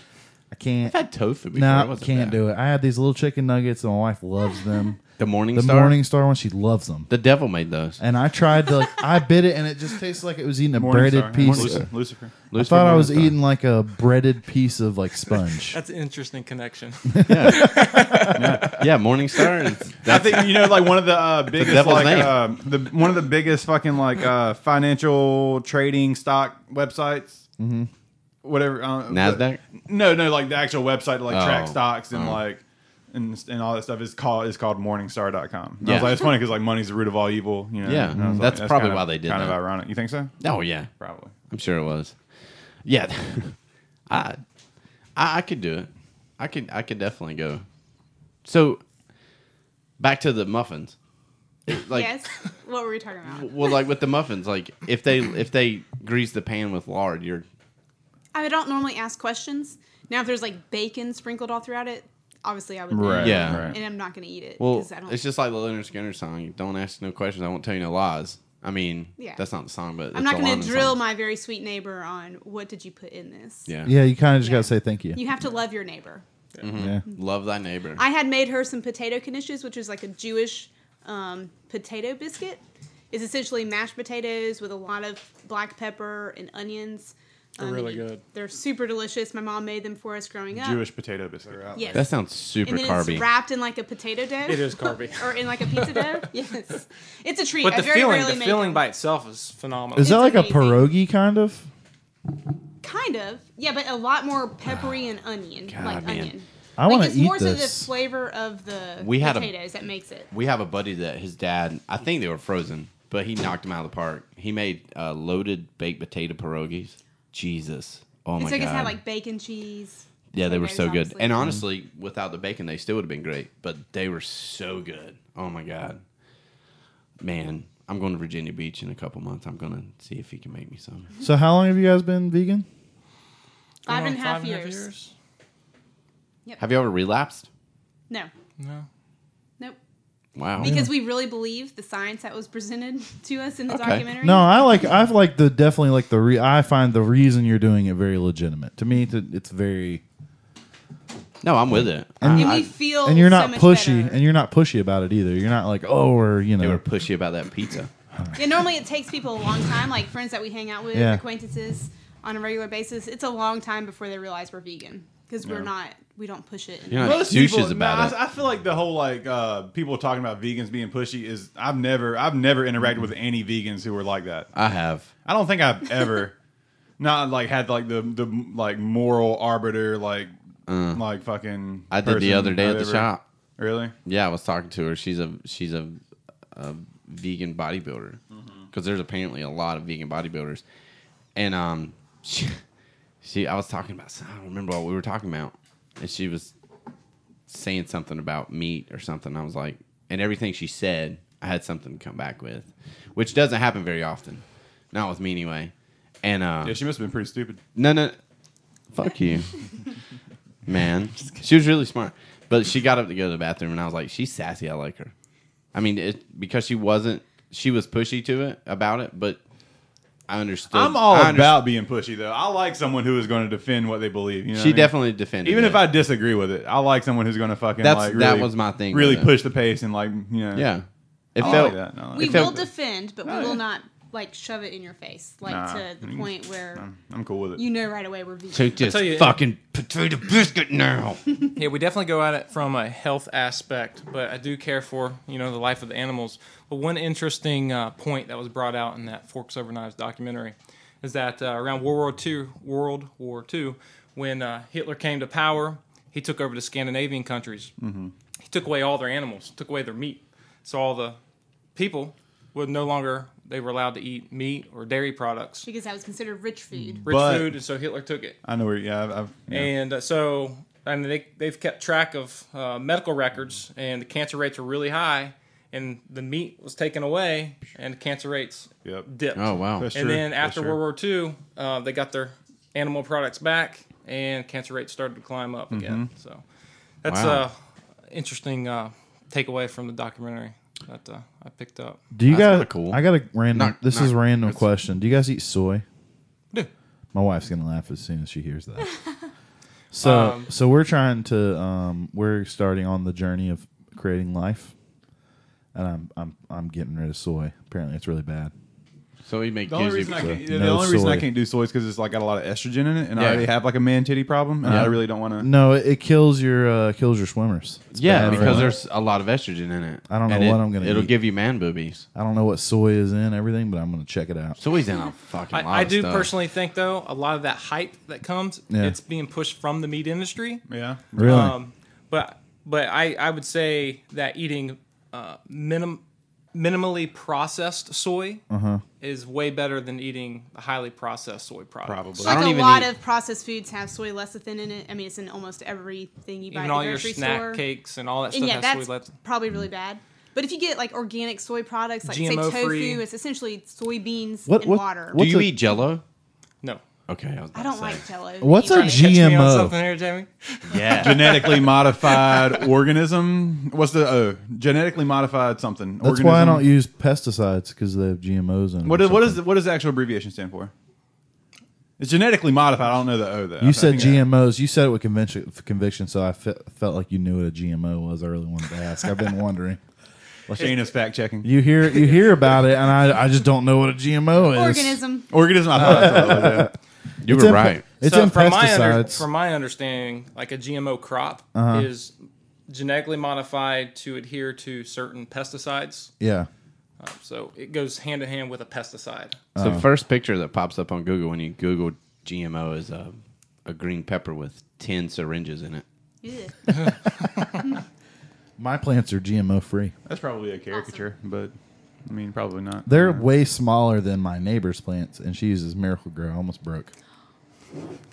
Speaker 4: I can't.
Speaker 5: I've had tofu. before.
Speaker 4: No,
Speaker 5: wasn't
Speaker 4: can't
Speaker 5: bad.
Speaker 4: do it. I had these little chicken nuggets, and my wife loves them.
Speaker 5: The morning
Speaker 4: the
Speaker 5: star.
Speaker 4: Morning Star one, she loves them.
Speaker 5: The devil made those.
Speaker 4: And I tried to, like, I bit it, and it just tastes like it was eating a
Speaker 6: Morning
Speaker 4: breaded
Speaker 6: Star.
Speaker 4: piece.
Speaker 6: Lucifer. Lucifer.
Speaker 4: I
Speaker 5: Lucifer
Speaker 4: thought I was
Speaker 5: Morningstar.
Speaker 4: eating like a breaded piece of like sponge.
Speaker 2: That's an interesting [LAUGHS] connection.
Speaker 5: Yeah, morning star. [LAUGHS]
Speaker 6: I think you know, like one of the uh, biggest,
Speaker 5: devil's
Speaker 6: like
Speaker 5: name.
Speaker 6: uh, the one of the biggest fucking like uh, financial trading stock websites. Mm-hmm. Whatever uh,
Speaker 5: Nasdaq?
Speaker 6: No, no, like the actual website to like track
Speaker 5: Oh,
Speaker 6: stocks and
Speaker 5: oh.
Speaker 6: like and and all that stuff is called is called Morningstar.com. And I
Speaker 5: Yeah.
Speaker 6: was like, it's funny because like money's the root of all evil. You know,
Speaker 5: Yeah.
Speaker 6: And I was
Speaker 5: Mhm. That's probably
Speaker 6: kind of-
Speaker 5: why they did
Speaker 6: Kind of
Speaker 5: that.
Speaker 6: ironic. You think so?
Speaker 5: oh yeah,
Speaker 6: Probably.
Speaker 5: I'm sure it was. Yeah, [LAUGHS] I, I I could do it. I could I could definitely go. So back to the muffins. It- Like
Speaker 7: yes. What were we talking about?
Speaker 5: well, like with the muffins, like if they if they grease the pan with lard, you're
Speaker 7: I don't normally ask questions. Now, if there's like bacon sprinkled all throughout it, obviously I would. know.
Speaker 6: Right.
Speaker 5: Yeah.
Speaker 6: Right.
Speaker 7: And I'm not going to eat it.
Speaker 5: well.
Speaker 7: 'cause I don't,
Speaker 5: It's just like the Leonard Skinner song. Don't ask no questions. I won't tell you no lies. I mean,
Speaker 7: Yeah.
Speaker 5: that's not the song, but
Speaker 7: I'm not
Speaker 5: going to
Speaker 7: drill my very sweet neighbor on what did you put in this.
Speaker 5: Yeah.
Speaker 4: yeah, you kind of just
Speaker 7: Yeah.
Speaker 4: gotta say thank you.
Speaker 7: You have to love your neighbor.
Speaker 4: yeah.
Speaker 5: Love thy neighbor.
Speaker 7: I had made her some potato knishes, which is like a Jewish um, potato biscuit. It's essentially mashed potatoes with a lot of black pepper and onions.
Speaker 2: They're
Speaker 7: Um,
Speaker 2: really
Speaker 7: and
Speaker 2: good.
Speaker 7: They're super delicious. My mom made them for us growing up.
Speaker 6: Jewish potato biscuit.
Speaker 7: Yes.
Speaker 5: that sounds super
Speaker 7: and then
Speaker 5: carby.
Speaker 7: it's wrapped in like a potato dough.
Speaker 2: It is carby.
Speaker 7: [LAUGHS] or in like a
Speaker 2: [LAUGHS]
Speaker 7: pizza dough. Yes. It's a treat.
Speaker 2: But
Speaker 7: I
Speaker 2: the
Speaker 7: very
Speaker 2: feeling,
Speaker 7: rarely
Speaker 2: the
Speaker 7: make
Speaker 2: feeling
Speaker 7: them.
Speaker 2: by itself is phenomenal.
Speaker 4: Is that like
Speaker 7: It's amazing.
Speaker 4: a pierogi kind of?
Speaker 7: Kind of. Yeah, but a lot more peppery and onion.
Speaker 5: God,
Speaker 7: like
Speaker 5: man.
Speaker 7: onion.
Speaker 4: I
Speaker 7: like
Speaker 4: want
Speaker 7: it's
Speaker 4: to eat
Speaker 7: more so the
Speaker 4: this.
Speaker 7: flavor of the
Speaker 5: We had a-
Speaker 7: potatoes that makes it.
Speaker 5: we have a buddy that his dad i think they were frozen but he knocked them out of the park he made uh, loaded baked potato pierogies jesus oh my
Speaker 7: it's like
Speaker 5: god
Speaker 7: it's had like bacon cheese.
Speaker 5: yeah they were so
Speaker 7: potatoes,
Speaker 5: good
Speaker 7: obviously. Mm-hmm.
Speaker 5: and honestly without the bacon they still would have been great but they were so good oh my god man i'm going to virginia beach in a couple months i'm going to see if he can make me some
Speaker 4: so how long have you guys been vegan?
Speaker 7: Five
Speaker 2: Going
Speaker 7: and
Speaker 2: on
Speaker 7: a half
Speaker 2: and
Speaker 7: years.
Speaker 5: Have you ever relapsed?
Speaker 7: No,
Speaker 2: No.
Speaker 7: nope.
Speaker 5: Wow.
Speaker 7: Because we really believe the science that was presented [LAUGHS] to us in the
Speaker 5: Okay.
Speaker 7: documentary.
Speaker 4: No, I like I've like the definitely like the re- I find the reason you're doing it very legitimate. To me, it's, it's very
Speaker 5: no, I'm with it.
Speaker 7: and
Speaker 5: I-
Speaker 7: we feel
Speaker 4: and you're not
Speaker 7: so much
Speaker 4: pushy
Speaker 7: better.
Speaker 4: and you're not pushy about it either. You're not like oh or you
Speaker 5: they were
Speaker 4: know
Speaker 5: pushy about that pizza.
Speaker 7: Yeah, normally it takes people a long time, like friends that we hang out with,
Speaker 4: Yeah.
Speaker 7: acquaintances on a regular basis. It's a long time before they realize we're vegan because we're not, we don't push it.
Speaker 5: You're not
Speaker 6: Most
Speaker 5: douches
Speaker 6: people-
Speaker 5: about
Speaker 6: nah,
Speaker 5: it.
Speaker 6: I, I feel like the whole like uh, people talking about vegans being pushy is I've never I've never interacted with any vegans who were like that.
Speaker 5: I have.
Speaker 6: I don't think I've ever [LAUGHS] not like had like the the like moral arbiter like like fucking.
Speaker 5: Uh. I did
Speaker 6: person
Speaker 5: the other day
Speaker 6: I've
Speaker 5: at the
Speaker 6: ever-
Speaker 5: shop.
Speaker 6: Really?
Speaker 5: Yeah, I was talking to her. She's a she's a, a vegan bodybuilder because there's apparently a lot of vegan bodybuilders, and um, [LAUGHS] she, she I was talking about I don't remember what we were talking about, and she was saying something about meat or something. I was like, and everything she said, I had something to come back with, which doesn't happen very often, not with me anyway. And uh,
Speaker 6: Yeah, she must have been pretty stupid.
Speaker 5: no, no.
Speaker 4: [LAUGHS]
Speaker 5: Fuck you. Man. She was really smart. But she got up to go to the bathroom, and I was like, she's sassy. I like her. I mean, it, because she wasn't, she was pushy to it about it, but I understood.
Speaker 6: I'm all
Speaker 5: I underst-
Speaker 6: about being pushy though. I like someone who is going to defend what they believe. You know what I
Speaker 5: She
Speaker 6: mean?
Speaker 5: definitely defended
Speaker 6: Even
Speaker 5: it.
Speaker 6: if I disagree with it, I like someone who's going to fucking
Speaker 5: That's-
Speaker 6: like really,
Speaker 5: that was my thing with
Speaker 6: Really
Speaker 5: it.
Speaker 6: push the pace and like you know
Speaker 5: Yeah. It
Speaker 6: I
Speaker 5: felt.
Speaker 6: like that. No,
Speaker 7: We
Speaker 5: it
Speaker 6: it-
Speaker 7: will
Speaker 5: felt-
Speaker 7: defend, but we
Speaker 6: Oh,
Speaker 7: will
Speaker 6: yeah.
Speaker 7: not like shove it in your face, like
Speaker 6: Nah.
Speaker 7: to the point where
Speaker 6: I'm cool with it.
Speaker 7: you know right away we're vegan.
Speaker 5: Take this
Speaker 2: tell you-
Speaker 5: fucking potato biscuit now.
Speaker 2: Yeah, we definitely go at it from a health aspect, but I do care for you know the life of the animals. But one interesting uh, point that was brought out in that Forks Over Knives documentary is that uh, around World War II, World War II, when uh, Hitler came to power, he took over the Scandinavian countries. He took away all their animals, took away their meat, so all the people would no longer they were allowed to eat meat or dairy products,
Speaker 7: Because that was considered rich food.
Speaker 2: rich
Speaker 6: But-
Speaker 2: food, and so Hitler took it.
Speaker 6: I know where. Yeah, I've, I've yeah.
Speaker 2: And uh, so, I mean, they, they've kept track of uh, medical records, and the cancer rates are really high, and the meat was taken away, and the cancer rates
Speaker 6: Yep.
Speaker 2: dipped.
Speaker 5: Oh, wow.
Speaker 6: That's
Speaker 2: And
Speaker 6: true.
Speaker 2: then
Speaker 6: That's
Speaker 2: after
Speaker 6: true.
Speaker 2: World War II, uh, they got their animal products back, and cancer rates started to climb up again. So that's
Speaker 5: Mm-hmm. Wow.
Speaker 2: uh, interesting uh, takeaway from the documentary that uh, I picked up.
Speaker 4: do you
Speaker 5: That's
Speaker 4: guys
Speaker 5: kinda cool.
Speaker 4: I got a random
Speaker 5: Not-
Speaker 4: this
Speaker 5: not-
Speaker 4: is a random
Speaker 5: it's-
Speaker 4: question. Do you guys eat soy?
Speaker 2: Do.
Speaker 4: My wife's gonna laugh as soon as she hears
Speaker 7: [LAUGHS]
Speaker 4: that. So
Speaker 2: Um,
Speaker 4: so we're trying to um, we're starting on the journey of creating life, and I'm I'm I'm getting rid of soy. Apparently, it's really bad.
Speaker 5: So he make
Speaker 6: The only
Speaker 5: gives you-
Speaker 6: reason, I can't,
Speaker 4: so
Speaker 6: the
Speaker 4: no
Speaker 6: only reason I
Speaker 4: soy.
Speaker 6: can't do soy is because it's like got a lot of estrogen in it, and I
Speaker 5: Yeah.
Speaker 6: already have like a man titty problem, and I really don't want to.
Speaker 4: No, it, it kills your uh, kills your swimmers. It's
Speaker 5: Yeah,
Speaker 4: bad for
Speaker 5: because
Speaker 4: them.
Speaker 5: there's a lot of estrogen in it.
Speaker 4: I don't
Speaker 5: And
Speaker 4: know what
Speaker 5: it-
Speaker 4: I'm gonna
Speaker 5: It'll
Speaker 4: eat.
Speaker 5: give you man boobies.
Speaker 4: I don't know what soy is in everything, but I'm gonna check it out.
Speaker 5: So he's in a fucking lot
Speaker 2: I, I
Speaker 5: of
Speaker 2: do
Speaker 5: stuff.
Speaker 2: personally think, though, a lot of that hype that comes,
Speaker 4: Yeah.
Speaker 2: it's being pushed from the meat industry.
Speaker 6: Yeah,
Speaker 4: Really?
Speaker 2: Um, but but I, I would say that eating uh, minim, minimally processed soy is way better than eating highly processed soy product.
Speaker 6: probably.
Speaker 7: Like
Speaker 5: don't
Speaker 7: a
Speaker 5: even
Speaker 7: lot
Speaker 5: eat-
Speaker 7: of processed foods have soy lecithin in it. I mean, it's in almost everything you buy
Speaker 2: Even
Speaker 7: at
Speaker 2: all
Speaker 7: the
Speaker 2: your
Speaker 7: grocery
Speaker 2: snack
Speaker 7: store.
Speaker 2: cakes and all that
Speaker 7: and
Speaker 2: stuff
Speaker 7: yeah,
Speaker 2: has
Speaker 7: that's
Speaker 2: soy lecithin.
Speaker 7: probably really bad. But if you get like organic soy products, like say tofu,
Speaker 2: GMO-free.
Speaker 7: it's essentially soybeans
Speaker 4: What-
Speaker 7: and
Speaker 4: what-
Speaker 7: water.
Speaker 5: Do
Speaker 4: What's
Speaker 5: you
Speaker 4: a-
Speaker 5: eat jello?
Speaker 2: No.
Speaker 5: Okay, I was about
Speaker 7: I
Speaker 5: to
Speaker 7: don't
Speaker 5: say.
Speaker 7: like Jello.
Speaker 4: What's
Speaker 7: either.
Speaker 4: a
Speaker 2: Catch me on
Speaker 4: GMO?
Speaker 2: something here, Jamie.
Speaker 5: Yeah.
Speaker 6: genetically modified organism. What's the oh genetically modified something?
Speaker 4: That's why I don't use pesticides because they have GMOs in. 'em
Speaker 6: What
Speaker 4: or
Speaker 6: is, what is
Speaker 4: something.
Speaker 6: the, what does the actual abbreviation stand for? It's genetically modified. I don't know the O though.
Speaker 4: You said
Speaker 6: GM.
Speaker 4: GMOs. You said it with conviction, with conviction. So I fe- felt like you knew what a GMO was. I really wanted to ask. I've been wondering.
Speaker 6: Shane is fact
Speaker 4: [LAUGHS]
Speaker 6: checking.
Speaker 4: You hear you hear about it, and I, I just don't know what a GMO is.
Speaker 7: organism?
Speaker 6: Organism. I thought that's
Speaker 4: [LAUGHS]
Speaker 6: what it was, yeah.
Speaker 5: You
Speaker 4: It's
Speaker 5: were
Speaker 4: in-
Speaker 5: right.
Speaker 4: It's
Speaker 2: so
Speaker 4: in
Speaker 2: from my, under,
Speaker 4: pesticides.
Speaker 2: from my understanding, like a GMO crop is genetically modified to adhere to certain pesticides.
Speaker 4: yeah.
Speaker 2: So it goes hand in hand with a pesticide.
Speaker 5: So the first picture that pops up on Google when you Google GMO is a, a green pepper with 10 syringes in it.
Speaker 6: [LAUGHS]
Speaker 7: Ugh.
Speaker 4: My plants are GMO free.
Speaker 6: That's probably a caricature, but I mean probably not.
Speaker 4: They're way smaller than my neighbor's plants, and she uses Miracle Grow. I almost broke.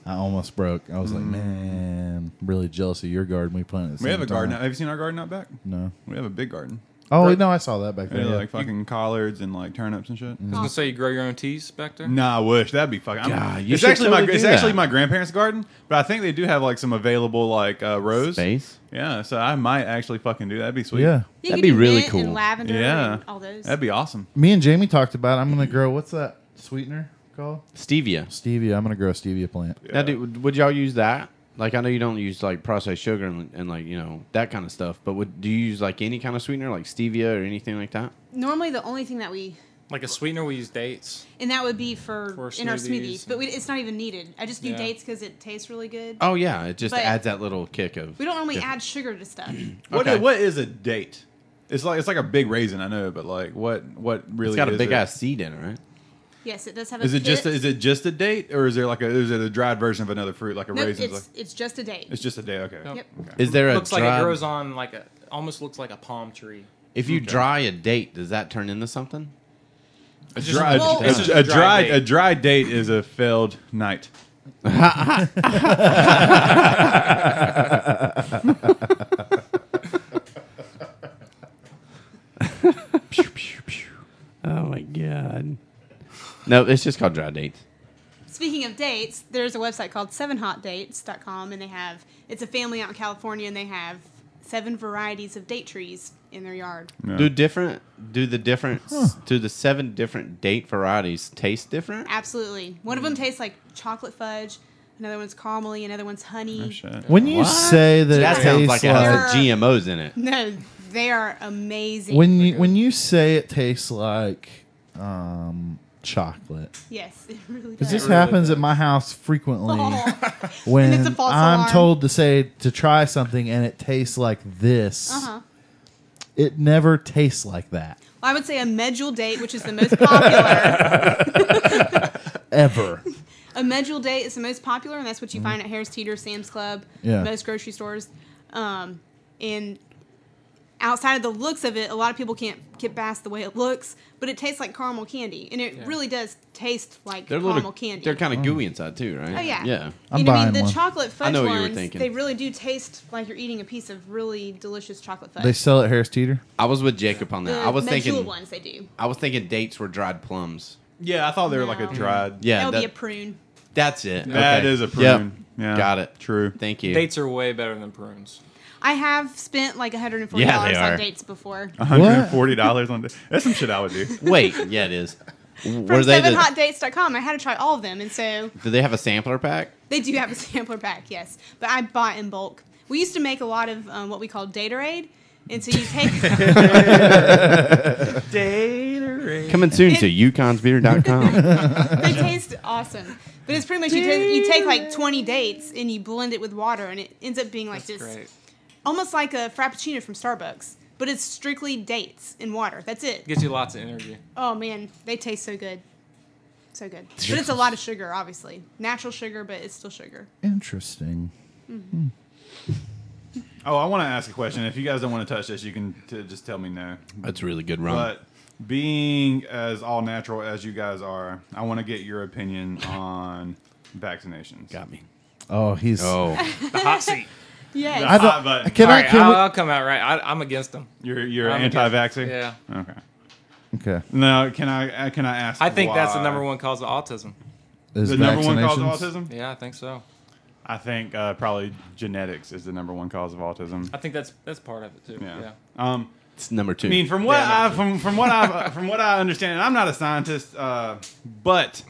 Speaker 4: I almost broke. I was like, man, I'm really jealous of your garden. We planted. at the
Speaker 6: we have
Speaker 4: same
Speaker 6: a garden.
Speaker 4: time."
Speaker 6: Have you seen our garden out back?
Speaker 4: No.
Speaker 6: We have a big garden.
Speaker 4: Oh no, I saw that back
Speaker 6: They're
Speaker 4: there. yeah. Mm.
Speaker 6: like fucking collards and like turnips and shit.
Speaker 2: I was gonna say you grow your own teas back there.
Speaker 6: Nah, I wish that'd be fucking. I'm-
Speaker 5: you
Speaker 6: it's
Speaker 5: should
Speaker 6: actually my
Speaker 5: totally do
Speaker 6: it's actually
Speaker 5: that.
Speaker 6: my grandparents' garden, but I think they do have like some available like uh, rows.
Speaker 5: Space.
Speaker 6: Yeah, so I might actually fucking do that. That'd be sweet.
Speaker 4: yeah.
Speaker 7: You
Speaker 5: That'd
Speaker 7: could
Speaker 5: be
Speaker 7: do
Speaker 5: really
Speaker 7: mint
Speaker 5: cool.
Speaker 7: And lavender
Speaker 6: yeah,
Speaker 7: and all those.
Speaker 6: That'd be awesome.
Speaker 4: Me and Jamie talked about. I'm gonna grow. What's that sweetener called?
Speaker 5: Stevia.
Speaker 4: Stevia. I'm gonna grow a stevia plant.
Speaker 5: Now, do, would y'all use that? Like, I know you don't use like processed sugar and, and like you know that kind of stuff, but would do you use like any kind of sweetener, like stevia or anything like that?
Speaker 7: Normally, the only thing that we
Speaker 2: Like a sweetener, we use dates.
Speaker 7: and that would be for,
Speaker 2: For
Speaker 7: in our
Speaker 2: smoothies.
Speaker 7: smoothies, but we, it's not even needed. I just do
Speaker 2: Yeah.
Speaker 7: dates because it tastes really good.
Speaker 5: Oh yeah, it just
Speaker 7: But-
Speaker 5: adds that little kick of.
Speaker 7: We don't normally
Speaker 5: different-
Speaker 7: add sugar
Speaker 6: [CLEARS THROAT]
Speaker 7: to stuff.
Speaker 6: What
Speaker 5: Okay.
Speaker 6: what is a date? It's like it's like a big raisin, I know, but like what what really
Speaker 5: It's got a
Speaker 6: is
Speaker 5: big
Speaker 6: it?
Speaker 5: ass seed in it, right?
Speaker 7: yes, it does have. A
Speaker 6: Is it just a,
Speaker 7: pit.
Speaker 6: is it just a date or is there like a is it a dried version of another fruit like a
Speaker 7: no? It's,
Speaker 6: raisin? It's, like,
Speaker 7: it's just a date.
Speaker 6: it's just a date. Okay.
Speaker 7: Yep.
Speaker 5: Is there a
Speaker 2: Looks like
Speaker 5: dry-
Speaker 2: it grows on like a almost looks like a palm tree.
Speaker 5: If you dry a date, does that turn into something?
Speaker 6: A,
Speaker 2: just-
Speaker 6: dry,
Speaker 7: Well-
Speaker 6: a,
Speaker 7: It's
Speaker 2: just
Speaker 6: a,
Speaker 2: a dry
Speaker 6: dry
Speaker 2: date.
Speaker 6: a dry date is a failed night.
Speaker 5: Oh my god. No, it's just called dry dates.
Speaker 7: Speaking of dates, there's a website called sevenhotdates.com, and they have it's a family out in California, and they have seven varieties of date trees in their yard.
Speaker 5: Do different do the different do the seven different date varieties taste different?
Speaker 7: Absolutely, one
Speaker 5: Mm.
Speaker 7: of them tastes like chocolate fudge, another one's caramely, another one's honey.
Speaker 6: Oh, shit.
Speaker 4: When you
Speaker 5: What?
Speaker 4: say that,
Speaker 5: That
Speaker 4: it
Speaker 5: sounds
Speaker 4: tastes
Speaker 5: like it has
Speaker 7: like-
Speaker 5: the GMOs in it.
Speaker 7: [LAUGHS] No, they are amazing.
Speaker 4: when you when you say it tastes like um, chocolate.
Speaker 7: yes, [LAUGHS] it really does.
Speaker 4: Because this happens at my house frequently
Speaker 7: Oh.
Speaker 4: when
Speaker 7: it's a false
Speaker 4: I'm
Speaker 7: alarm.
Speaker 4: told to say to try something and it tastes like this.
Speaker 7: Uh-huh.
Speaker 4: It never tastes like that
Speaker 7: Well, I would say a medjool date, which is the most
Speaker 5: [LAUGHS]
Speaker 7: popular.
Speaker 6: [LAUGHS]
Speaker 4: ever.
Speaker 7: a medjool date is the most popular, and that's what you find at Harris Teeter, Sam's Club,
Speaker 4: Mm-hmm. Yeah.
Speaker 7: most grocery stores. Um, and outside of the looks of it, a lot of people can't get past the way it looks, but it tastes like caramel candy, and it really does taste like
Speaker 5: They're
Speaker 7: caramel
Speaker 5: little
Speaker 7: candy.
Speaker 5: They're kind of gooey inside too, right?
Speaker 7: Oh yeah,
Speaker 5: Yeah.
Speaker 4: I'm
Speaker 7: you know what I mean?
Speaker 4: buying
Speaker 7: The
Speaker 4: one.
Speaker 7: chocolate fudge
Speaker 5: I know what you
Speaker 7: ones,
Speaker 5: were thinking.
Speaker 7: they really do taste like you're eating a piece of really delicious chocolate fudge.
Speaker 4: They sell it Harris Teeter.
Speaker 5: I was with Jacob on
Speaker 7: the
Speaker 5: that. I was
Speaker 7: medjool
Speaker 5: thinking
Speaker 7: ones they do.
Speaker 5: I was thinking dates were dried plums.
Speaker 6: Yeah, I thought they were like
Speaker 7: No.
Speaker 6: a dried.
Speaker 5: Yeah,
Speaker 7: that would
Speaker 5: that-
Speaker 7: be a prune.
Speaker 5: that's it.
Speaker 6: That
Speaker 5: Okay.
Speaker 6: is a
Speaker 5: Yep.
Speaker 6: prune. Yeah.
Speaker 5: Got it.
Speaker 6: True.
Speaker 5: Thank you.
Speaker 2: Dates are way better than prunes.
Speaker 7: I have spent like $140
Speaker 5: Yeah, they
Speaker 7: on
Speaker 5: are.
Speaker 7: dates before.
Speaker 6: $140 on the, That's some shit I would do.
Speaker 5: [LAUGHS] Wait, yeah, it is.
Speaker 7: From
Speaker 5: Were they the,
Speaker 7: sevenhotdates.com. I had to try all of them, and so
Speaker 5: do they have a sampler pack?
Speaker 7: they do have a [LAUGHS] sampler pack, yes. But I bought in bulk. We used to make a lot of um, what we call Datorade, and so you take
Speaker 4: [LAUGHS]
Speaker 5: Coming soon to
Speaker 7: It-
Speaker 5: yukon'sbeer.com.
Speaker 7: they taste awesome, but it's pretty much you, take you take like twenty dates and you blend it with water, and it ends up being like this,
Speaker 2: Great.
Speaker 7: almost like a frappuccino from Starbucks, but it's strictly dates and water. That's it.
Speaker 2: Gives you lots of energy.
Speaker 7: Oh man, they taste so good, so good. But it's a lot of sugar, obviously, natural sugar, but it's still sugar.
Speaker 4: Interesting.
Speaker 6: Oh, I want to ask a question. If you guys don't want to touch this, you can t- just tell me no.
Speaker 5: That's a really good rum.
Speaker 6: But being as all natural as you guys are, I want to get your opinion on vaccinations.
Speaker 5: Got me.
Speaker 4: Oh, he's.
Speaker 5: [LAUGHS] Oh,
Speaker 2: The hot seat.
Speaker 7: Yes.
Speaker 4: I
Speaker 6: Hot
Speaker 4: don't,
Speaker 6: button.
Speaker 2: [LAUGHS]
Speaker 4: can
Speaker 2: All
Speaker 4: I?
Speaker 2: right,
Speaker 4: Can
Speaker 2: I'll,
Speaker 4: we,
Speaker 2: I'll come out right. I, I'm against them.
Speaker 6: Ah, You're you're
Speaker 2: I'm against-
Speaker 6: anti-vaccine.
Speaker 2: yeah.
Speaker 6: Okay.
Speaker 4: okay.
Speaker 6: No, can I uh, can I ask?
Speaker 2: I think that's the
Speaker 6: why?
Speaker 2: number one cause of autism.
Speaker 4: Is
Speaker 6: The number one cause of
Speaker 4: vaccinations-
Speaker 6: autism?
Speaker 2: Yeah, I think so.
Speaker 6: I think uh, probably genetics is the number one cause of autism.
Speaker 2: I think that's that's part of it too.
Speaker 6: Yeah.
Speaker 2: Yeah.
Speaker 6: Um,
Speaker 5: it's number two.
Speaker 6: I mean, from what
Speaker 2: Yeah,
Speaker 6: I from from what I from what I understand, and I'm not a scientist, uh, but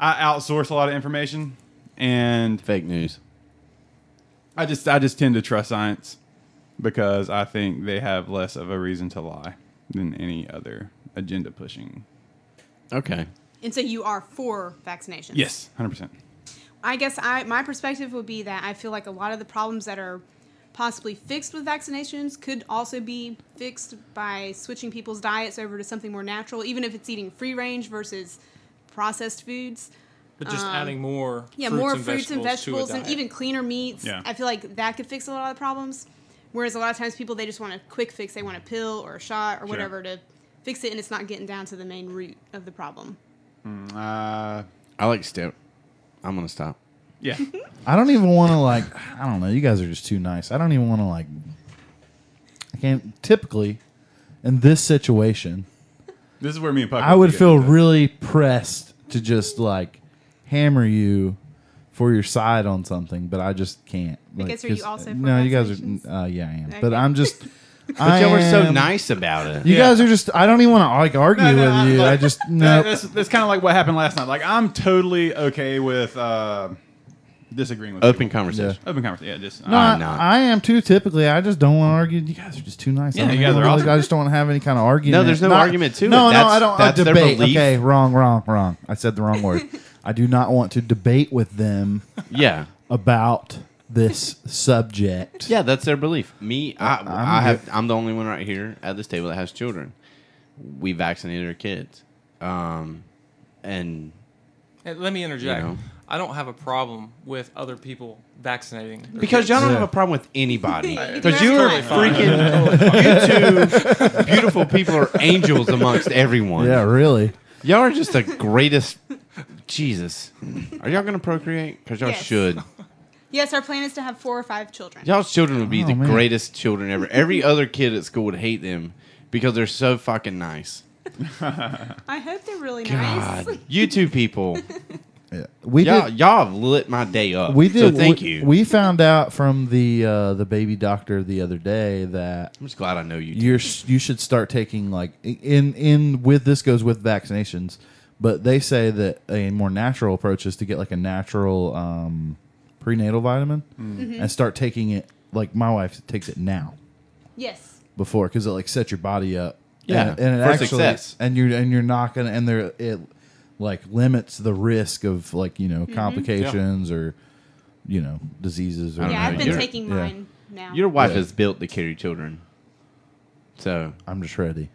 Speaker 6: I outsource a lot of information, and
Speaker 5: Fake news.
Speaker 6: I just I just tend to trust science because I think they have less of a reason to lie than any other agenda pushing.
Speaker 5: Okay.
Speaker 7: And so you are for vaccinations.
Speaker 6: Yes, hundred percent.
Speaker 7: I guess I my perspective would be that I feel like a lot of the problems that are possibly fixed with vaccinations could also be fixed by switching people's diets over to something more natural, even if it's eating free range versus processed foods.
Speaker 2: But just adding more.
Speaker 7: Um, Yeah,
Speaker 2: fruits
Speaker 7: more
Speaker 2: and
Speaker 7: fruits and vegetables
Speaker 2: to a
Speaker 7: and
Speaker 2: diet.
Speaker 7: even cleaner meats.
Speaker 6: Yeah.
Speaker 7: I feel like that could fix a lot of the problems. Whereas a lot of times people they just want a quick fix, they want a pill or a shot or whatever to fix it and it's not getting down to the main root of the problem.
Speaker 6: Uh,
Speaker 5: I like step. I'm gonna stop.
Speaker 6: yeah,
Speaker 4: I don't even want to like. I don't know. You guys are just too nice. I don't even want to like. I can't. Typically, in this situation,
Speaker 6: [LAUGHS] This is where me and Puck.
Speaker 4: I would
Speaker 6: together,
Speaker 4: feel
Speaker 6: though.
Speaker 4: really pressed to just like hammer you for your side on something, but I just can't. Like,
Speaker 7: guess, are you
Speaker 4: 'cause-
Speaker 7: also for
Speaker 4: no? You guys
Speaker 7: vaccinations?
Speaker 4: are. Uh, yeah, I am.
Speaker 7: Okay.
Speaker 4: But I'm
Speaker 6: [LAUGHS]
Speaker 4: just.
Speaker 5: But
Speaker 4: I
Speaker 5: y'all were so
Speaker 4: am-
Speaker 5: nice about it.
Speaker 4: You
Speaker 6: Yeah.
Speaker 4: guys are just. I don't even want to like argue
Speaker 6: No, no,
Speaker 4: with
Speaker 6: I'm
Speaker 4: you.
Speaker 6: like-
Speaker 4: I just
Speaker 6: [LAUGHS] That-
Speaker 4: no.
Speaker 6: That's, that's kind of like what happened last night. Like I'm totally okay with uh, disagreeing with
Speaker 5: Open
Speaker 6: people.
Speaker 5: conversation.
Speaker 6: open conversation. Yeah, just
Speaker 4: No, I,
Speaker 5: I'm not.
Speaker 4: I am too. Typically, I just don't want to argue. You guys are just too nice. I don't
Speaker 6: you guys
Speaker 4: know,
Speaker 6: are
Speaker 4: like,
Speaker 6: awesome.
Speaker 4: I just don't want to have any kind of argument.
Speaker 5: No, there's no
Speaker 4: Not-
Speaker 5: argument to it.
Speaker 4: No, no,
Speaker 5: That's-
Speaker 4: I don't.
Speaker 5: that's
Speaker 4: a
Speaker 5: their
Speaker 4: debate.
Speaker 5: belief.
Speaker 4: Okay, wrong, wrong, wrong. I said the wrong
Speaker 6: [LAUGHS]
Speaker 4: word. I do not want to debate with them
Speaker 5: Yeah.
Speaker 4: about this subject.
Speaker 5: Yeah, that's their belief. Me, I,
Speaker 4: I'm
Speaker 5: I have. I'm the only one right here at this table that has children. We vaccinated our kids, um, and
Speaker 2: Hey, let me interject.
Speaker 5: You know.
Speaker 2: I don't have a problem with other people vaccinating. their
Speaker 5: because
Speaker 2: kids.
Speaker 5: y'all don't have a problem with [LAUGHS] anybody,
Speaker 7: You
Speaker 5: because
Speaker 7: can
Speaker 5: you are
Speaker 7: have fun.
Speaker 5: freaking you two beautiful people are angels amongst everyone.
Speaker 4: Yeah, really.
Speaker 5: y'all are just the greatest. Jesus, are y'all gonna procreate? Because y'all
Speaker 7: Yes.
Speaker 5: should.
Speaker 7: Yes, our plan is to have four or five children.
Speaker 5: Y'all's children would be the
Speaker 4: Oh, man.
Speaker 5: greatest children ever. Every other kid at school would hate them because they're so fucking nice.
Speaker 7: I hope they're really nice. [LAUGHS]
Speaker 5: God, you two people.
Speaker 4: We
Speaker 5: y'all,
Speaker 4: did.
Speaker 5: y'all have lit my day up.
Speaker 4: We did.
Speaker 5: So thank
Speaker 4: we,
Speaker 5: you.
Speaker 4: We found out from the uh, the baby doctor the other day that
Speaker 5: I'm just glad I know you. two.
Speaker 4: you're s- you should start taking like in in with this goes with vaccinations but they say that a more natural approach is to get like a natural um, prenatal vitamin and start taking it like my wife takes it now
Speaker 7: Yes.
Speaker 4: before because it like sets your body up
Speaker 5: Yeah,
Speaker 4: and, and it
Speaker 5: for
Speaker 4: actually
Speaker 5: success.
Speaker 4: and you're and you're not gonna and there it like limits the risk of like you know
Speaker 7: Mm-hmm.
Speaker 4: complications or you know diseases or
Speaker 5: I don't
Speaker 7: Yeah,
Speaker 5: know,
Speaker 7: I've been
Speaker 5: you're-
Speaker 7: taking
Speaker 4: yeah.
Speaker 7: mine now.
Speaker 5: Your wife
Speaker 4: Yeah.
Speaker 5: is built to carry children. So
Speaker 4: i'm just ready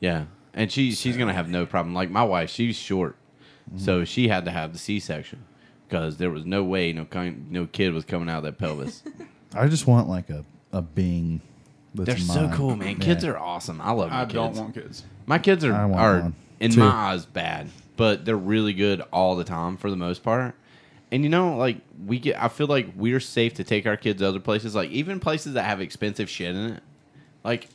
Speaker 5: yeah, and she she's gonna have no problem. Like my wife, she's short,
Speaker 4: Mm-hmm.
Speaker 5: so she had to have the C-section because there was no way no kind no kid was coming out of that pelvis.
Speaker 4: i just want like a a being that's
Speaker 5: They're so
Speaker 4: mine.
Speaker 5: cool, man. Kids
Speaker 4: Yeah.
Speaker 5: are awesome. I love. My
Speaker 6: I
Speaker 5: kids.
Speaker 6: don't want kids.
Speaker 5: My kids are,
Speaker 4: I want
Speaker 5: are
Speaker 4: one,
Speaker 5: in
Speaker 4: too.
Speaker 5: my eyes bad, but they're really good all the time for the most part. And you know, like we get, I feel like we're safe to take our kids other places, like even places that have expensive shit in it. Like,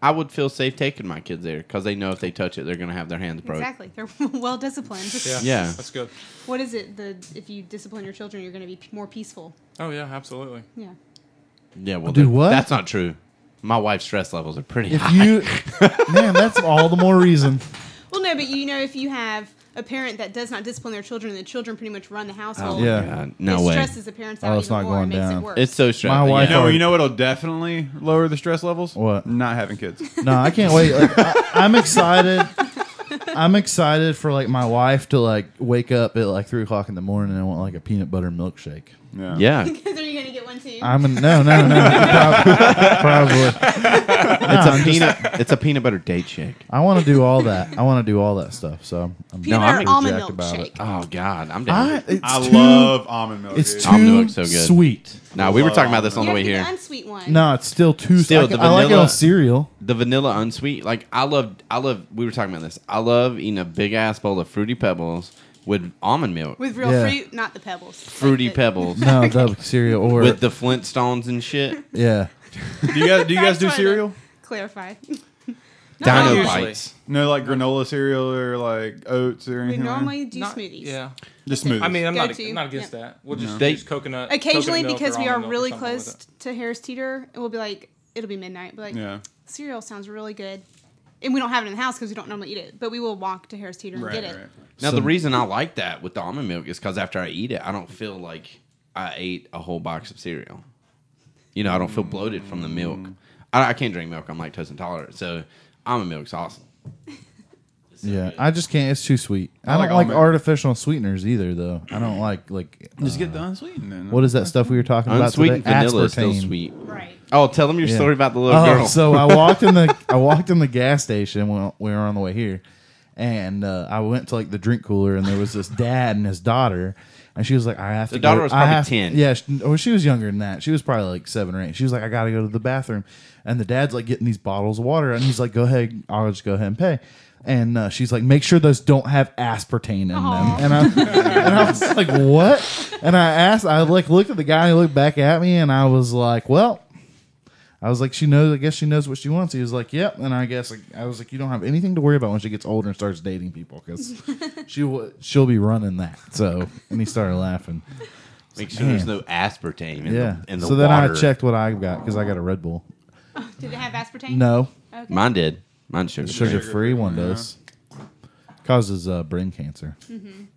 Speaker 5: I would feel safe taking my kids there because they know if they touch it, they're gonna have their hands broke.
Speaker 7: exactly. They're [LAUGHS] well disciplined.
Speaker 2: Yeah,
Speaker 5: Yeah.
Speaker 2: that's good.
Speaker 7: What is it? The if you discipline your children, you're going to be p- more peaceful.
Speaker 2: Oh yeah, absolutely.
Speaker 7: Yeah.
Speaker 5: Yeah, well,
Speaker 4: Dude,
Speaker 5: that-
Speaker 4: what?
Speaker 5: That's not true. My wife's stress levels are pretty
Speaker 4: If
Speaker 5: high.
Speaker 4: you, [LAUGHS] man, that's all the more reason.
Speaker 7: Well, no, but you know, if you have a parent that does not discipline their children, the children pretty much run the household.
Speaker 5: Oh,
Speaker 4: yeah.
Speaker 5: God,
Speaker 7: It
Speaker 5: Uh, no way.
Speaker 7: stresses the parents
Speaker 4: Oh,
Speaker 7: out
Speaker 4: it's
Speaker 7: even
Speaker 4: not
Speaker 7: more and
Speaker 4: going
Speaker 7: makes
Speaker 4: down.
Speaker 7: it worse. [LAUGHS]
Speaker 5: It's so stressful.
Speaker 4: My wife-
Speaker 6: You know,
Speaker 4: Sorry.
Speaker 6: you know what'll definitely lower the stress levels?
Speaker 4: What?
Speaker 6: Not having kids.
Speaker 4: No, I can't wait. Like, I, I'm excited. I'm excited for like my wife to like wake up at like three o'clock in the morning and want like a peanut butter milkshake.
Speaker 6: Yeah.
Speaker 4: [LAUGHS]
Speaker 5: yeah, it's
Speaker 7: Because are you going to get one too?
Speaker 4: I'm a, no, no, no, prob- probably.
Speaker 5: a
Speaker 4: [LAUGHS]
Speaker 5: peanut. It's a peanut butter date shake.
Speaker 4: I want to do all that. I want to do all that stuff. So I'm
Speaker 7: Peanut
Speaker 5: No, I'm
Speaker 7: butter
Speaker 5: pretty
Speaker 7: almond
Speaker 4: jacked
Speaker 7: milk
Speaker 4: about it.
Speaker 7: shake.
Speaker 5: Oh God, I'm down.
Speaker 4: I, it's
Speaker 6: I
Speaker 4: too,
Speaker 6: love almond milk.
Speaker 4: It's
Speaker 6: dude.
Speaker 4: too
Speaker 5: Almond milk's so good.
Speaker 4: sweet.
Speaker 5: Now we were talking about this on
Speaker 7: You
Speaker 5: the
Speaker 7: have
Speaker 5: way
Speaker 7: to get
Speaker 5: here.
Speaker 7: the unsweet one.
Speaker 4: No, it's still too.
Speaker 5: Still,
Speaker 4: I,
Speaker 5: the
Speaker 4: I like it
Speaker 5: vanilla-
Speaker 4: on cereal.
Speaker 5: the vanilla unsweet. Like I love, I love. We were talking about this. I love eating a big ass bowl of fruity pebbles with almond milk,
Speaker 7: With real
Speaker 4: Yeah.
Speaker 7: fruit, not the pebbles. [LAUGHS]
Speaker 5: fruity
Speaker 7: Like the-
Speaker 5: pebbles [LAUGHS]
Speaker 4: No, the cereal or
Speaker 5: with the Flintstones and shit.
Speaker 4: yeah.
Speaker 6: Do you guys do you
Speaker 7: I
Speaker 6: guys
Speaker 7: just
Speaker 6: do
Speaker 7: wanted to
Speaker 6: cereal?
Speaker 7: Clarify. [LAUGHS]
Speaker 5: Dino
Speaker 2: usually.
Speaker 5: bites.
Speaker 6: No, like granola cereal or like oats or
Speaker 7: We
Speaker 6: anything. like
Speaker 7: normally do
Speaker 2: Not-
Speaker 7: smoothies.
Speaker 2: Yeah.
Speaker 6: that? just smooth.
Speaker 2: I mean, I'm
Speaker 7: Go
Speaker 2: not,
Speaker 7: to.
Speaker 2: I'm not against
Speaker 7: Yep.
Speaker 2: that. We'll just
Speaker 5: They-
Speaker 2: use coconut.
Speaker 7: Occasionally,
Speaker 2: coconut milk
Speaker 7: because
Speaker 2: or
Speaker 7: we are
Speaker 2: almond milk or
Speaker 7: really
Speaker 2: something with
Speaker 7: close
Speaker 2: it.
Speaker 7: to Harris Teeter, and we'll be like, it'll be midnight. But like,
Speaker 6: yeah.
Speaker 7: cereal sounds really good. And we don't have it in the house because we don't normally eat it, but we will walk to Harris Teeter and
Speaker 6: Right,
Speaker 7: get
Speaker 6: right.
Speaker 7: it.
Speaker 5: Now
Speaker 4: So-
Speaker 5: the reason I like that with the almond milk is because after I eat it, I don't feel like I ate a whole box of cereal. You know, I don't feel bloated from the milk. I, I can't drink milk. I'm lactose intolerant, so almond milk's awesome.
Speaker 4: Yeah, I just can't. It's too sweet. I,
Speaker 6: I
Speaker 4: don't
Speaker 6: like
Speaker 4: like,
Speaker 6: almond.
Speaker 4: artificial sweeteners either, though. I don't like like.
Speaker 6: Just
Speaker 4: uh,
Speaker 6: get the unsweetened. Then.
Speaker 4: what is that stuff we were talking about?
Speaker 5: Unsweetened
Speaker 4: today?
Speaker 5: vanilla is still
Speaker 4: Aspartame.
Speaker 5: sweet.
Speaker 7: Right.
Speaker 5: Oh, tell them your
Speaker 4: Yeah.
Speaker 5: story about the little
Speaker 4: Oh,
Speaker 5: girl.
Speaker 4: so I walked in
Speaker 5: [LAUGHS]
Speaker 4: the I walked in the gas station when we were on the way here, and uh, I went to like the drink cooler, and there was this dad and his daughter, and she was like, "I have to."
Speaker 5: The daughter
Speaker 4: go-
Speaker 5: was
Speaker 4: I
Speaker 5: probably
Speaker 4: have-
Speaker 5: 10.
Speaker 4: Yeah, she, or she was younger than that. She was probably like seven or eight. She was like, "I got to go to the bathroom," and the dad's like getting these bottles of water, and he's like, "Go ahead, I'll just go ahead and pay." And uh, she's like, "Make sure those don't have aspartame in
Speaker 7: Aw.
Speaker 4: them." And I'm and I was like, "What?" And I asked, I like looked at the guy, and he looked back at me, and I was like, "Well." I was like, she knows. I guess she knows what she wants. He was like, yep. And I guess like, I was like, you don't have anything to worry about when she gets older and starts dating people because she will she'll be running that. So and he started laughing.
Speaker 5: Make sure there's no aspartame in
Speaker 4: Yeah.
Speaker 5: the in the
Speaker 4: so then
Speaker 5: water.
Speaker 4: I checked what I got because I got a Red Bull.
Speaker 7: Did it have aspartame?
Speaker 4: No,
Speaker 7: Okay.
Speaker 5: Mine did. Mine sugar.
Speaker 4: sugar free one does. Causes uh, brain cancer.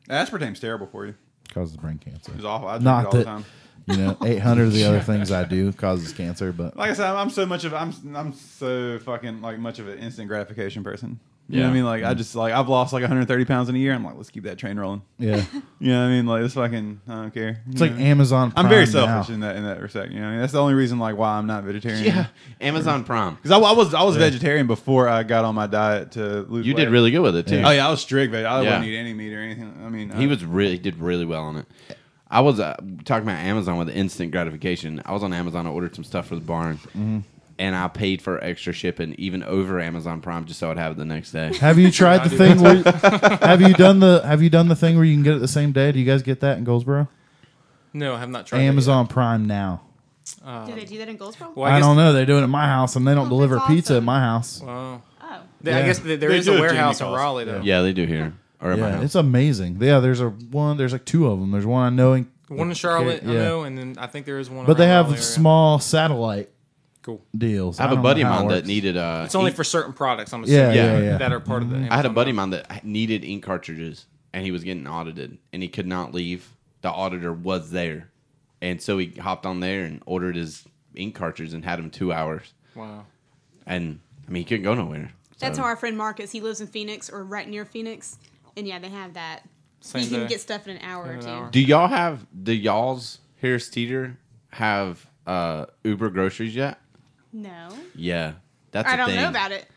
Speaker 6: Aspartame's terrible for you.
Speaker 4: Causes brain cancer.
Speaker 6: It's awful. I drink it
Speaker 4: Not
Speaker 6: all the
Speaker 4: that
Speaker 6: time.
Speaker 4: you know, eight hundred of the other things I do causes cancer, but
Speaker 6: Like I said, I'm, I'm so much of I'm I'm so fucking like much of an instant gratification person. You know what
Speaker 5: Yeah.
Speaker 6: I mean? Like I just like I've lost like 130 pounds in a year. I'm like, let's keep that train rolling.
Speaker 4: yeah,
Speaker 6: You know what I mean? Like this fucking I don't care.
Speaker 4: it's like Amazon.
Speaker 6: I'm very
Speaker 4: Prime now.
Speaker 6: selfish in that in that respect. You know, what I mean? that's the only reason like why I'm not vegetarian.
Speaker 5: Yeah. Amazon Prime.
Speaker 6: because I, I was I was vegetarian before I got on my diet to lose.
Speaker 5: You
Speaker 6: weight.
Speaker 5: did really good with it too.
Speaker 6: Oh yeah, I was strict. But I
Speaker 5: Yeah.
Speaker 6: wouldn't eat any meat or anything. I mean, uh,
Speaker 5: He
Speaker 6: I-
Speaker 5: was really did really well on it. I was uh, talking about Amazon with instant gratification. I was on Amazon. I ordered some stuff for the barn,
Speaker 4: Mm-hmm.
Speaker 5: and I paid for extra shipping, even over Amazon Prime, just so I'd have it the next day.
Speaker 4: Have you tried the thing where? Have you done the Have you done the thing where you can get it the same day? Do you guys get that in Goldsboro?
Speaker 2: No, I have not tried that yet.
Speaker 4: Amazon Prime now.
Speaker 7: Do they do that in Goldsboro?
Speaker 2: Well,
Speaker 4: I
Speaker 2: guess-
Speaker 4: don't know. They do it at my house, and they don't
Speaker 7: Oh,
Speaker 4: deliver
Speaker 7: that's
Speaker 4: pizza at
Speaker 7: awesome.
Speaker 4: my house.
Speaker 2: Wow.
Speaker 7: Oh.
Speaker 2: They- I
Speaker 4: Yeah.
Speaker 2: guess th- there
Speaker 6: They
Speaker 2: is
Speaker 6: do
Speaker 2: a
Speaker 6: have
Speaker 2: warehouse in
Speaker 6: Jamie
Speaker 2: Raleigh though.
Speaker 5: yeah, they do here or at my
Speaker 4: Yeah,
Speaker 5: house.
Speaker 4: it's amazing. Yeah, there's a one. There's like two of them. There's one I know, in,
Speaker 2: One in Charlotte, I
Speaker 4: Yeah.
Speaker 2: know, and then I think there is one.
Speaker 4: but they
Speaker 2: around
Speaker 4: have
Speaker 2: Raleigh area.
Speaker 4: small satellite
Speaker 2: Cool.
Speaker 4: deals.
Speaker 5: I have
Speaker 4: don't
Speaker 5: a buddy of
Speaker 4: know how it
Speaker 5: mine that
Speaker 4: works.
Speaker 5: needed. Uh,
Speaker 2: It's only
Speaker 5: ink-
Speaker 2: for certain products. I'm
Speaker 4: e- Yeah,
Speaker 2: assuming.
Speaker 4: yeah, yeah.
Speaker 2: That are part of the.
Speaker 5: I had a
Speaker 2: Amazon
Speaker 5: buddy of mine that needed ink cartridges, and he was getting audited, and he could not leave. The auditor was there, and so he hopped on there and ordered his ink cartridges and had him two hours.
Speaker 2: Wow.
Speaker 5: And I mean, he couldn't go nowhere.
Speaker 7: That's
Speaker 5: So-
Speaker 7: how our friend Marcus. He lives in Phoenix or right near Phoenix, and yeah, they have that.
Speaker 2: Same
Speaker 7: you can
Speaker 2: day.
Speaker 7: get stuff in an hour or
Speaker 2: an
Speaker 7: two.
Speaker 2: hour.
Speaker 5: Do y'all have do y'all's Harris Teeter have uh, Uber groceries yet?
Speaker 7: No,
Speaker 5: Yeah, that's.
Speaker 7: I
Speaker 5: a
Speaker 7: don't
Speaker 5: thing.
Speaker 7: know about it.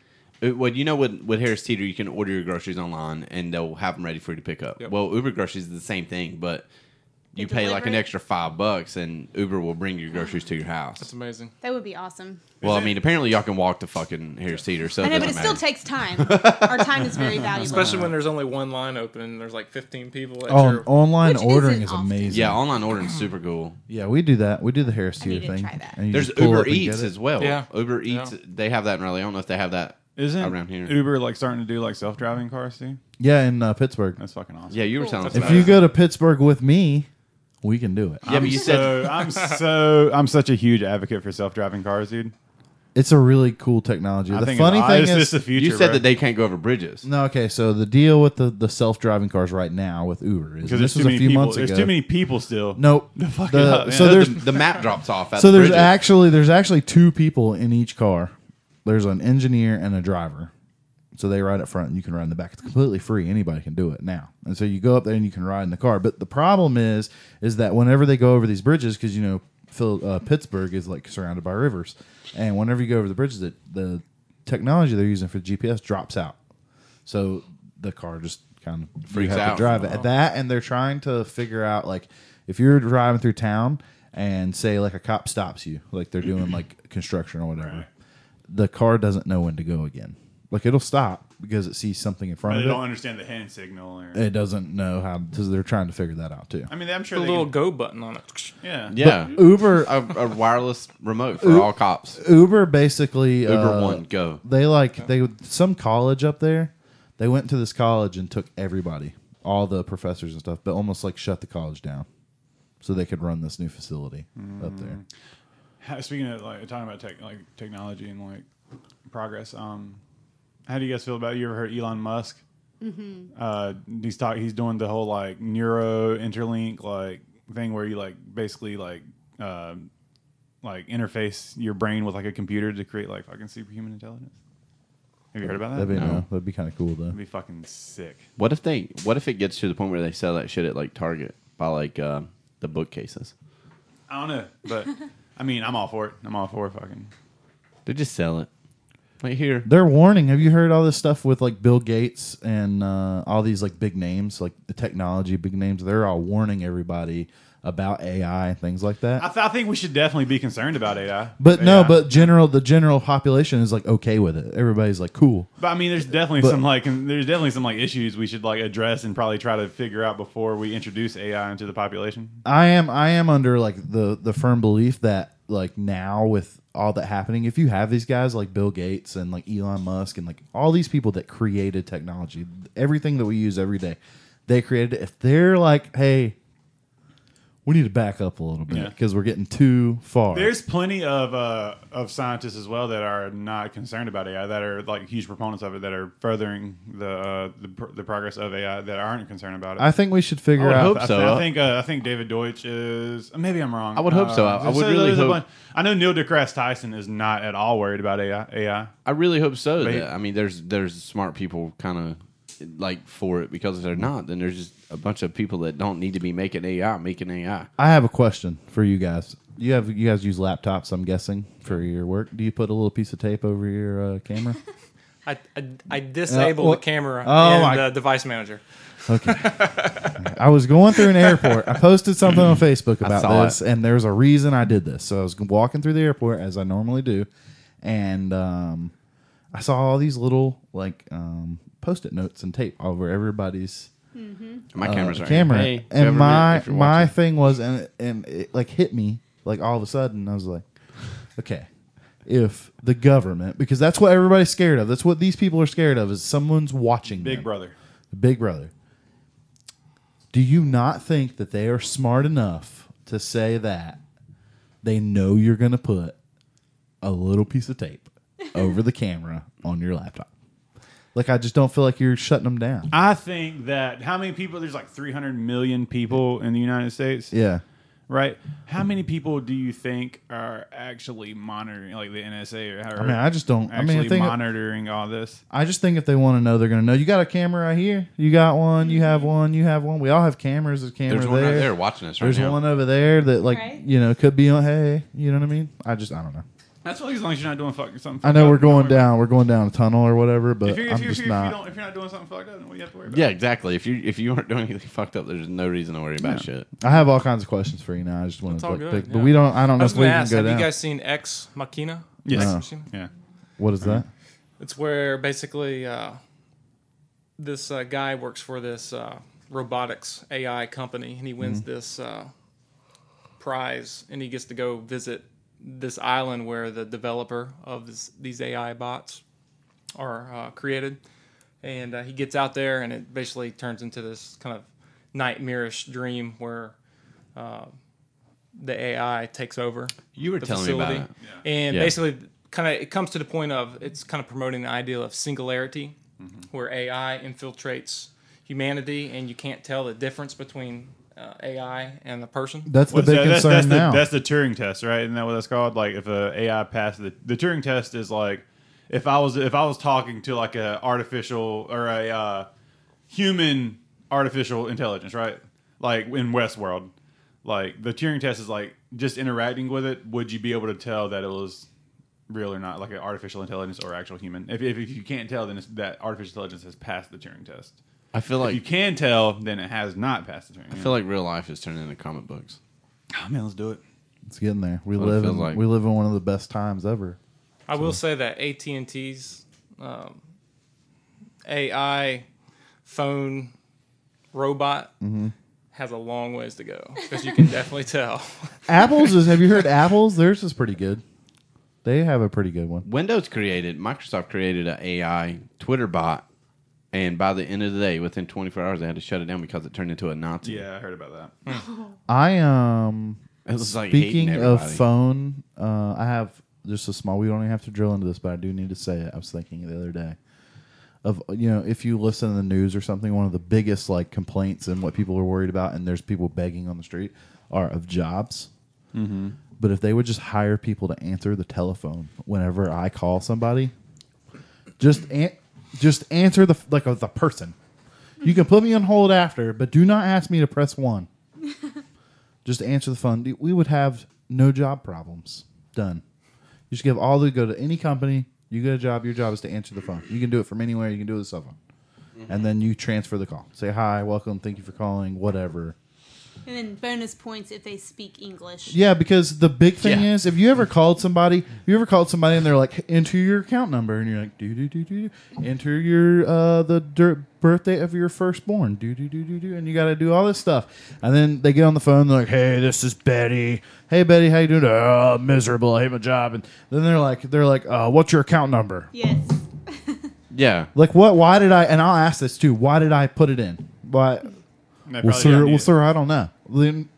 Speaker 5: it. Uh, Well, you know, with with Harris Teeter, you can order your groceries online, and they'll have them ready for you to pick up.
Speaker 2: Yep.
Speaker 5: Well, Uber groceries is the same thing, but you
Speaker 7: They
Speaker 5: pay like
Speaker 7: deliver
Speaker 5: an
Speaker 7: it?
Speaker 5: extra five bucks, and Uber will bring your groceries to your
Speaker 2: It's
Speaker 5: house.
Speaker 2: amazing.
Speaker 7: That would be awesome.
Speaker 5: Well, I mean, apparently y'all can walk to fucking Harris Teeter, so
Speaker 7: I know, but it
Speaker 5: doesn't
Speaker 7: still
Speaker 5: matter.
Speaker 7: takes time. Our time is very valuable.
Speaker 2: Especially when there's only one line open and there's like 15 people at
Speaker 4: Oh,
Speaker 2: your.
Speaker 4: online
Speaker 7: Which
Speaker 4: ordering
Speaker 7: isn't
Speaker 4: is
Speaker 7: often.
Speaker 4: amazing.
Speaker 5: yeah, online ordering is super cool.
Speaker 4: Yeah, we do that. We do the Harris Teeter
Speaker 7: need to
Speaker 4: thing.
Speaker 7: try that.
Speaker 4: and you
Speaker 5: There's
Speaker 4: just pull up
Speaker 5: Uber
Speaker 4: and get
Speaker 5: Eats
Speaker 4: it.
Speaker 5: as well.
Speaker 2: Yeah.
Speaker 5: Uber Eats,
Speaker 2: Yeah.
Speaker 5: they have that in Raleigh. I don't know if they have that
Speaker 6: Isn't
Speaker 5: around here.
Speaker 6: Uber like starting to do like self driving cars too?
Speaker 4: Yeah, in uh, Pittsburgh.
Speaker 6: That's fucking awesome.
Speaker 5: yeah, you were telling us
Speaker 4: If
Speaker 5: about
Speaker 4: you
Speaker 5: it.
Speaker 4: go to Pittsburgh with me, we can do it.
Speaker 5: yeah, but you said [LAUGHS]
Speaker 6: so I'm so I'm such a huge advocate for self driving cars, dude.
Speaker 4: It's a really cool technology.
Speaker 6: I
Speaker 4: the
Speaker 6: think
Speaker 4: funny
Speaker 6: it's,
Speaker 5: [LAUGHS]
Speaker 4: thing
Speaker 6: it's,
Speaker 4: is,
Speaker 6: the future.
Speaker 5: you said
Speaker 6: bro.
Speaker 5: that they can't go over bridges.
Speaker 4: no, okay. So the deal with the, the self driving cars right now with Uber is
Speaker 6: because
Speaker 4: and this
Speaker 6: there's too
Speaker 4: was a
Speaker 6: many
Speaker 4: few
Speaker 6: people.
Speaker 4: months
Speaker 6: There's
Speaker 4: ago.
Speaker 6: too many people still.
Speaker 5: [LAUGHS]
Speaker 4: Nope.
Speaker 6: fuck
Speaker 4: The-
Speaker 6: it up, man.
Speaker 4: so there's
Speaker 5: the map drops off.
Speaker 4: [LAUGHS]
Speaker 5: At
Speaker 4: so
Speaker 5: the
Speaker 4: there's
Speaker 5: bridges.
Speaker 4: actually there's actually two people in each car. There's an engineer and a driver. So they ride up front and you can ride in the back. It's completely free. Anybody can do it now. And so you go up there and you can ride in the car. But the problem is, is that whenever they go over these bridges, because you know Phil, uh, Pittsburgh is like surrounded by rivers, and whenever you go over the bridges, the, the technology they're using for GPS drops out. So the car just kind of
Speaker 5: Freaks
Speaker 4: you have
Speaker 5: out.
Speaker 4: To drive it at that, and they're trying to figure out like if you're driving through town and say like a cop stops you, like they're doing like construction or whatever, the car doesn't know when to go again. Like it'll stop because it sees something in front
Speaker 6: They
Speaker 4: of it.
Speaker 6: don't understand the hand signal. Or,
Speaker 4: It doesn't know how because they're trying to figure that out too.
Speaker 6: I mean, I'm sure
Speaker 2: A
Speaker 6: they.
Speaker 2: little
Speaker 6: Can,
Speaker 2: go button on it.
Speaker 6: yeah.
Speaker 5: yeah,
Speaker 4: Uber uh,
Speaker 5: a, a wireless remote for all cops.
Speaker 4: Uber basically
Speaker 5: Uber
Speaker 4: uh,
Speaker 5: one go.
Speaker 4: They like they some college up there. They went to this college and took everybody, all the professors and stuff, but almost like shut the college down, so they could run this new facility up there.
Speaker 6: Mm. How- [LAUGHS] Speaking of like talking about tech, like technology and like progress. Um, how do you guys feel about? You ever heard Elon Musk? Uh, he's talk. He's doing the whole like neuro interlink like thing where you like basically like uh, like interface your brain with like a computer to create like fucking superhuman intelligence. Have you heard about that?
Speaker 4: That'd be
Speaker 6: That'd
Speaker 4: no, that'd be kind of cool though.
Speaker 6: be fucking sick.
Speaker 5: What if they? What if it gets to the point where they sell that shit at like Target by like uh, the bookcases?
Speaker 6: I don't know, but [LAUGHS] I mean, I'm all for it. I'm all for fucking.
Speaker 5: They just sell it right here.
Speaker 4: They're warning. Have you heard all this stuff with like Bill Gates and uh, all these like big names, like the technology big names? They're all warning everybody about AI and things like that.
Speaker 6: I, th- I think we should definitely be concerned about AI.
Speaker 4: But no,
Speaker 6: AI.
Speaker 4: but general the general population is like okay with it. Everybody's like cool.
Speaker 6: But I mean, there's definitely
Speaker 4: But-
Speaker 6: some like and there's definitely some like issues we should like address and probably try to figure out before we introduce AI into the population.
Speaker 4: I am I am under like the the firm belief that like now with all that happening, if you have these guys like Bill Gates and like Elon Musk and like all these people that created technology, everything that we use every day, they created it. If they're like, hey, we need to back up a little bit
Speaker 6: Yeah.
Speaker 4: because we're getting too far.
Speaker 6: There's plenty of uh, of scientists as well that are not concerned about AI that are like huge proponents of it that are furthering the uh, the, pr- the progress of AI that aren't concerned about it.
Speaker 4: I think we should figure
Speaker 5: would
Speaker 4: out.
Speaker 5: hope
Speaker 6: Oh, I,
Speaker 5: so.
Speaker 6: th- I think uh, I think David Deutsch is maybe I'm wrong. Uh,
Speaker 5: I would hope so. I- I would really
Speaker 6: there's a
Speaker 5: hope-
Speaker 6: bunch- I know Neil deGrasse Tyson is not at all worried about AI. AI.
Speaker 5: I really hope so.
Speaker 6: But-
Speaker 5: that- I mean, there's there's smart people kind of like for it because if they're not, then there's just a bunch of people that don't need to be making AI making AI.
Speaker 4: I have a question for you guys. You have you guys use laptops, I'm guessing, for your work. Do you put a little piece of tape over your uh, camera?
Speaker 2: I, I, I disabled
Speaker 4: Uh, well-
Speaker 2: the camera
Speaker 4: Oh,
Speaker 2: in
Speaker 4: my-
Speaker 2: the device manager.
Speaker 4: Okay. I was going through an airport. I posted something
Speaker 5: [LAUGHS]
Speaker 4: on Facebook
Speaker 5: saw
Speaker 4: about this, and there's a reason I did this. So I was walking through the airport as I normally do, and um, I saw all these little like um, post-it notes and tape over everybody's
Speaker 5: My camera's right.
Speaker 4: Uh, camera.
Speaker 5: Hey,
Speaker 4: and
Speaker 5: government,
Speaker 4: my
Speaker 5: if you're
Speaker 4: my
Speaker 5: watching.
Speaker 4: thing was, and and it like hit me like all of a sudden. I was like, okay, if the government, because that's what everybody's scared of. That's what these people are scared of is someone's watching.
Speaker 6: Big
Speaker 4: them.
Speaker 6: Brother.
Speaker 4: Big Brother. Do you not think that they are smart enough to say that they know you're going to put a little piece of tape over the camera on your laptop? Like, I just don't feel like you're shutting them down.
Speaker 6: I think that how many people? There's like 300 million people in the United States,
Speaker 4: Yeah.
Speaker 6: right? How many people do you think are actually monitoring, like the NSA? Or,
Speaker 4: I mean, I just don't. I
Speaker 6: actually
Speaker 4: mean, I think
Speaker 6: monitoring all this.
Speaker 4: I just think if they want to know, they're going to know. You got a camera right here. You got one. You have one. You have one. We all have cameras. There's a camera
Speaker 5: There's one
Speaker 4: there.
Speaker 5: out there watching us right
Speaker 4: There's
Speaker 5: now.
Speaker 4: one over there that, like,
Speaker 7: Right.
Speaker 4: you know, could be on. Hey, you know what I mean? I just, I don't know.
Speaker 6: That's only as long as you're not doing fucking something.
Speaker 4: I know
Speaker 6: fucked
Speaker 4: we're
Speaker 6: up. Don't
Speaker 4: going
Speaker 6: worry about
Speaker 4: down. We're going down a tunnel or whatever, but
Speaker 6: it. If you're, if,
Speaker 4: I'm
Speaker 6: you're, if,
Speaker 4: just
Speaker 6: you're, if, you
Speaker 4: not.
Speaker 6: don't, if you're not doing something fucked up, then what do you have to worry about?
Speaker 5: Yeah, exactly. If you if you aren't doing anything [LAUGHS] fucked up, there's no reason to worry about shit.
Speaker 4: I have all kinds of questions for you now. I just want to,
Speaker 2: all
Speaker 4: like,
Speaker 2: good,
Speaker 4: pick, but
Speaker 2: yeah.
Speaker 4: we don't. I don't know
Speaker 2: I was
Speaker 4: if we
Speaker 2: going to
Speaker 4: can
Speaker 2: ask,
Speaker 4: go
Speaker 2: have
Speaker 4: down.
Speaker 2: you guys seen Ex Machina?
Speaker 6: Yes.
Speaker 2: Ex Machina?
Speaker 6: Yeah.
Speaker 4: what is that?
Speaker 2: It's where basically uh, this uh, guy works for this uh, robotics AI company, and he wins this uh, prize, and he gets to go visit this island where the developer of this, these AI bots are uh, created. And uh, he gets out there, and it basically turns into this kind of nightmarish dream where uh, the AI takes over
Speaker 5: You were
Speaker 2: the
Speaker 5: telling
Speaker 2: facility.
Speaker 5: me about it.
Speaker 2: And
Speaker 5: Yeah.
Speaker 2: basically, kind of, it comes to the point of it's kind of promoting the idea of singularity, where AI infiltrates humanity, and you can't tell the difference between uh, AI and the person.
Speaker 4: That's
Speaker 6: What's
Speaker 4: the big
Speaker 6: that? That's,
Speaker 4: concern
Speaker 6: that's
Speaker 4: now.
Speaker 6: The, that's the Turing test, right? Isn't that what that's called? Like if a AI passes the, the Turing test is like if I was if I was talking to like a artificial or a uh, human artificial intelligence, right? Like in Westworld, like the Turing test is like just interacting with it. Would you be able to tell that it was real or not, like an artificial intelligence or actual human? If if, if you can't tell, then it's, that artificial intelligence has passed the Turing test.
Speaker 5: I feel
Speaker 6: If you
Speaker 5: like
Speaker 6: can tell, then it has not passed the Turing.
Speaker 5: I feel like real life is turning into comic books.
Speaker 6: oh man, let's do it.
Speaker 4: it's getting there. We
Speaker 5: what it
Speaker 4: live.
Speaker 5: feels
Speaker 4: In,
Speaker 5: like.
Speaker 4: We live in one of the best times ever.
Speaker 2: I will say that AT and T's um, AI phone robot
Speaker 5: Mm-hmm.
Speaker 2: has a long ways to go because
Speaker 5: [LAUGHS]
Speaker 2: you can definitely tell.
Speaker 4: Apples is. Have you heard Apples? Theirs is pretty good. They have a pretty good one.
Speaker 5: Windows created, Microsoft created an AI Twitter bot, and by the end of the day, within 24 hours, they had to shut it down because it turned into a Nazi.
Speaker 6: Yeah, I heard about that.
Speaker 4: I um.
Speaker 5: [LAUGHS] It was like hating
Speaker 4: Speaking of
Speaker 5: everybody.
Speaker 4: phone, uh, I have just a small. We don't even have to drill into this, but I do need to say it. I was thinking it the other day of you know if you listen to the news or something, one of the biggest like complaints and what people are worried about, and there's people begging on the street are of jobs. But if they would just hire people to answer the telephone whenever I call somebody, just an- just answer the like uh, the person. You can put me on hold after, but do not ask me to press one. just answer the phone. We would have no job problems. Done. You should give all the go to any company. You get a job. Your job is to answer the phone. You can do it from anywhere. You can do it with a cell phone, and then you transfer the call. Say hi, welcome, thank you for calling, whatever.
Speaker 7: And then bonus points if they speak English.
Speaker 4: Yeah, because the big thing
Speaker 5: Yeah.
Speaker 4: is, if you ever called somebody, if you ever called somebody and they're like, enter your account number, and you're like, do do do do, do. enter your uh the dir- birthday of your firstborn, do do do do do, and you got to do all this stuff, and then they get on the phone, they're like, hey, this is Betty, hey Betty, how you doing? Oh, miserable, I hate my job, and then they're like, they're like, uh, what's your account number?
Speaker 7: Yes.
Speaker 5: Yeah.
Speaker 4: Like what? Why did I? And I'll ask this too. Why did I put it in? Why?
Speaker 6: They
Speaker 4: Well,
Speaker 6: probably don't
Speaker 4: sir,
Speaker 6: need
Speaker 4: well,
Speaker 6: it.
Speaker 4: sir, I don't know. Then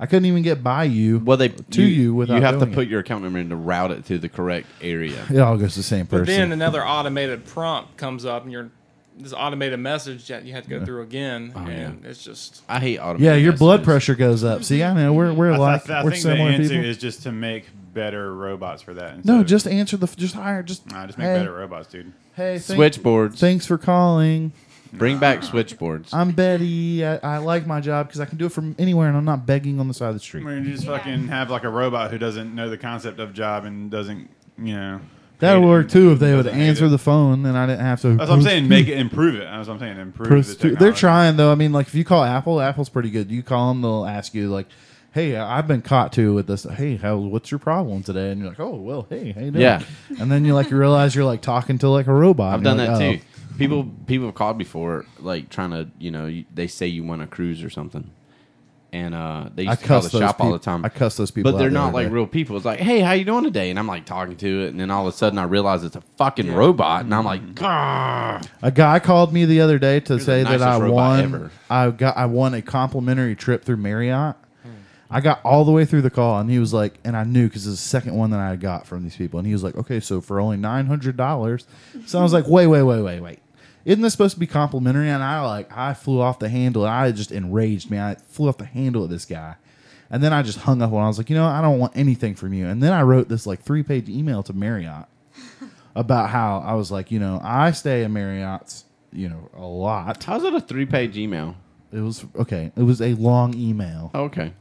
Speaker 4: I couldn't even get by you.
Speaker 5: Well, they
Speaker 4: to you without
Speaker 5: you have to
Speaker 4: doing
Speaker 5: put
Speaker 4: it.
Speaker 5: your account number in to route it to the correct
Speaker 4: [LAUGHS]
Speaker 5: area.
Speaker 4: It all goes to the same
Speaker 2: But
Speaker 4: person.
Speaker 2: then another automated prompt comes up, and you're this automated message that you have to go through
Speaker 5: Oh,
Speaker 2: again, and it's just
Speaker 5: I hate automated.
Speaker 4: Yeah, your blood
Speaker 5: messages.
Speaker 4: pressure goes up. See, I know we're we're
Speaker 6: [LAUGHS] I,
Speaker 4: like
Speaker 6: I, I
Speaker 4: we're
Speaker 6: think the
Speaker 4: similar
Speaker 6: answer
Speaker 4: people.
Speaker 6: is just to make better robots for that. instead
Speaker 4: no,
Speaker 6: of-
Speaker 4: just answer the f- just hire just
Speaker 6: Nah, just make
Speaker 4: hey,
Speaker 6: better robots, dude.
Speaker 4: Hey, thank-
Speaker 5: Switchboards.
Speaker 4: Thanks for calling.
Speaker 5: Bring back switchboards.
Speaker 4: I'm Betty. I, I like my job because I can do it from anywhere, and I'm not begging on the side of the
Speaker 6: I
Speaker 4: street.
Speaker 6: mean, you just
Speaker 7: Yeah.
Speaker 6: fucking have like a robot who doesn't know the concept of job and doesn't, you know.
Speaker 4: That would
Speaker 6: hate it
Speaker 4: work
Speaker 6: and
Speaker 4: too if they would
Speaker 6: doesn't hate
Speaker 4: answer
Speaker 6: it.
Speaker 4: the phone, and I didn't have to.
Speaker 6: That's what I'm saying. Make it improve it. That's what I'm saying. Improve the
Speaker 4: Prostitu- They're
Speaker 6: technology.
Speaker 4: trying though. I mean, like if you call Apple, Apple's pretty good. You call them, they'll ask you like, "Hey, I've been caught too with this. Hey, how? What's your problem today?" And you're like, "Oh, well, hey, how you doing?"
Speaker 5: Yeah.
Speaker 4: And then you like you realize you're like talking to like a robot.
Speaker 5: I've
Speaker 4: and you're
Speaker 5: done that
Speaker 4: like, "Oh."
Speaker 5: too. People people have called before, like trying to you know you, they say you want a cruise or something, and uh, they used
Speaker 4: I
Speaker 5: to call
Speaker 4: cuss
Speaker 5: the
Speaker 4: those
Speaker 5: shop all the
Speaker 4: peop-
Speaker 5: time.
Speaker 4: I cuss those people
Speaker 5: but
Speaker 4: out
Speaker 5: they're
Speaker 4: the
Speaker 5: not
Speaker 4: other
Speaker 5: like
Speaker 4: day.
Speaker 5: real people. It's like, hey, how you doing today? And I'm like talking to it, and then all of a sudden I realize it's a fucking robot, and I'm like, "Grr."
Speaker 4: A guy called me the other day to say
Speaker 5: the
Speaker 4: that I
Speaker 5: nicest robot
Speaker 4: won.
Speaker 5: ever.
Speaker 4: I got I won a complimentary trip through Marriott. I got all the way through the call, and he was like, and I knew because it's the second one that I got from these people, and he was like, okay, so for only nine hundred dollars. So I was like, wait, wait, wait, wait, wait. Isn't this supposed to be complimentary? And I like I flew off the handle. I it just enraged me. I flew off the handle at this guy. And then I just hung up and I was like, you know, I don't want anything from you. And then I wrote this like three page email to Marriott about how I was like, you know, I stay in Marriott's, you know, a lot.
Speaker 5: how's it a three page email?
Speaker 4: It was okay. It was a long email.
Speaker 5: Okay,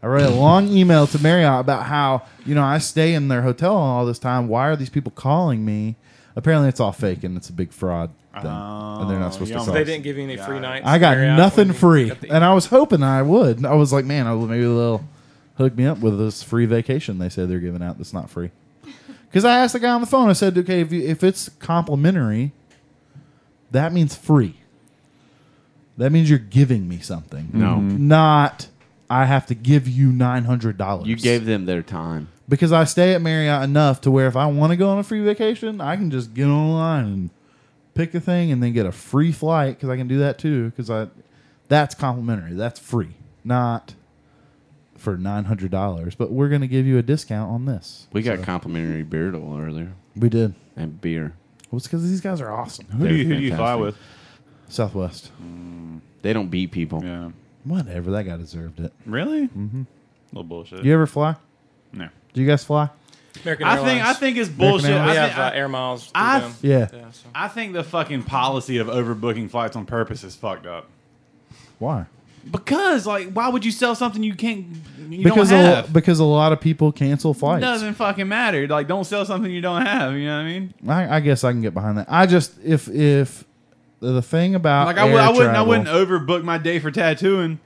Speaker 4: I wrote a long email to Marriott about how, you know, I stay in their hotel all this time. Why are these people calling me? Apparently, it's all fake and it's a big fraud thing, and they're not supposed
Speaker 6: you
Speaker 4: to.
Speaker 6: almost-
Speaker 4: Call.
Speaker 2: Oh, they
Speaker 4: us.
Speaker 2: didn't give you any free nights.
Speaker 4: I got
Speaker 2: Marriott,
Speaker 4: nothing
Speaker 2: when you
Speaker 4: free,
Speaker 2: got the-
Speaker 4: and I was hoping I would. I was like, man, I, maybe they'll hook me up with this free vacation they say they're giving out that's not free. Because I asked the guy on the phone, I said, okay, if, you, if it's complimentary, that means free. That means you're giving me something.
Speaker 5: No. Mhm.
Speaker 4: not I have to give you nine hundred dollars.
Speaker 5: you gave them their time.
Speaker 4: because I stay at Marriott enough to where if I want to go on a free vacation, I can just get online and pick a thing and then get a free flight because I can do that too. Because I, that's complimentary. That's free, not for nine hundred dollars. But we're gonna give you a discount on this.
Speaker 5: We got complimentary beer all earlier
Speaker 4: We did.
Speaker 5: and beer.
Speaker 4: Well, it's because these guys are awesome.
Speaker 6: Who do
Speaker 5: They're
Speaker 6: you, who do you fly
Speaker 5: fantastic.
Speaker 6: with?
Speaker 4: Southwest.
Speaker 5: They don't beat people.
Speaker 6: Yeah.
Speaker 4: Whatever. That guy deserved it.
Speaker 6: Really? Mm-hmm. Little bullshit.
Speaker 4: You ever fly?
Speaker 6: No.
Speaker 4: Do you guys fly?
Speaker 2: American
Speaker 6: I think I
Speaker 2: Airlines.
Speaker 6: think it's bullshit.
Speaker 4: American
Speaker 6: I
Speaker 2: we
Speaker 6: think,
Speaker 2: have uh,
Speaker 6: I-
Speaker 2: air miles. through
Speaker 6: I-
Speaker 2: them.
Speaker 4: Yeah.
Speaker 2: so.
Speaker 6: I think the fucking policy of overbooking flights on purpose is fucked up.
Speaker 4: Why?
Speaker 6: Because like, why would you sell something you can't? You
Speaker 4: because
Speaker 6: don't
Speaker 4: a,
Speaker 6: have.
Speaker 4: because a lot of people cancel flights.
Speaker 6: doesn't fucking matter. Like, don't sell something you don't have. You know what I mean?
Speaker 4: I, I guess I can get behind that. I just if if the, the thing about
Speaker 6: Like, I,
Speaker 4: Uh, air
Speaker 6: would, I wouldn't. I
Speaker 4: travel-
Speaker 6: wouldn't overbook my day for tattooing,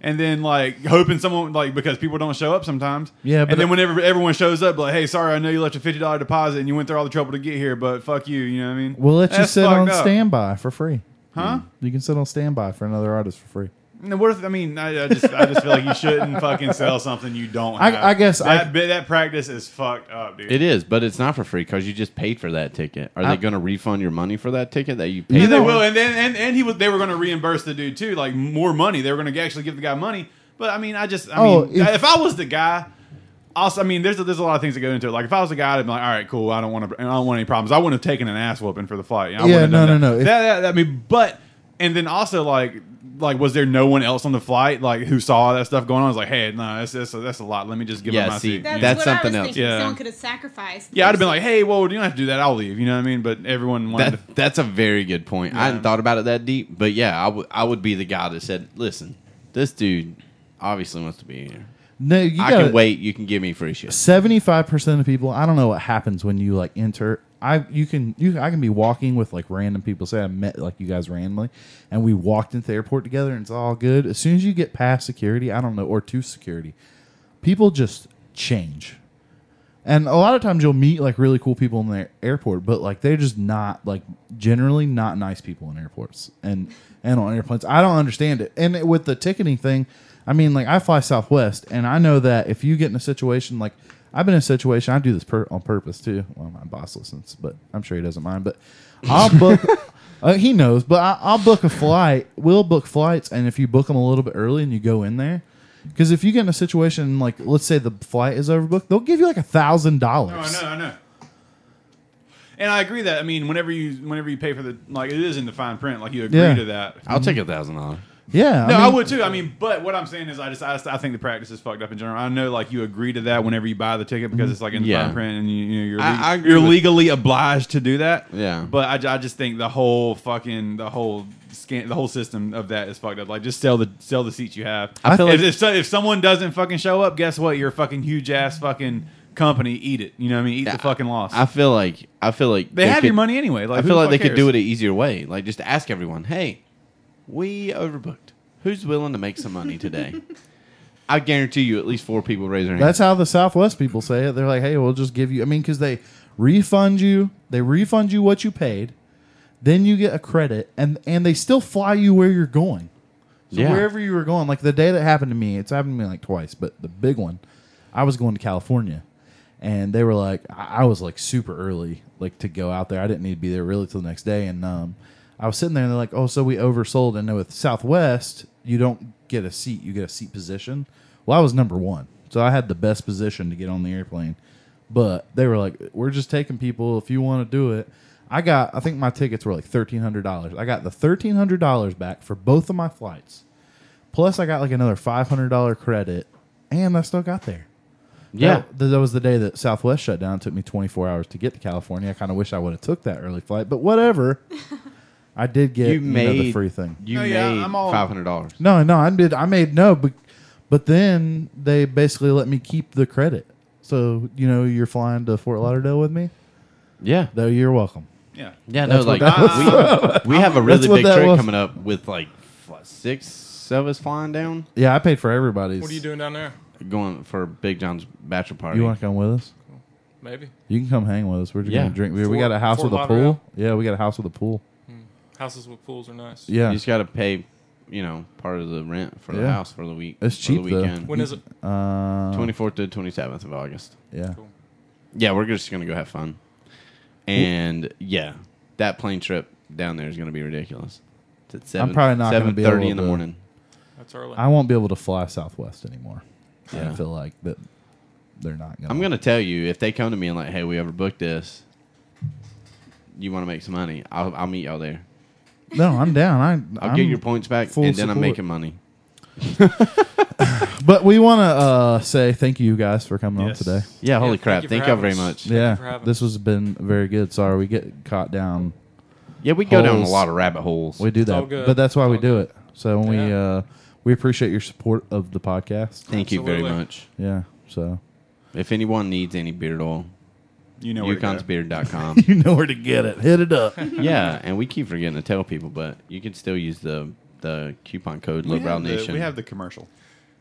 Speaker 6: and then like hoping someone like because people don't show up sometimes.
Speaker 4: Yeah, but-
Speaker 6: and then whenever everyone shows up, like, hey, sorry, I know you left a fifty dollar deposit and you went through all the trouble to get here, but fuck you. You know what I mean?
Speaker 4: We'll let you
Speaker 6: That's
Speaker 4: sit
Speaker 6: fucked
Speaker 4: on
Speaker 6: up.
Speaker 4: standby for free.
Speaker 6: huh?
Speaker 4: You can sit on standby for another artist for free.
Speaker 6: No, what if I mean I, I just I just feel like you shouldn't fucking sell something you don't.
Speaker 4: I-
Speaker 6: Have.
Speaker 4: I guess I-
Speaker 6: that bit that practice is fucked up, dude.
Speaker 5: It is, but it's not for free because you just paid for that ticket. Are
Speaker 4: I-
Speaker 5: they going to refund your money for that ticket that you
Speaker 4: You
Speaker 5: paid?
Speaker 6: And they
Speaker 4: know-
Speaker 6: will, and then and, and he was they were going to reimburse the dude too, like more money. They were going to actually give the guy money. But I mean, I just I
Speaker 4: Oh,
Speaker 6: mean,
Speaker 4: if-
Speaker 6: if, I was the guy, also I mean, there's a, there's a lot of things that go into it. Like if I was the guy, I'd be like, all right, cool, I don't want to, I don't want any problems. I wouldn't have taken an ass whooping for the fight. I
Speaker 4: Yeah,
Speaker 6: wouldn't have
Speaker 4: no,
Speaker 6: done
Speaker 4: no, no.
Speaker 6: that.
Speaker 4: If-
Speaker 6: That, that, I mean, but and then also like. Like, was there no one else on the flight like who saw all that stuff going on? I was like, hey, no, that's that's, that's a lot. Let me just give
Speaker 5: Yeah,
Speaker 6: up my
Speaker 5: see,
Speaker 6: seat. you
Speaker 7: That's,
Speaker 6: know?
Speaker 5: That's
Speaker 7: what
Speaker 5: something
Speaker 7: I
Speaker 5: else.
Speaker 7: was thinking.
Speaker 6: Yeah.
Speaker 7: Someone could have sacrificed.
Speaker 6: yeah, I'd have been like, hey, well, you don't have to do that. I'll leave. You know what I mean? But everyone wanted. to,
Speaker 5: That that's a very good point. I hadn't thought about it that deep, but yeah, I would I would be the guy that said, "Listen, this dude obviously wants to be here.
Speaker 4: No, you
Speaker 5: I
Speaker 4: gotta-
Speaker 5: can wait. You can give me free shit."
Speaker 4: Seventy-five percent of people. I don't know what happens when you like enter. I- I you can you I can be walking with like random people. Say I met like you guys randomly, and we walked into the airport together, and it's all good. As soon as you get past security, I don't know, or to security, people just change. And a lot of times you'll meet like really cool people in the airport, but like they're just not like generally not nice people in airports and and on airplanes. I don't understand it. And with the ticketing thing, I mean like I fly Southwest, and I know that if you get in a situation like I've been in a situation, I do this per- on purpose too. Well, my boss listens, but I'm sure he doesn't mind. But I'll book. Uh, he knows, but I, I'll book a flight. We'll book flights, and if you book them a little bit early and you go in there, because if you get in a situation like, let's say the flight is overbooked, they'll give you like a thousand dollars.
Speaker 6: Oh, I know, I know. And I agree that I mean, whenever you whenever you pay for the like, it is in the fine print. Like you agree
Speaker 4: Yeah.
Speaker 6: to that.
Speaker 5: I'll take a thousand dollars.
Speaker 4: Yeah,
Speaker 6: No, I,
Speaker 4: mean,
Speaker 6: would too. I mean, but what I'm saying is, I just I, just- I think the practice is fucked up in general. I know, like you agree to that whenever you buy the ticket because it's like in the
Speaker 5: Yeah.
Speaker 6: fine print, and you, you know, you're
Speaker 5: I-
Speaker 6: le-
Speaker 5: I agree
Speaker 6: you're
Speaker 5: with-
Speaker 6: legally obliged to do that.
Speaker 5: Yeah.
Speaker 6: But I, ju- I just think the whole fucking the whole scan the whole system of that is fucked up. Like just sell the sell the seats you have.
Speaker 4: I feel
Speaker 6: if,
Speaker 4: like-
Speaker 6: if, so- if someone doesn't fucking show up, guess what? You're a fucking huge ass fucking company. Eat it. You know what I mean? Eat the fucking loss.
Speaker 5: I feel like I feel like
Speaker 6: they, have
Speaker 5: could-
Speaker 6: your money anyway. Like
Speaker 5: I
Speaker 6: who
Speaker 5: feel
Speaker 6: the
Speaker 5: like they
Speaker 6: fuck
Speaker 5: could
Speaker 6: cares?
Speaker 5: do it an easier way. Like just ask everyone, hey, we overbooked. Who's willing to make some money today? I guarantee you, at least four people raise their
Speaker 4: That's
Speaker 5: hand.
Speaker 4: how the Southwest people say it. They're like, "Hey, we'll just give you." I mean, because they refund you, they refund you what you paid, then you get a credit, and and they still fly you where you're going. So
Speaker 5: Yeah.
Speaker 4: wherever you were going, like the day that happened to me, it's happened to me like twice, but the big one, I was going to California, and they were like, I I was like super early, like to go out there. I didn't need to be there really till the next day, and um, I was sitting there, and they're like, oh, so we oversold, and with Southwest, you don't get a seat, you get a seat position. Well, I was number one, so I had the best position to get on the airplane, but they were like, we're just taking people if you want to do it. I got, I think my tickets were like thirteen hundred dollars. I got the thirteen hundred dollars back for both of my flights. Plus, I got like another five hundred dollar credit, and I still got there.
Speaker 5: yeah.
Speaker 4: that, that was the day that Southwest shut down. It took me twenty four hours to get to California. I kind of wish I would have took that early flight, but
Speaker 5: [LAUGHS]
Speaker 4: whatever. I did get
Speaker 5: You
Speaker 4: you know,
Speaker 5: made
Speaker 4: the free thing.
Speaker 5: You
Speaker 6: No,
Speaker 5: made
Speaker 6: yeah, I'm all-
Speaker 5: five hundred dollars.
Speaker 4: No, no, I did. I made no, but but then they basically let me keep the credit. So you know, you're flying to Fort Lauderdale with me.
Speaker 5: Yeah,
Speaker 4: Though you're welcome.
Speaker 6: Yeah.
Speaker 5: yeah. No, like
Speaker 4: what that
Speaker 5: we,
Speaker 4: [LAUGHS]
Speaker 5: we have a really
Speaker 4: That's what
Speaker 5: big
Speaker 4: that
Speaker 5: trip
Speaker 4: was.
Speaker 5: coming up with like what, six of us flying down,
Speaker 4: Yeah, I paid for everybody's.
Speaker 2: What are you doing down there?
Speaker 5: going for Big John's bachelor party.
Speaker 4: You want to come with us?
Speaker 2: Maybe
Speaker 4: You can come hang with us. We're just
Speaker 5: Yeah.
Speaker 4: gonna drink beer. we
Speaker 2: Fort-
Speaker 4: got a house
Speaker 2: Fort
Speaker 4: with a
Speaker 2: Lauderdale?
Speaker 4: pool. Yeah, we got a house with a pool.
Speaker 2: houses with pools are nice.
Speaker 4: Yeah,
Speaker 5: You just got to pay, you know, part of the rent for the
Speaker 4: Yeah.
Speaker 5: house for the week.
Speaker 4: It's
Speaker 5: for the
Speaker 4: cheap, though.
Speaker 5: weekend.
Speaker 2: When is it?
Speaker 4: Uh,
Speaker 5: Twenty fourth to twenty seventh of August.
Speaker 4: Yeah.
Speaker 5: Yeah, we're just gonna go have fun, and yeah, that plane trip down there is gonna be ridiculous. It's at seven.
Speaker 4: probably not gonna
Speaker 5: seven
Speaker 4: be able
Speaker 5: thirty in the
Speaker 4: to-
Speaker 5: morning.
Speaker 2: That's early.
Speaker 4: I won't be able to fly Southwest anymore.
Speaker 5: Yeah.
Speaker 4: I feel like that they're not going.
Speaker 5: I'm gonna tell you if they come to me and like, hey, we overbooked this. You want to make some money? I'll, I'll meet y'all there.
Speaker 4: No, I'm down. I,
Speaker 5: I'll
Speaker 4: I'm,
Speaker 5: get your points back,
Speaker 4: full
Speaker 5: and then I'm
Speaker 4: support.
Speaker 5: making money.
Speaker 4: But we want to uh, say thank you guys for coming
Speaker 6: Yes.
Speaker 4: on today.
Speaker 5: Yeah, holy
Speaker 2: thank
Speaker 5: crap!
Speaker 2: you for
Speaker 5: Thank y'all
Speaker 2: having
Speaker 5: very
Speaker 2: us.
Speaker 5: much.
Speaker 2: you for
Speaker 4: yeah,
Speaker 2: having
Speaker 4: this has been very good. Sorry, we get caught down.
Speaker 5: Yeah, we go down a
Speaker 4: Holes.
Speaker 5: lot of rabbit holes.
Speaker 4: We do that,
Speaker 2: all good.
Speaker 4: but that's why
Speaker 2: It's
Speaker 4: we
Speaker 2: all
Speaker 4: do it. So when we
Speaker 2: Yeah.
Speaker 4: uh, we appreciate your support of the podcast.
Speaker 5: Thank you very
Speaker 2: Absolutely.
Speaker 5: much.
Speaker 4: Yeah. So
Speaker 5: If anyone needs any beard oil,
Speaker 6: You know where to go.
Speaker 5: [LAUGHS] yukonsbeard.com.
Speaker 4: you know where to get it. Hit it up.
Speaker 5: yeah, and we keep forgetting to tell people, but you can still use the the coupon code
Speaker 6: We
Speaker 5: Liberal
Speaker 6: have the-
Speaker 5: Nation.
Speaker 6: we have the commercial.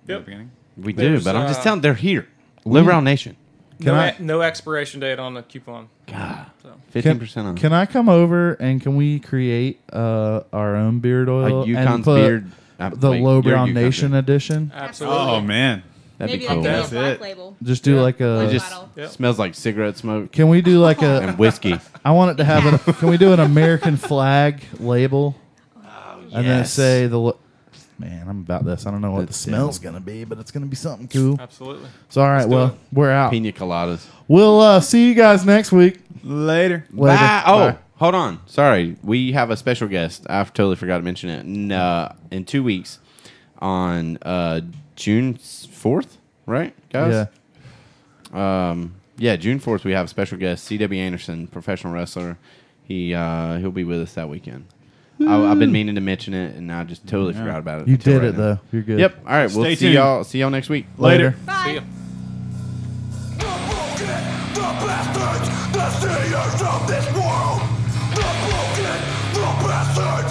Speaker 2: Yep.
Speaker 6: At the beginning.
Speaker 5: We do,
Speaker 2: There's,
Speaker 5: but I'm just
Speaker 2: uh,
Speaker 5: telling they're here. Liberal Nation.
Speaker 4: Can
Speaker 2: no,
Speaker 4: I-
Speaker 2: e- no expiration date on the coupon.
Speaker 5: God.
Speaker 2: So.
Speaker 5: Fifteen
Speaker 4: Can,
Speaker 5: percent off.
Speaker 4: can I come over and can we create uh, our own beard
Speaker 5: A
Speaker 4: oil? and
Speaker 5: Yukon's
Speaker 4: put
Speaker 5: beard. uh,
Speaker 4: The
Speaker 5: wait,
Speaker 4: Low
Speaker 5: you're
Speaker 4: Brown
Speaker 5: Yukon
Speaker 4: Nation
Speaker 5: Beard.
Speaker 4: edition.
Speaker 2: Absolutely.
Speaker 6: Oh man.
Speaker 5: That'd
Speaker 7: Maybe
Speaker 5: be
Speaker 7: that
Speaker 5: cool.
Speaker 7: could be a
Speaker 6: That's
Speaker 7: black
Speaker 6: it.
Speaker 7: label.
Speaker 4: Just do like a.
Speaker 5: It just
Speaker 7: bottle.
Speaker 2: Yep.
Speaker 5: smells like cigarette smoke
Speaker 4: Can we do like
Speaker 5: and [LAUGHS]
Speaker 4: a? [LAUGHS]
Speaker 5: whiskey.
Speaker 4: I want it to have a. Can we do an American flag label? And then
Speaker 5: Oh, yes.
Speaker 4: say the. lo- Man, I'm about this. I don't know what the
Speaker 5: That's
Speaker 4: smell's gonna be, but it's gonna be something cool.
Speaker 2: Absolutely.
Speaker 4: So all right,
Speaker 2: do
Speaker 4: well
Speaker 2: it.
Speaker 4: we're out.
Speaker 5: Pina coladas.
Speaker 4: We'll uh, see you guys next week.
Speaker 6: Later.
Speaker 4: Later.
Speaker 5: Bye. Oh,
Speaker 4: Bye.
Speaker 5: hold on. Sorry. We have a special guest. I totally forgot to mention it. In, uh, in two weeks on uh, June 4th, right, guys?
Speaker 4: yeah.
Speaker 5: Um, yeah, June fourth we have special guest C.W. Anderson, professional wrestler. He uh, he'll be with us that weekend. I, I've been meaning to mention it, and I just totally forgot about it.
Speaker 4: You did
Speaker 5: until right
Speaker 4: it
Speaker 5: now.
Speaker 4: though. You're good.
Speaker 5: Yep. All right. we'll
Speaker 6: Stay
Speaker 5: see
Speaker 6: tuned.
Speaker 5: y'all. See y'all next week.
Speaker 4: Later.
Speaker 7: Bye.
Speaker 2: See ya.
Speaker 3: Whoa, whoa, whoa. broken, the bastards, the seniors of this world. The broken, the bastard,